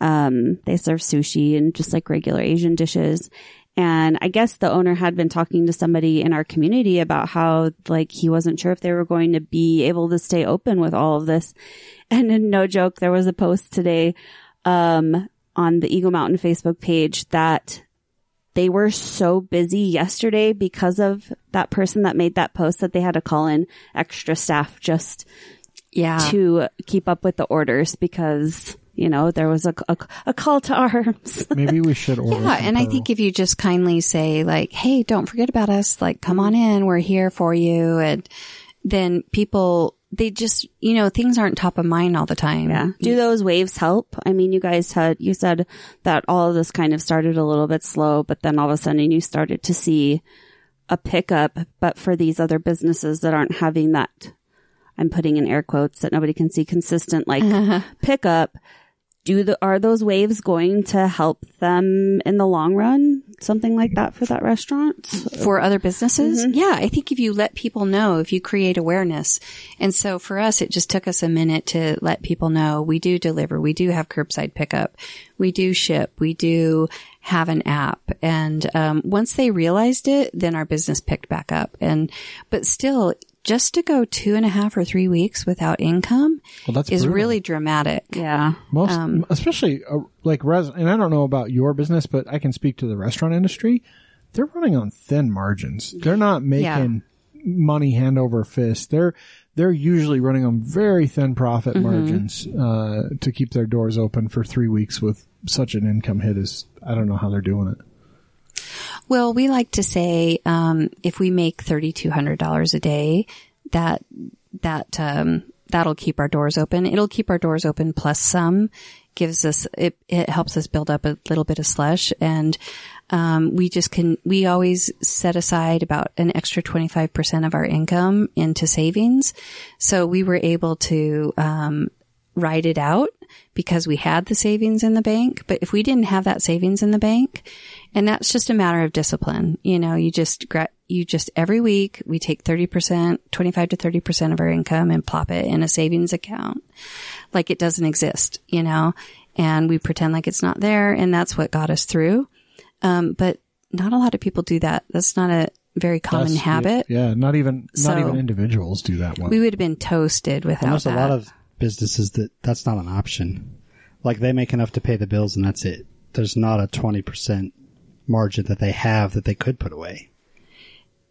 S3: Um, they serve sushi and just like regular Asian dishes. And I guess the owner had been talking to somebody in our community about how like he wasn't sure if they were going to be able to stay open with all of this. And then no joke, there was a post today, um, on the Eagle Mountain Facebook page that they were so busy yesterday because of that person that made that post that they had to call in extra staff just
S6: Yeah.
S3: to keep up with the orders because you know there was a, a, a call to arms
S1: Maybe we should order.
S6: Yeah, and I think if you just kindly say like, "Hey, don't forget about us. Like, come on in. We're here for you." And then people they just, you know, things aren't top of mind all the time.
S3: yeah do those waves help i mean you guys had you said that all of this kind of started a little bit slow but then all of a sudden you started to see a pickup but for these other businesses that aren't having that i'm putting in air quotes that nobody can see consistent like pickup do the are those waves going to help them in the long run something like that for that restaurant
S6: for other businesses.
S1: Mm-hmm.
S6: Yeah, I think if you let people know, if you create awareness. And so for us, it just took us a minute to let people know we do deliver, we do have curbside pickup, we do ship, we do have an app. And um, once they realized it, then our business picked back up. And but still, just to go two and a half or three weeks without income
S1: Well, that's
S6: is
S1: brutal.
S6: really um, dramatic.
S3: yeah
S1: most, especially uh, like res. And I don't know about your business, but I can speak to the restaurant industry. They're running on thin margins. They're not making money hand over fist. They're they're usually running on very thin profit
S6: Mm-hmm.
S1: margins uh, to keep their doors open for three weeks with such an income hit. Is I don't know how they're doing it.
S6: Well, we like to say um, if we make thirty two hundred dollars a day, that that um, that'll keep our doors open. It'll keep our doors open plus some gives us it, it helps us build up a little bit of slush and um, we just can we always set aside about an extra 25% of our income into savings so we were able to um, ride it out because we had the savings in the bank. But if we didn't have that savings in the bank, and that's just a matter of discipline, you know, you just, gra- you just every week we take 30%, 25 to 30% of our income and plop it in a savings account like it doesn't exist, you know, and we pretend like it's not there. And that's what got us through. Um, but not a lot of people do that. That's not a very common
S1: Us,
S6: habit.
S1: Yeah, not even not
S6: So-
S1: even individuals do that one.
S6: We would have been
S2: And
S6: toasted without
S2: there's
S6: that.
S2: a lot of businesses that that's not an option. Like they make enough to pay the bills and that's it. There's not a 20% margin that they have that they could put away.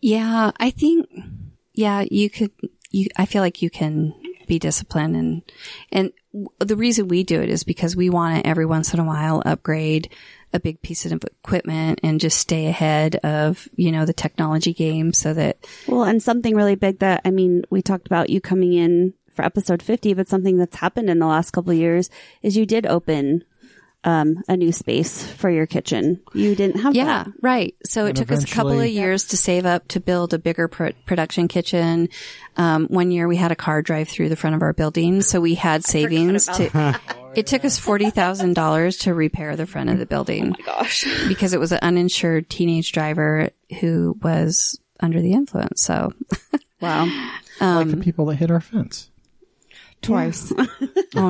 S6: yeah, I think yeah, you could you I feel like you can be disciplined and and w- the reason we do it is because we want to every once in a while upgrade a big piece of equipment and just stay ahead of, you know, the technology game so that
S3: Well, and something really big that I mean, we talked about you coming in for episode 50, but something that's happened in the last couple of years is you did open um, a new space for your kitchen. You didn't have
S6: Yeah,
S3: that.
S6: right. So it took us a couple of
S1: eventually-
S6: years to save up to build a bigger pro- production kitchen. Um, one year we had a car drive through the front of our building, so we had savings to. It took us forty thousand dollars to repair the front of the building. Oh my gosh! Because it was an uninsured teenage driver who was under the influence. So
S3: Wow.
S1: like the people that hit our fence.
S4: twice.
S6: oh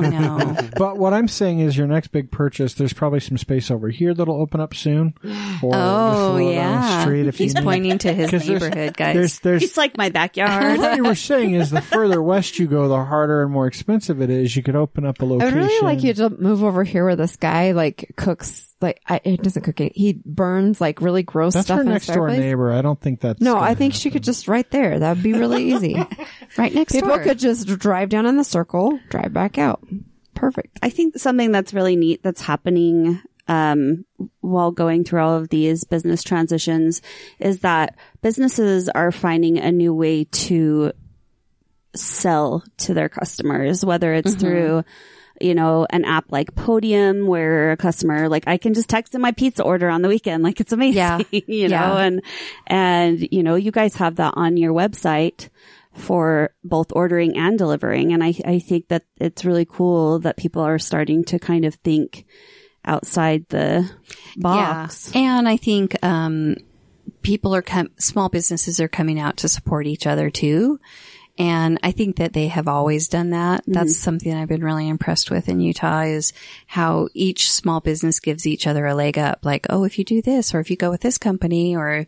S6: no,
S1: But what I'm saying is, your next big purchase, there's probably some space over here that'll open up soon. Or just throw it
S6: oh
S1: down the
S6: yeah.
S1: street if
S6: He's
S1: you need.
S6: pointing to his
S1: 'Cause there's-
S6: neighborhood, guys.
S1: There's there's
S3: It's like my backyard.
S1: what you were saying is the further west you go, the harder and more expensive it is. You could open up a
S4: I
S1: location.
S4: would really like you to move over here where this guy like cooks like I, it doesn't cook it. He burns like really gross
S1: That's
S4: stuff
S1: her
S4: in
S1: next
S4: the
S1: door
S4: fireplace.
S1: neighbor. I don't think that's.
S4: No,
S1: gonna
S4: I think
S1: happen.
S4: she could just right there. That'd be really easy.
S6: right next
S4: People
S6: door.
S4: could just drive down in the circle, drive back out. Perfect.
S3: I think something that's really neat that's happening um, while going through all of these business transitions is that businesses are finding a new way to sell to their customers, whether it's
S6: Mm-hmm.
S3: through you know an app like Podium, where a customer like I can just text in my pizza order on the weekend, like it's amazing,
S6: Yeah.
S3: you know,
S6: Yeah.
S3: and and you know you guys have that on your website for both ordering and delivering. And I, I think that it's really cool that people are starting to kind of think outside the box.
S6: Yeah. And I think um, people are com- small businesses are coming out to support each other too. And I think that they have always done that. That's something I've been really impressed with in Utah is how each small business gives each other a leg up. Like, oh, if you do this or if you go with this company or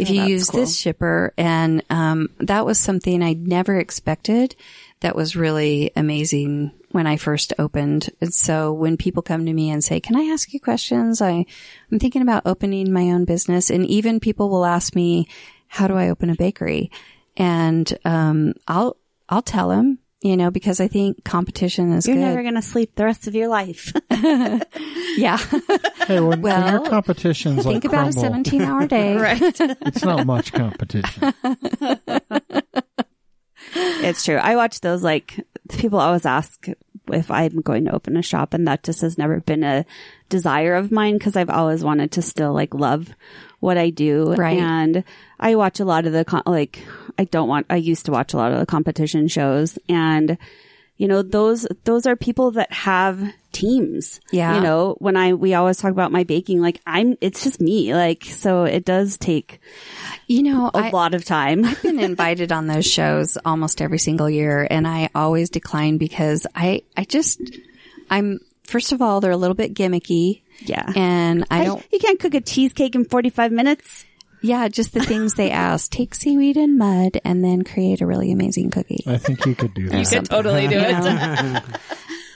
S6: if you use this shipper. And, um, that was something I'd never expected that was really amazing when I first opened. And so when people come to me and say, can I ask you questions? I, I'm thinking about opening my own business. And even people will ask me, how do I open a bakery? And, um, I'll, I'll tell them, you know, because I think competition is
S3: You're
S6: good.
S3: never going to sleep the rest of your life.
S6: yeah.
S1: Hey, when, when
S6: Well,
S1: your competition's like
S6: Think about a
S1: crumble,
S6: 17 hour day.
S1: It's not much competition.
S3: it's true. I watch those like people always ask if I'm going to open a shop and that just has never been a desire of mine because I've always wanted to still like love what I do.
S6: Right.
S3: And I watch a lot of the com- like I don't want I used to watch a lot of the competition shows and you know those those are people that have teams.
S6: Yeah.
S3: You know, when I we always talk about my baking like I'm it's just me like so it does take
S6: You know,
S3: a
S6: I-
S3: lot of time.
S6: I've been invited on those shows almost every single year and I always decline because I, I just, I'm, first of all, they're a little bit gimmicky.
S3: Yeah.
S6: And I don't,
S3: you can't cook a cheesecake in 45 minutes.
S6: yeah, just the things they ask. Take seaweed and mud and then create a really amazing cookie.
S1: I think you could do that.
S7: totally do it.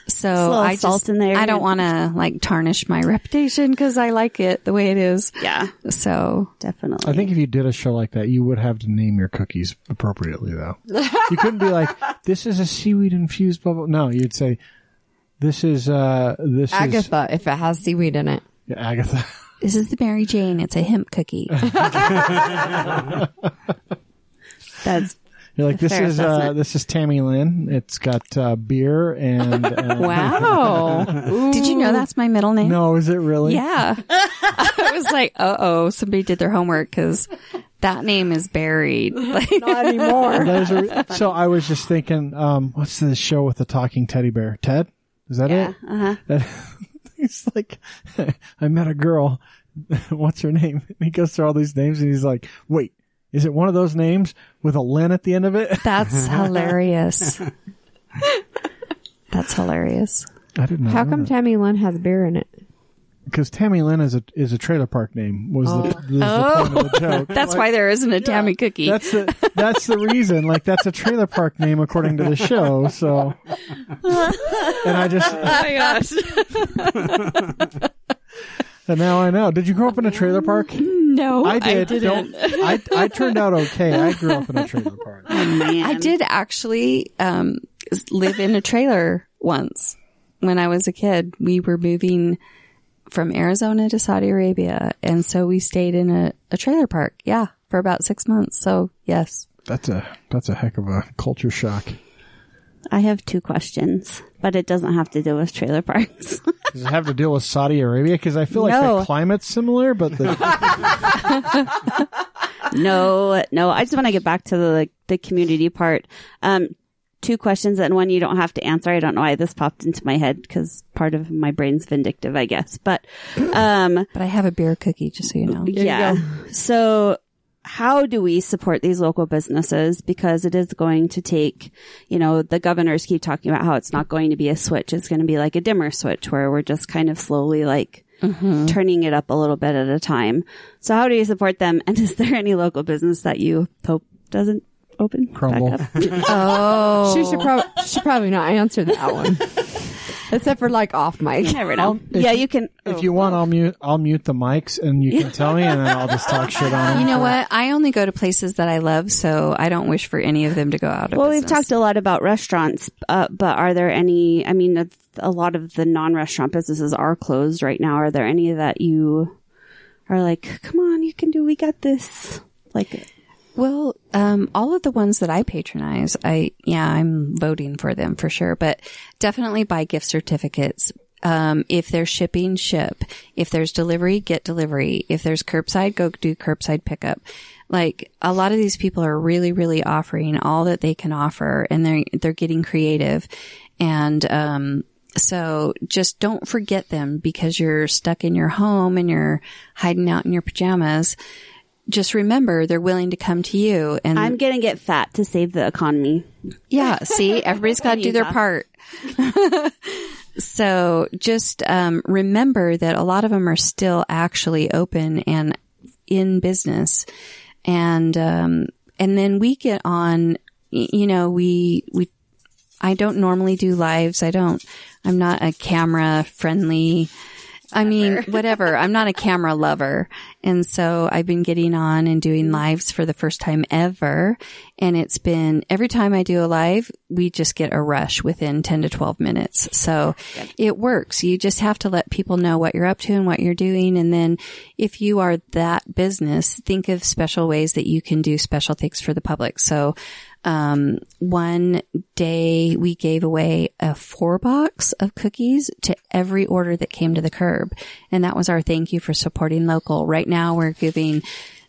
S6: So
S3: little
S6: I
S3: salt
S6: just,
S3: in there.
S6: I don't want to like tarnish my reputation because I like it the way it is.
S3: Yeah,
S6: So
S3: definitely.
S1: I think if you did a show like that, you would have to name your cookies appropriately, though. You couldn't be like, "This is a seaweed infused bubble." No, you'd say, "This is uh, this is
S4: Agatha, if it has seaweed in it.
S1: Yeah, Agatha."
S6: this is the Mary Jane. It's a hemp cookie.
S3: that's
S1: You're like, "This
S3: Fair
S1: is uh,
S3: assessment.
S1: this is Tammy Lynn. It's got uh, beer and." Uh,
S6: wow. Did you know that's my middle name?
S1: No, is it really?
S6: Yeah. I was like, uh oh, somebody did their homework because that name is buried. Like,
S4: Not anymore.
S1: Those are- so I was just thinking, um, what's the show with the talking teddy bear? Ted? Is that it? That- he's like, I met a girl. what's her name? And he goes through all these names and he's like, wait, is it one of those names with a Lynn at the end of it?
S6: that's hilarious. That's hilarious.
S1: I didn't know.
S4: Mm. How come Tammy Lynn has beer in it?
S1: because Tammy Lynn is a is a trailer park name was the, was the point of the joke.
S6: That's
S1: Like,
S6: why there isn't a Tammy cookie.
S1: That's the that's the reason. Like that's a trailer park name according to the show. So, and I just
S7: Oh my gosh.
S1: and now I know. Did you grow up in a trailer park?
S6: no,
S1: I did.
S7: didn't.
S1: Don't, I I turned out okay. I grew up in a trailer park.
S6: I did actually um, s- live in a trailer once when I was a kid. We were moving from Arizona to Saudi Arabia, and so we stayed in a, a trailer park. Yeah, for about six months. So yes,
S1: That's a that's a heck of a culture shock.
S3: I have two questions, but it doesn't have to do with trailer parks.
S1: Does it have to deal with Saudi Arabia? Because I feel like
S6: No.
S1: the climate's similar, but the
S3: no, no. I just want to get back to the the community part. Um, two questions and one you don't have to answer. I don't know why this popped into my head because part of my brain's vindictive, I guess. But um,
S6: but I have a beer cookie, just so you know.
S3: yeah. So how do we support these local businesses? Because it is going to take, you know, the governors keep talking about how it's not going to be a switch. It's going to be like a dimmer switch where we're just kind of slowly like turning it up a little bit at a time. So how do you support them? And is there any local business that you hope doesn't open? back
S1: Crumble.
S3: up?
S6: Oh,
S4: She should probably should probably not answer that one, except for like off mic.
S3: Never know. Yeah, you can.
S1: if you want, I'll mute I'll mute the mics and you can tell me, and then I'll just talk shit on.
S6: You
S1: them
S6: know
S1: for-
S6: what? I only go to places that I love, so I don't wish for any of them to go out. Of
S3: Well, we've
S6: business.
S3: talked a lot about restaurants, uh, but are there any? I mean, a, a lot of the non-restaurant businesses are closed right now. Are there any that you are like, come on, you can do, we got this? Like,
S6: Mm. Well, um, all of the ones that I patronize, I yeah, I'm voting for them for sure. But definitely buy gift certificates. Um, if they're shipping, ship. If there's delivery, get delivery. If there's curbside, go do curbside pickup. Like a lot of these people are really, really offering all that they can offer, and they're they're getting creative, and um, so just don't forget them because you're stuck in your home and you're hiding out in your pajamas. Just remember they're willing to come to you and
S3: I'm gonna get fat to save the economy.
S6: yeah, see, everybody's got to do their
S3: Utah.
S6: part. so just um, remember that a lot of them are still actually open and in business, and um, and then we get on. y- You know, we we. I don't normally do lives. I don't. I'm not a camera friendly. I mean, whatever. I'm not a camera lover. And so I've been getting on and doing lives for the first time ever. And it's been every time I do a live, we just get a rush within 10 to 12 minutes. So it works. You just have to let people know what you're up to and what you're doing. And then if you are that business, think of special ways that you can do special things for the public. So, um, one day we gave away a four box of cookies to every order that came to the curb. And that was our thank you for supporting local. Right now we're giving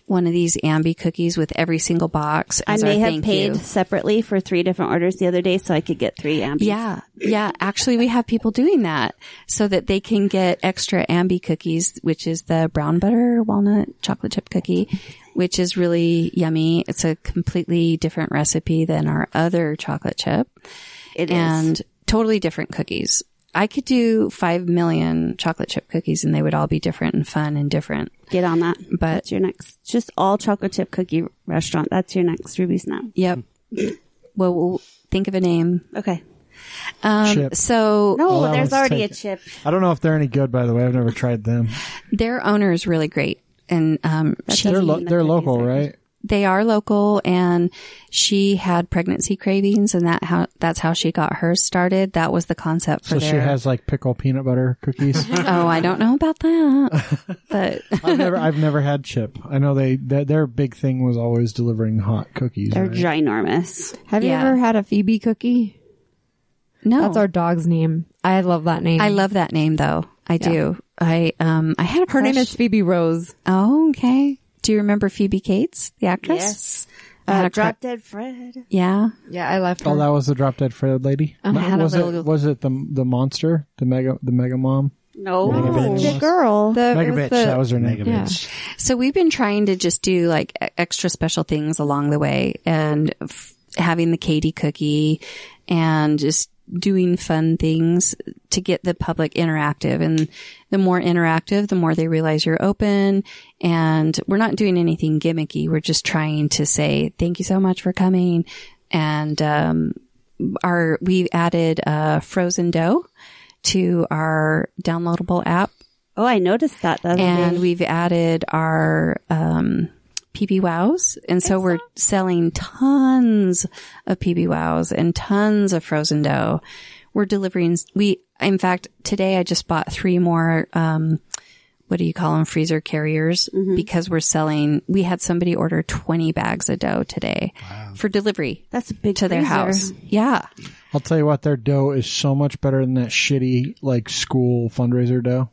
S6: one of these Ambi cookies with every single box.
S3: I
S6: As
S3: may
S6: our
S3: have
S6: thank
S3: paid
S6: you.
S3: separately for three different orders the other day, so I could get three. Ambies.
S6: Yeah. Yeah. Actually, we have people doing that so that they can get extra Ambi cookies, which is the brown butter walnut chocolate chip cookie, which is really yummy. It's a completely different recipe than our other chocolate chip
S3: it is.
S6: and totally different cookies. I could do 5 million chocolate chip cookies and they would all be different and fun and different.
S3: Get on that.
S6: But
S3: That's your next. Just all chocolate chip cookie restaurant. That's your next Ruby Snap.
S6: yep. well, we'll think of a name.
S3: Okay.
S6: Um,
S1: Chip.
S6: so
S3: No,
S1: Allow us
S3: there's
S1: to
S3: already a
S1: take it.
S3: chip.
S1: I don't know if they're any good. By the way, I've never tried them.
S6: their owner is really great. And, um, she-
S1: They're lo-
S3: the
S1: they're local,
S3: cookies are-
S1: right?
S6: they are local and she had pregnancy cravings and that how that's how she got hers started that was the concept for
S1: So
S6: their
S1: she has like pickle peanut butter cookies.
S6: oh i don't know about that but
S1: I've never I've never had chip. I know they their, their big thing was always delivering hot cookies.
S3: They're
S1: right?
S3: ginormous.
S4: Have
S6: Yeah.
S4: you ever had a Phoebe cookie?
S6: no
S4: That's our dog's name. Oh. I love that name.
S6: i love that name though i do i um i had a
S4: her name
S6: crush-
S4: is Phoebe Rose.
S6: oh okay do you remember phoebe cates the actress
S3: Yes.
S6: I had
S3: Uh,
S6: a cru-
S3: Drop Dead Fred.
S6: yeah
S4: Yeah, I left her.
S1: Oh, that was the drop dead Fred lady.
S6: Oh, I had a
S1: was
S6: little-
S1: it was it the the monster the mega the mega mom
S3: No,
S1: Mega bitch.
S3: the girl.
S4: The-
S1: mega
S4: it was
S1: bitch
S4: the-
S1: that was her name.
S4: yeah.
S6: So we've been trying to just do like e- extra special things along the way and f- having the Katie cookie and just doing fun things to get the public interactive. And the more interactive, the more they realize you're open. And we're not doing anything gimmicky. We're just trying to say, thank you so much for coming. And, um, our, we've added, uh, frozen dough to our downloadable app
S3: Oh, I noticed that. That's
S6: and we've added our um, PB Wows, and so we're selling tons of PB Wows and tons of frozen dough. We're delivering. We, in fact, today I just bought three more. Um, what do you call them? Freezer carriers
S3: Mm-hmm.
S6: because we're selling. We had somebody order twenty bags of dough today for delivery
S3: that's a big
S6: to their
S3: freezer.
S6: house. Yeah,
S1: I'll tell you what, their dough is so much better than that shitty like school fundraiser dough.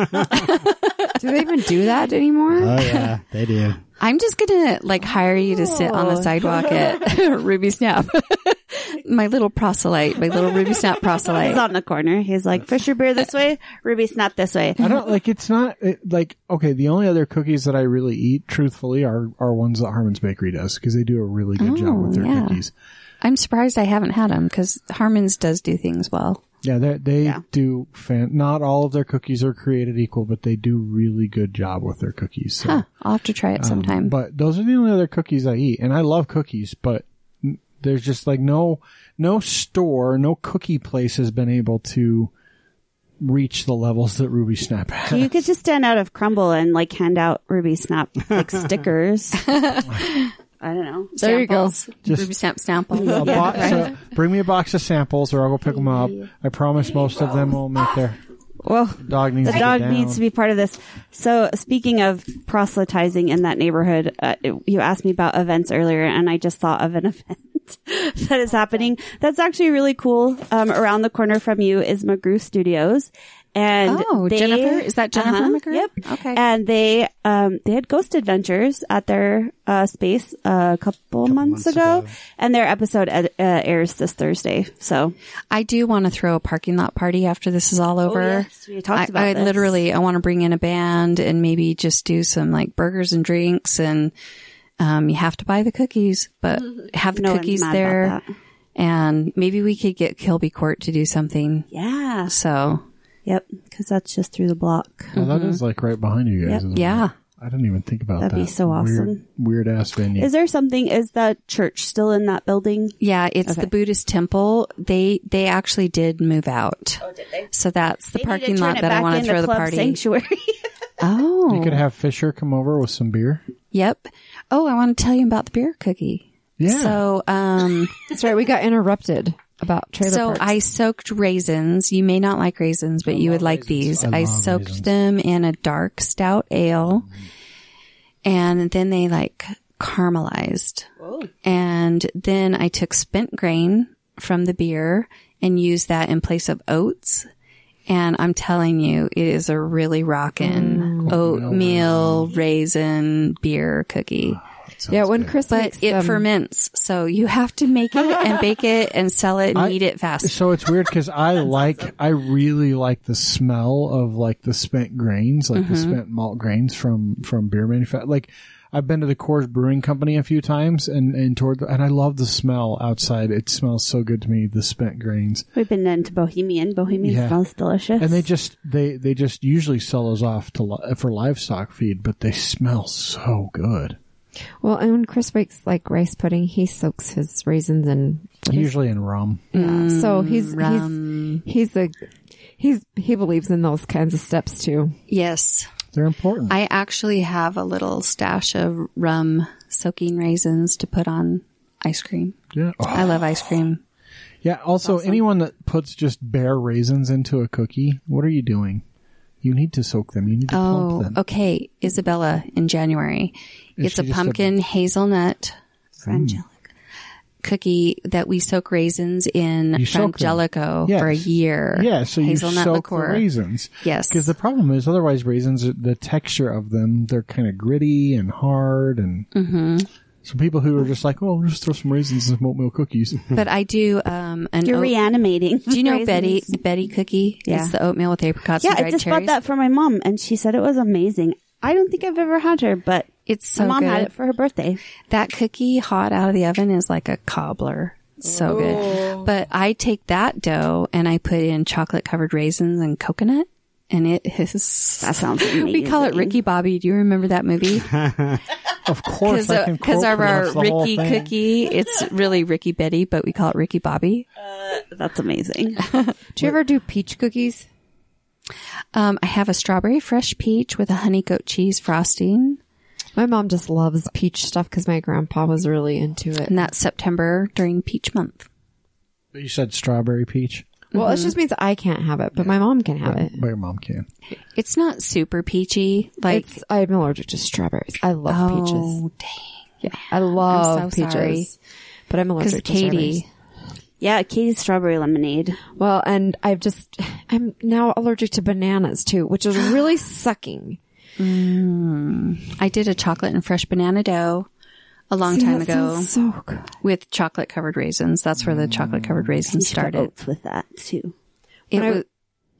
S4: Do they even do that anymore?
S2: Oh yeah, they do.
S6: I'm just gonna like hire you to sit on the sidewalk at Ruby Snap. my little proselyte, my little Ruby Snap
S3: He's
S6: proselyte.
S3: on the corner. He's like Fisher beer this way, Ruby snap this way.
S1: I don't like. It's not it, like okay. The only other cookies that I really eat, truthfully, are are ones that Harmon's Bakery does because they do a really good job with their
S6: Oh, yeah.
S1: cookies.
S6: I'm surprised I haven't had them because Harmon's does do things well.
S1: Yeah, they they
S3: Yeah.
S1: do. Fan- not all of their cookies are created equal, but they do really good job with their cookies. So.
S6: Huh, I'll have to try it sometime.
S1: Um, But those are the only other cookies I eat, and I love cookies, but n- there's just like no no store, no cookie place has been able to reach the levels that Ruby Snap has.
S3: You could just stand out of Crumble and like hand out Ruby Snap like stickers. I don't know.
S4: There you go.
S6: Samples.
S1: Just-
S6: Ruby Snap Snapple.
S1: A box of- bring me a box of samples, or I'll go pick them up. I promise most of them will make their
S3: Well,
S1: dog needs
S3: the
S1: to
S3: dog
S1: get down.
S3: needs to be part of this. So, speaking of proselytizing in that neighborhood, uh, it- you asked me about events earlier, and I just thought of an event that is happening. That's actually really cool. Um, around the corner from you is McGrew Studios, and
S6: Oh,
S3: they- Uh-huh.
S6: Jennifer? Is that Jennifer McGrew?
S3: Yep.
S6: Okay.
S3: And they um, they had Ghost Adventures at their uh, space a couple, months,
S2: months
S3: ago,
S2: ago.
S3: and their episode ed- uh, airs this Thursday. So
S6: I do want to throw a parking lot party after this is all over.
S3: Oh, yes, we talked
S6: I,
S3: about
S6: I
S3: this.
S6: literally I want to bring in a band and maybe just do some like burgers and drinks and um, you have to buy the cookies, but have the
S3: No one's
S6: cookies
S3: mad about
S6: there.
S3: that.
S6: And maybe we could get Kilby Court to do something.
S3: yeah,
S6: So
S3: Yep, because that's just through the block.
S1: Oh, that is like right behind you guys.
S3: Mm-hmm. Yep.
S1: isn't it?
S6: yeah,
S1: I didn't even think about
S3: That'd
S1: that.
S3: be so awesome.
S1: Weird ass venue.
S3: Is there something? Is that church still in that building?
S6: yeah, it's the Buddhist temple. They they actually did move out. Oh, did they? So that's the parking lot that I want to throw the party.
S3: Sanctuary.
S6: Oh,
S1: you could have Fisher come over with some beer.
S6: Yep. Oh, I want to tell you about the beer cookie.
S1: Yeah.
S6: So, um,
S4: That's right. We got interrupted about trailer
S6: so
S4: parks.
S6: I soaked raisins. You may not like raisins, but you would like these.
S1: I
S6: I,
S1: love
S6: soaked
S1: raisins.
S6: them in a dark stout ale and then they like caramelized. And then I took spent grain from the beer and used that in place of oats. And I'm telling you, it is a really rockin' oatmeal raisin beer cookie
S4: yeah, when Chris
S6: but
S4: makes
S6: it
S4: them-
S6: ferments. So you have to make it and bake it and sell it and
S1: I-
S6: eat it fast.
S1: So it's weird because I like, I really like the smell of like the spent grains, like the spent malt grains from from beer manufacturer. Like I've been to the Coors Brewing Company a few times, and and toward the, and I love the smell outside. It smells so good to me, the spent grains.
S3: We've been into Bohemian. Bohemian
S1: Yeah.
S3: smells delicious.
S1: And they just they they just usually sell those off to li- for livestock feed, but they smell so good.
S4: Well, and when Chris makes like rice pudding, he soaks his raisins in.
S1: Usually in rum.
S4: Yeah. So he's he's he's a he's he believes in those kinds of steps too.
S6: Yes.
S1: They're important.
S6: I actually have a little stash of rum soaking raisins to put on ice cream.
S1: yeah. Oh,
S6: I love ice cream.
S1: Yeah. Also, anyone that puts just bare raisins into a cookie, what are you doing? You need to soak them. You need to
S6: Oh,
S1: plump them.
S6: okay. Isabella in January.
S1: Is
S6: it's
S1: she
S6: a
S1: just a-
S6: pumpkin hazelnut frangelico cookie that we soak raisins in
S1: You soak them.
S6: frangelico
S1: Yes.
S6: for a year.
S1: Yeah. So you
S6: hazelnut
S1: soak
S6: liqueur.
S1: the raisins.
S6: Yes.
S1: Because the problem is, otherwise, raisins, the texture of them, they're kind of gritty and hard, and
S6: Mm-hmm.
S1: some people who are just like, "Oh, I'll just throw some raisins in some oatmeal cookies."
S6: But I do um, an
S3: You're
S6: oat-
S3: reanimating.
S6: Do you know
S3: raisins.
S6: Betty the Betty cookie?
S3: Yeah.
S6: It's the oatmeal with apricots
S3: Yeah,
S6: and
S3: I
S6: dried
S3: just
S6: cherries.
S3: bought that for my mom, and she said it was amazing. I don't think I've ever had her, but
S6: It's so
S3: my mom
S6: good.
S3: had it for her birthday.
S6: that cookie hot out of the oven is like a cobbler. So good. But I take that dough and I put in chocolate covered raisins and coconut. And it is.
S3: That sounds
S6: We call it
S3: amazing.
S6: Ricky Bobby. Do you remember that movie?
S1: Of course, I can
S6: Because uh,
S1: quote
S6: of
S1: pretty
S6: our
S1: much the whole
S6: Ricky
S1: thing.
S6: cookie. It's really Ricky Betty, but we call it Ricky Bobby.
S3: That's amazing.
S4: Do you ever do peach cookies?
S6: Um, I have a strawberry fresh peach with a honey goat cheese frosting.
S4: My mom just loves peach stuff because my grandpa was really into it.
S6: And that's September during peach month.
S1: You said strawberry peach,
S4: Well, it just means I can't have it, but my mom can have it.
S1: but your mom can.
S6: It's not super peachy. Like,
S4: It's, I'm allergic to strawberries. I love
S6: oh,
S4: peaches. Yeah, I love
S6: so
S4: peaches,
S6: sorry.
S4: but I'm
S6: because
S4: allergic to strawberries.
S6: Katie,
S3: yeah, Katie's strawberry lemonade.
S4: Well, and I've just, I'm now allergic to bananas too, which is really sucking.
S6: I did a chocolate and fresh banana dough a long time
S4: that
S6: ago
S4: sounds So good.
S6: with chocolate covered raisins. That's where the chocolate
S1: Mm,
S6: covered raisins
S1: oh,
S6: started.
S3: oats with that too.
S6: It
S4: I-
S6: was,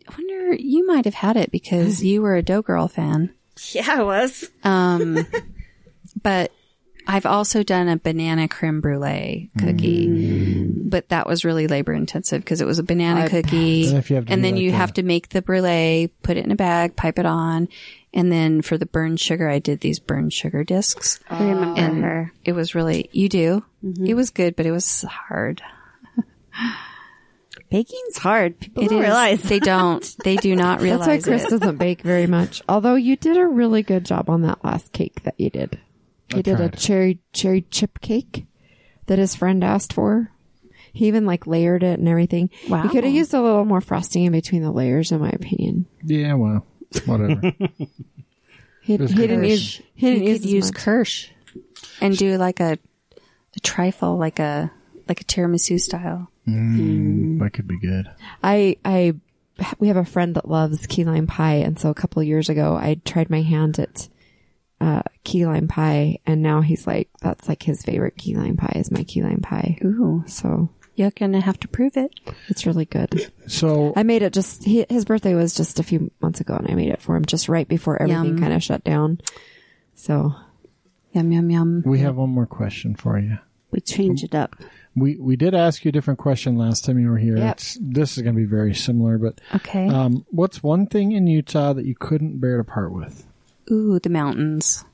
S6: I wonder, you might have had it because you were a Dough Girl fan.
S3: Yeah, I was.
S6: Um, but I've also done a banana creme brulee cookie,
S1: Mm.
S6: but that was really labor intensive because it was a banana cookie.
S1: And if you have to
S6: and
S1: do
S6: then
S1: like
S6: you
S1: a-
S6: have to make the brulee, put it in a bag, pipe it on. And then for the burned sugar, I did these burned sugar discs.
S3: I remember
S6: and
S3: her.
S6: it was really, you do.
S4: Mm-hmm.
S6: It was good, but it was hard.
S3: Baking's hard. People
S6: It
S3: don't
S6: is.
S3: realize.
S6: They don't. They do not realize.
S4: That's why Chris
S6: it.
S4: doesn't bake very much. Although you did a really good job on that last cake that you did. You did a
S1: tried.
S4: cherry cherry chip cake that his friend asked for. He even like layered it and everything. Wow. You could have used a little more frosting in between the layers, in my opinion.
S1: Yeah, well, whatever.
S4: He, he didn't
S1: Kirsch.
S4: use he didn't
S6: You
S4: use,
S6: could use
S4: much.
S6: Kirsch and do like a, a trifle, like a like a tiramisu style.
S1: Mm, that could be good.
S4: I I we have a friend that loves key lime pie, and so a couple of years ago, I tried my hand at uh, key lime pie, and now he's like, that's like his favorite key lime pie is my key lime pie.
S6: Ooh,
S4: So
S6: you're gonna have to prove it.
S4: it's really good.
S1: So
S4: I made it just he, his birthday was just a few months ago, and I made it for him just right before everything
S6: Yum.
S4: kind of shut down. So
S6: Yum yum yum.
S1: we have one more question for you.
S3: We change it up.
S1: We we did ask you a different question last time you were here.
S4: Yep.
S1: It's, this is going to be very similar, but
S6: Okay.
S1: um, what's one thing in Utah that you couldn't bear to part with?
S6: Ooh, the mountains.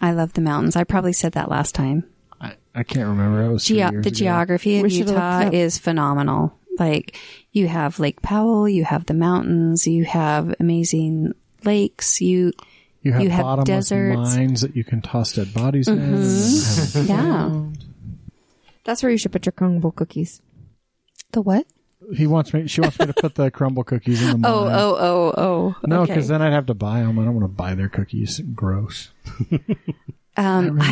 S6: I love the mountains. I probably said that last time.
S1: I, I can't remember. That was three
S6: Geo
S1: years
S6: the
S1: ago.
S6: geography of
S4: We should've
S6: Utah
S4: looked it up.
S6: is phenomenal. Like you have Lake Powell, you have the mountains, you have amazing lakes. You
S1: You have,
S6: you have
S1: bottomless
S6: deserts.
S1: mines that you can toss dead bodies in. and
S6: Mm-hmm.
S1: have-
S6: yeah.
S4: that's where you should put your crumble cookies.
S6: The what?
S1: he wants me. She wants me to put the crumble cookies in the mine.
S6: Oh oh oh oh.
S1: no,
S6: Okay.
S1: because then I'd have to buy them. I don't want to buy their cookies. Gross.
S6: Um,
S1: I really don't
S6: I I,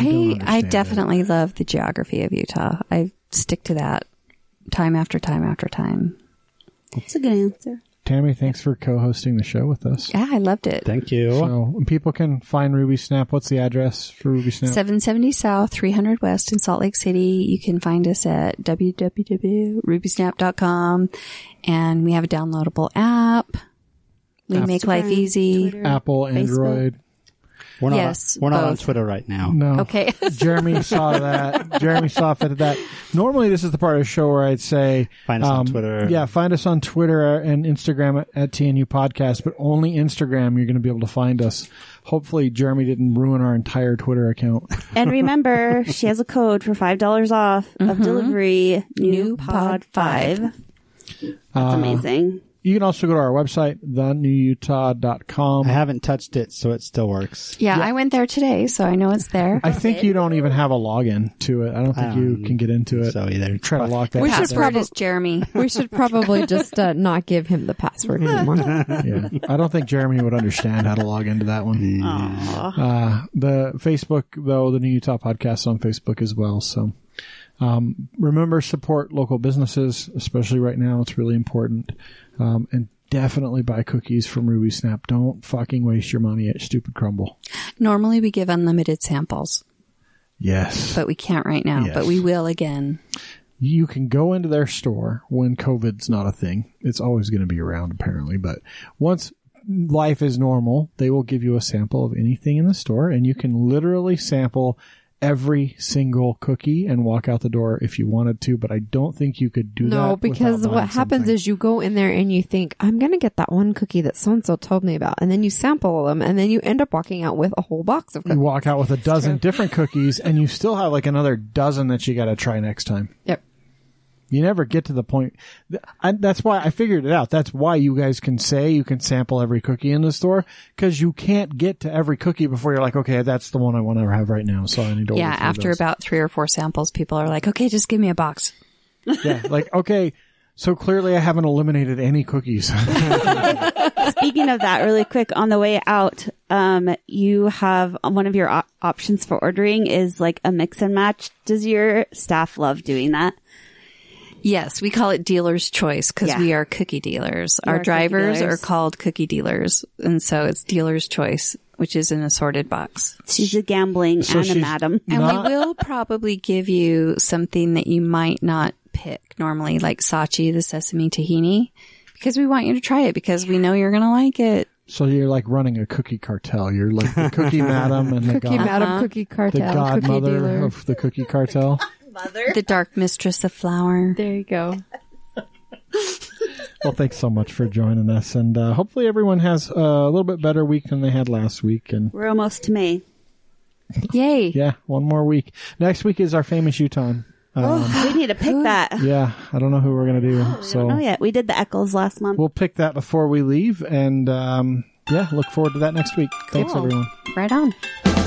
S1: understand
S6: definitely love the geography of Utah. I stick to that time after time after time.
S3: That's a good answer.
S1: Tammy, thanks for co-hosting the show with us.
S6: Yeah, I loved it.
S2: Thank you.
S1: So and people can find Ruby Snap. What's the address for Ruby Snap?
S6: 770 South, 300 West in Salt Lake City. You can find us at www.rubysnap.com and we have a downloadable app. We make life easy.
S1: Apple, Android.
S2: We're not,
S6: Yes,
S2: we're not on
S6: both.
S2: Twitter right now.
S1: No.
S6: Okay.
S1: Jeremy saw that. Jeremy saw fit at that. Normally, this is the part of the show where I'd say
S2: Find us on Twitter.
S1: Um, Yeah, find us on Twitter and Instagram at, at TNU Podcast, but only Instagram. You're going to be able to find us. Hopefully, Jeremy didn't ruin our entire Twitter account.
S3: And remember, she has a code for five dollars off of delivery. Mm-hmm. New, pod five. That's
S1: Uh,
S3: amazing.
S1: You can also go to our website, thenewutah.com.
S2: I haven't touched it, so it still works.
S6: Yeah, I went there today, so I know it's there.
S1: I think you don't even have a login to it. I don't think you can get into it.
S2: So either
S1: Try to lock that.
S6: The
S4: We should
S1: out.
S6: password
S4: probab-
S6: is Jeremy.
S4: We should probably just uh, not give him the password anymore.
S1: yeah. I don't think Jeremy would understand how to log into that one. Uh, the Facebook, though, the New Utah podcast on Facebook as well. So um, remember, support local businesses, especially right now. It's really important. Um, and definitely buy cookies from Ruby Snap. Don't fucking waste your money at Stupid Crumble.
S6: Normally we give unlimited samples,
S1: Yes.
S6: but we can't right now,
S1: Yes.
S6: but we will again.
S1: you can go into their store when COVID's not a thing. It's always going to be around, apparently. But once life is normal, they will give you a sample of anything in the store, and you can literally sample every single cookie and walk out the door if you wanted to, but I don't think you could do that.
S4: No,
S1: without
S4: because
S1: buying
S4: what happens
S1: something.
S4: is you go in there and you think, I'm going to get that one cookie that so and so told me about. And then you sample them and then you end up walking out with a whole box of
S1: you
S4: cookies.
S1: walk out with a dozen different cookies and you still have like another dozen that you got to try next time.
S4: Yep.
S1: You never get to the point. th- I, that's why I figured it out. That's why you guys can say you can sample every cookie in the store because you can't get to every cookie before you're like, okay, that's the one I want to have right now. So I need to.
S6: yeah,
S1: order three of
S6: after
S1: those.
S6: about three or four samples, people are like, okay, just give me a box.
S1: yeah, like okay, so clearly I haven't eliminated any cookies.
S3: Speaking of that, really quick, on the way out, um, you have one of your op- options for ordering is like a mix and match. Does your staff love doing that?
S6: Yes, we call it dealer's choice because
S3: Yeah.
S6: we are cookie dealers.
S3: are
S6: Our
S3: cookie
S6: drivers
S3: dealers.
S6: are called cookie dealers. And so it's dealer's choice, which is an assorted box.
S3: She's a gambling
S1: So
S3: and a
S1: she's-
S3: madam.
S6: And
S1: Not-
S6: we will probably give you something that you might not pick normally, like Sachi, the sesame tahini, because we want you to try it because we know you're going to like it.
S1: so you're like running a cookie cartel. You're like the cookie madam and the
S4: Cookie
S1: god,
S4: Madam Cookie
S1: the
S4: Cartel, Cookie
S1: godmother
S4: Dealer.
S1: of the cookie cartel.
S6: The dark mistress of flower.
S4: There you go.
S1: Well, thanks so much for joining us, and uh, hopefully everyone has uh, a little bit better week than they had last week. And
S3: We're almost to May.
S6: Yay.
S1: yeah, one more week. Next week is our famous you time. Um,
S3: we need to pick that.
S1: yeah, I don't know who we're gonna do.
S3: I
S1: So
S3: don't know yet. We did the Eccles last month.
S1: we'll pick that before we leave, and um, yeah, look forward to that next week. Thanks
S6: Cool.
S1: everyone.
S6: Right on.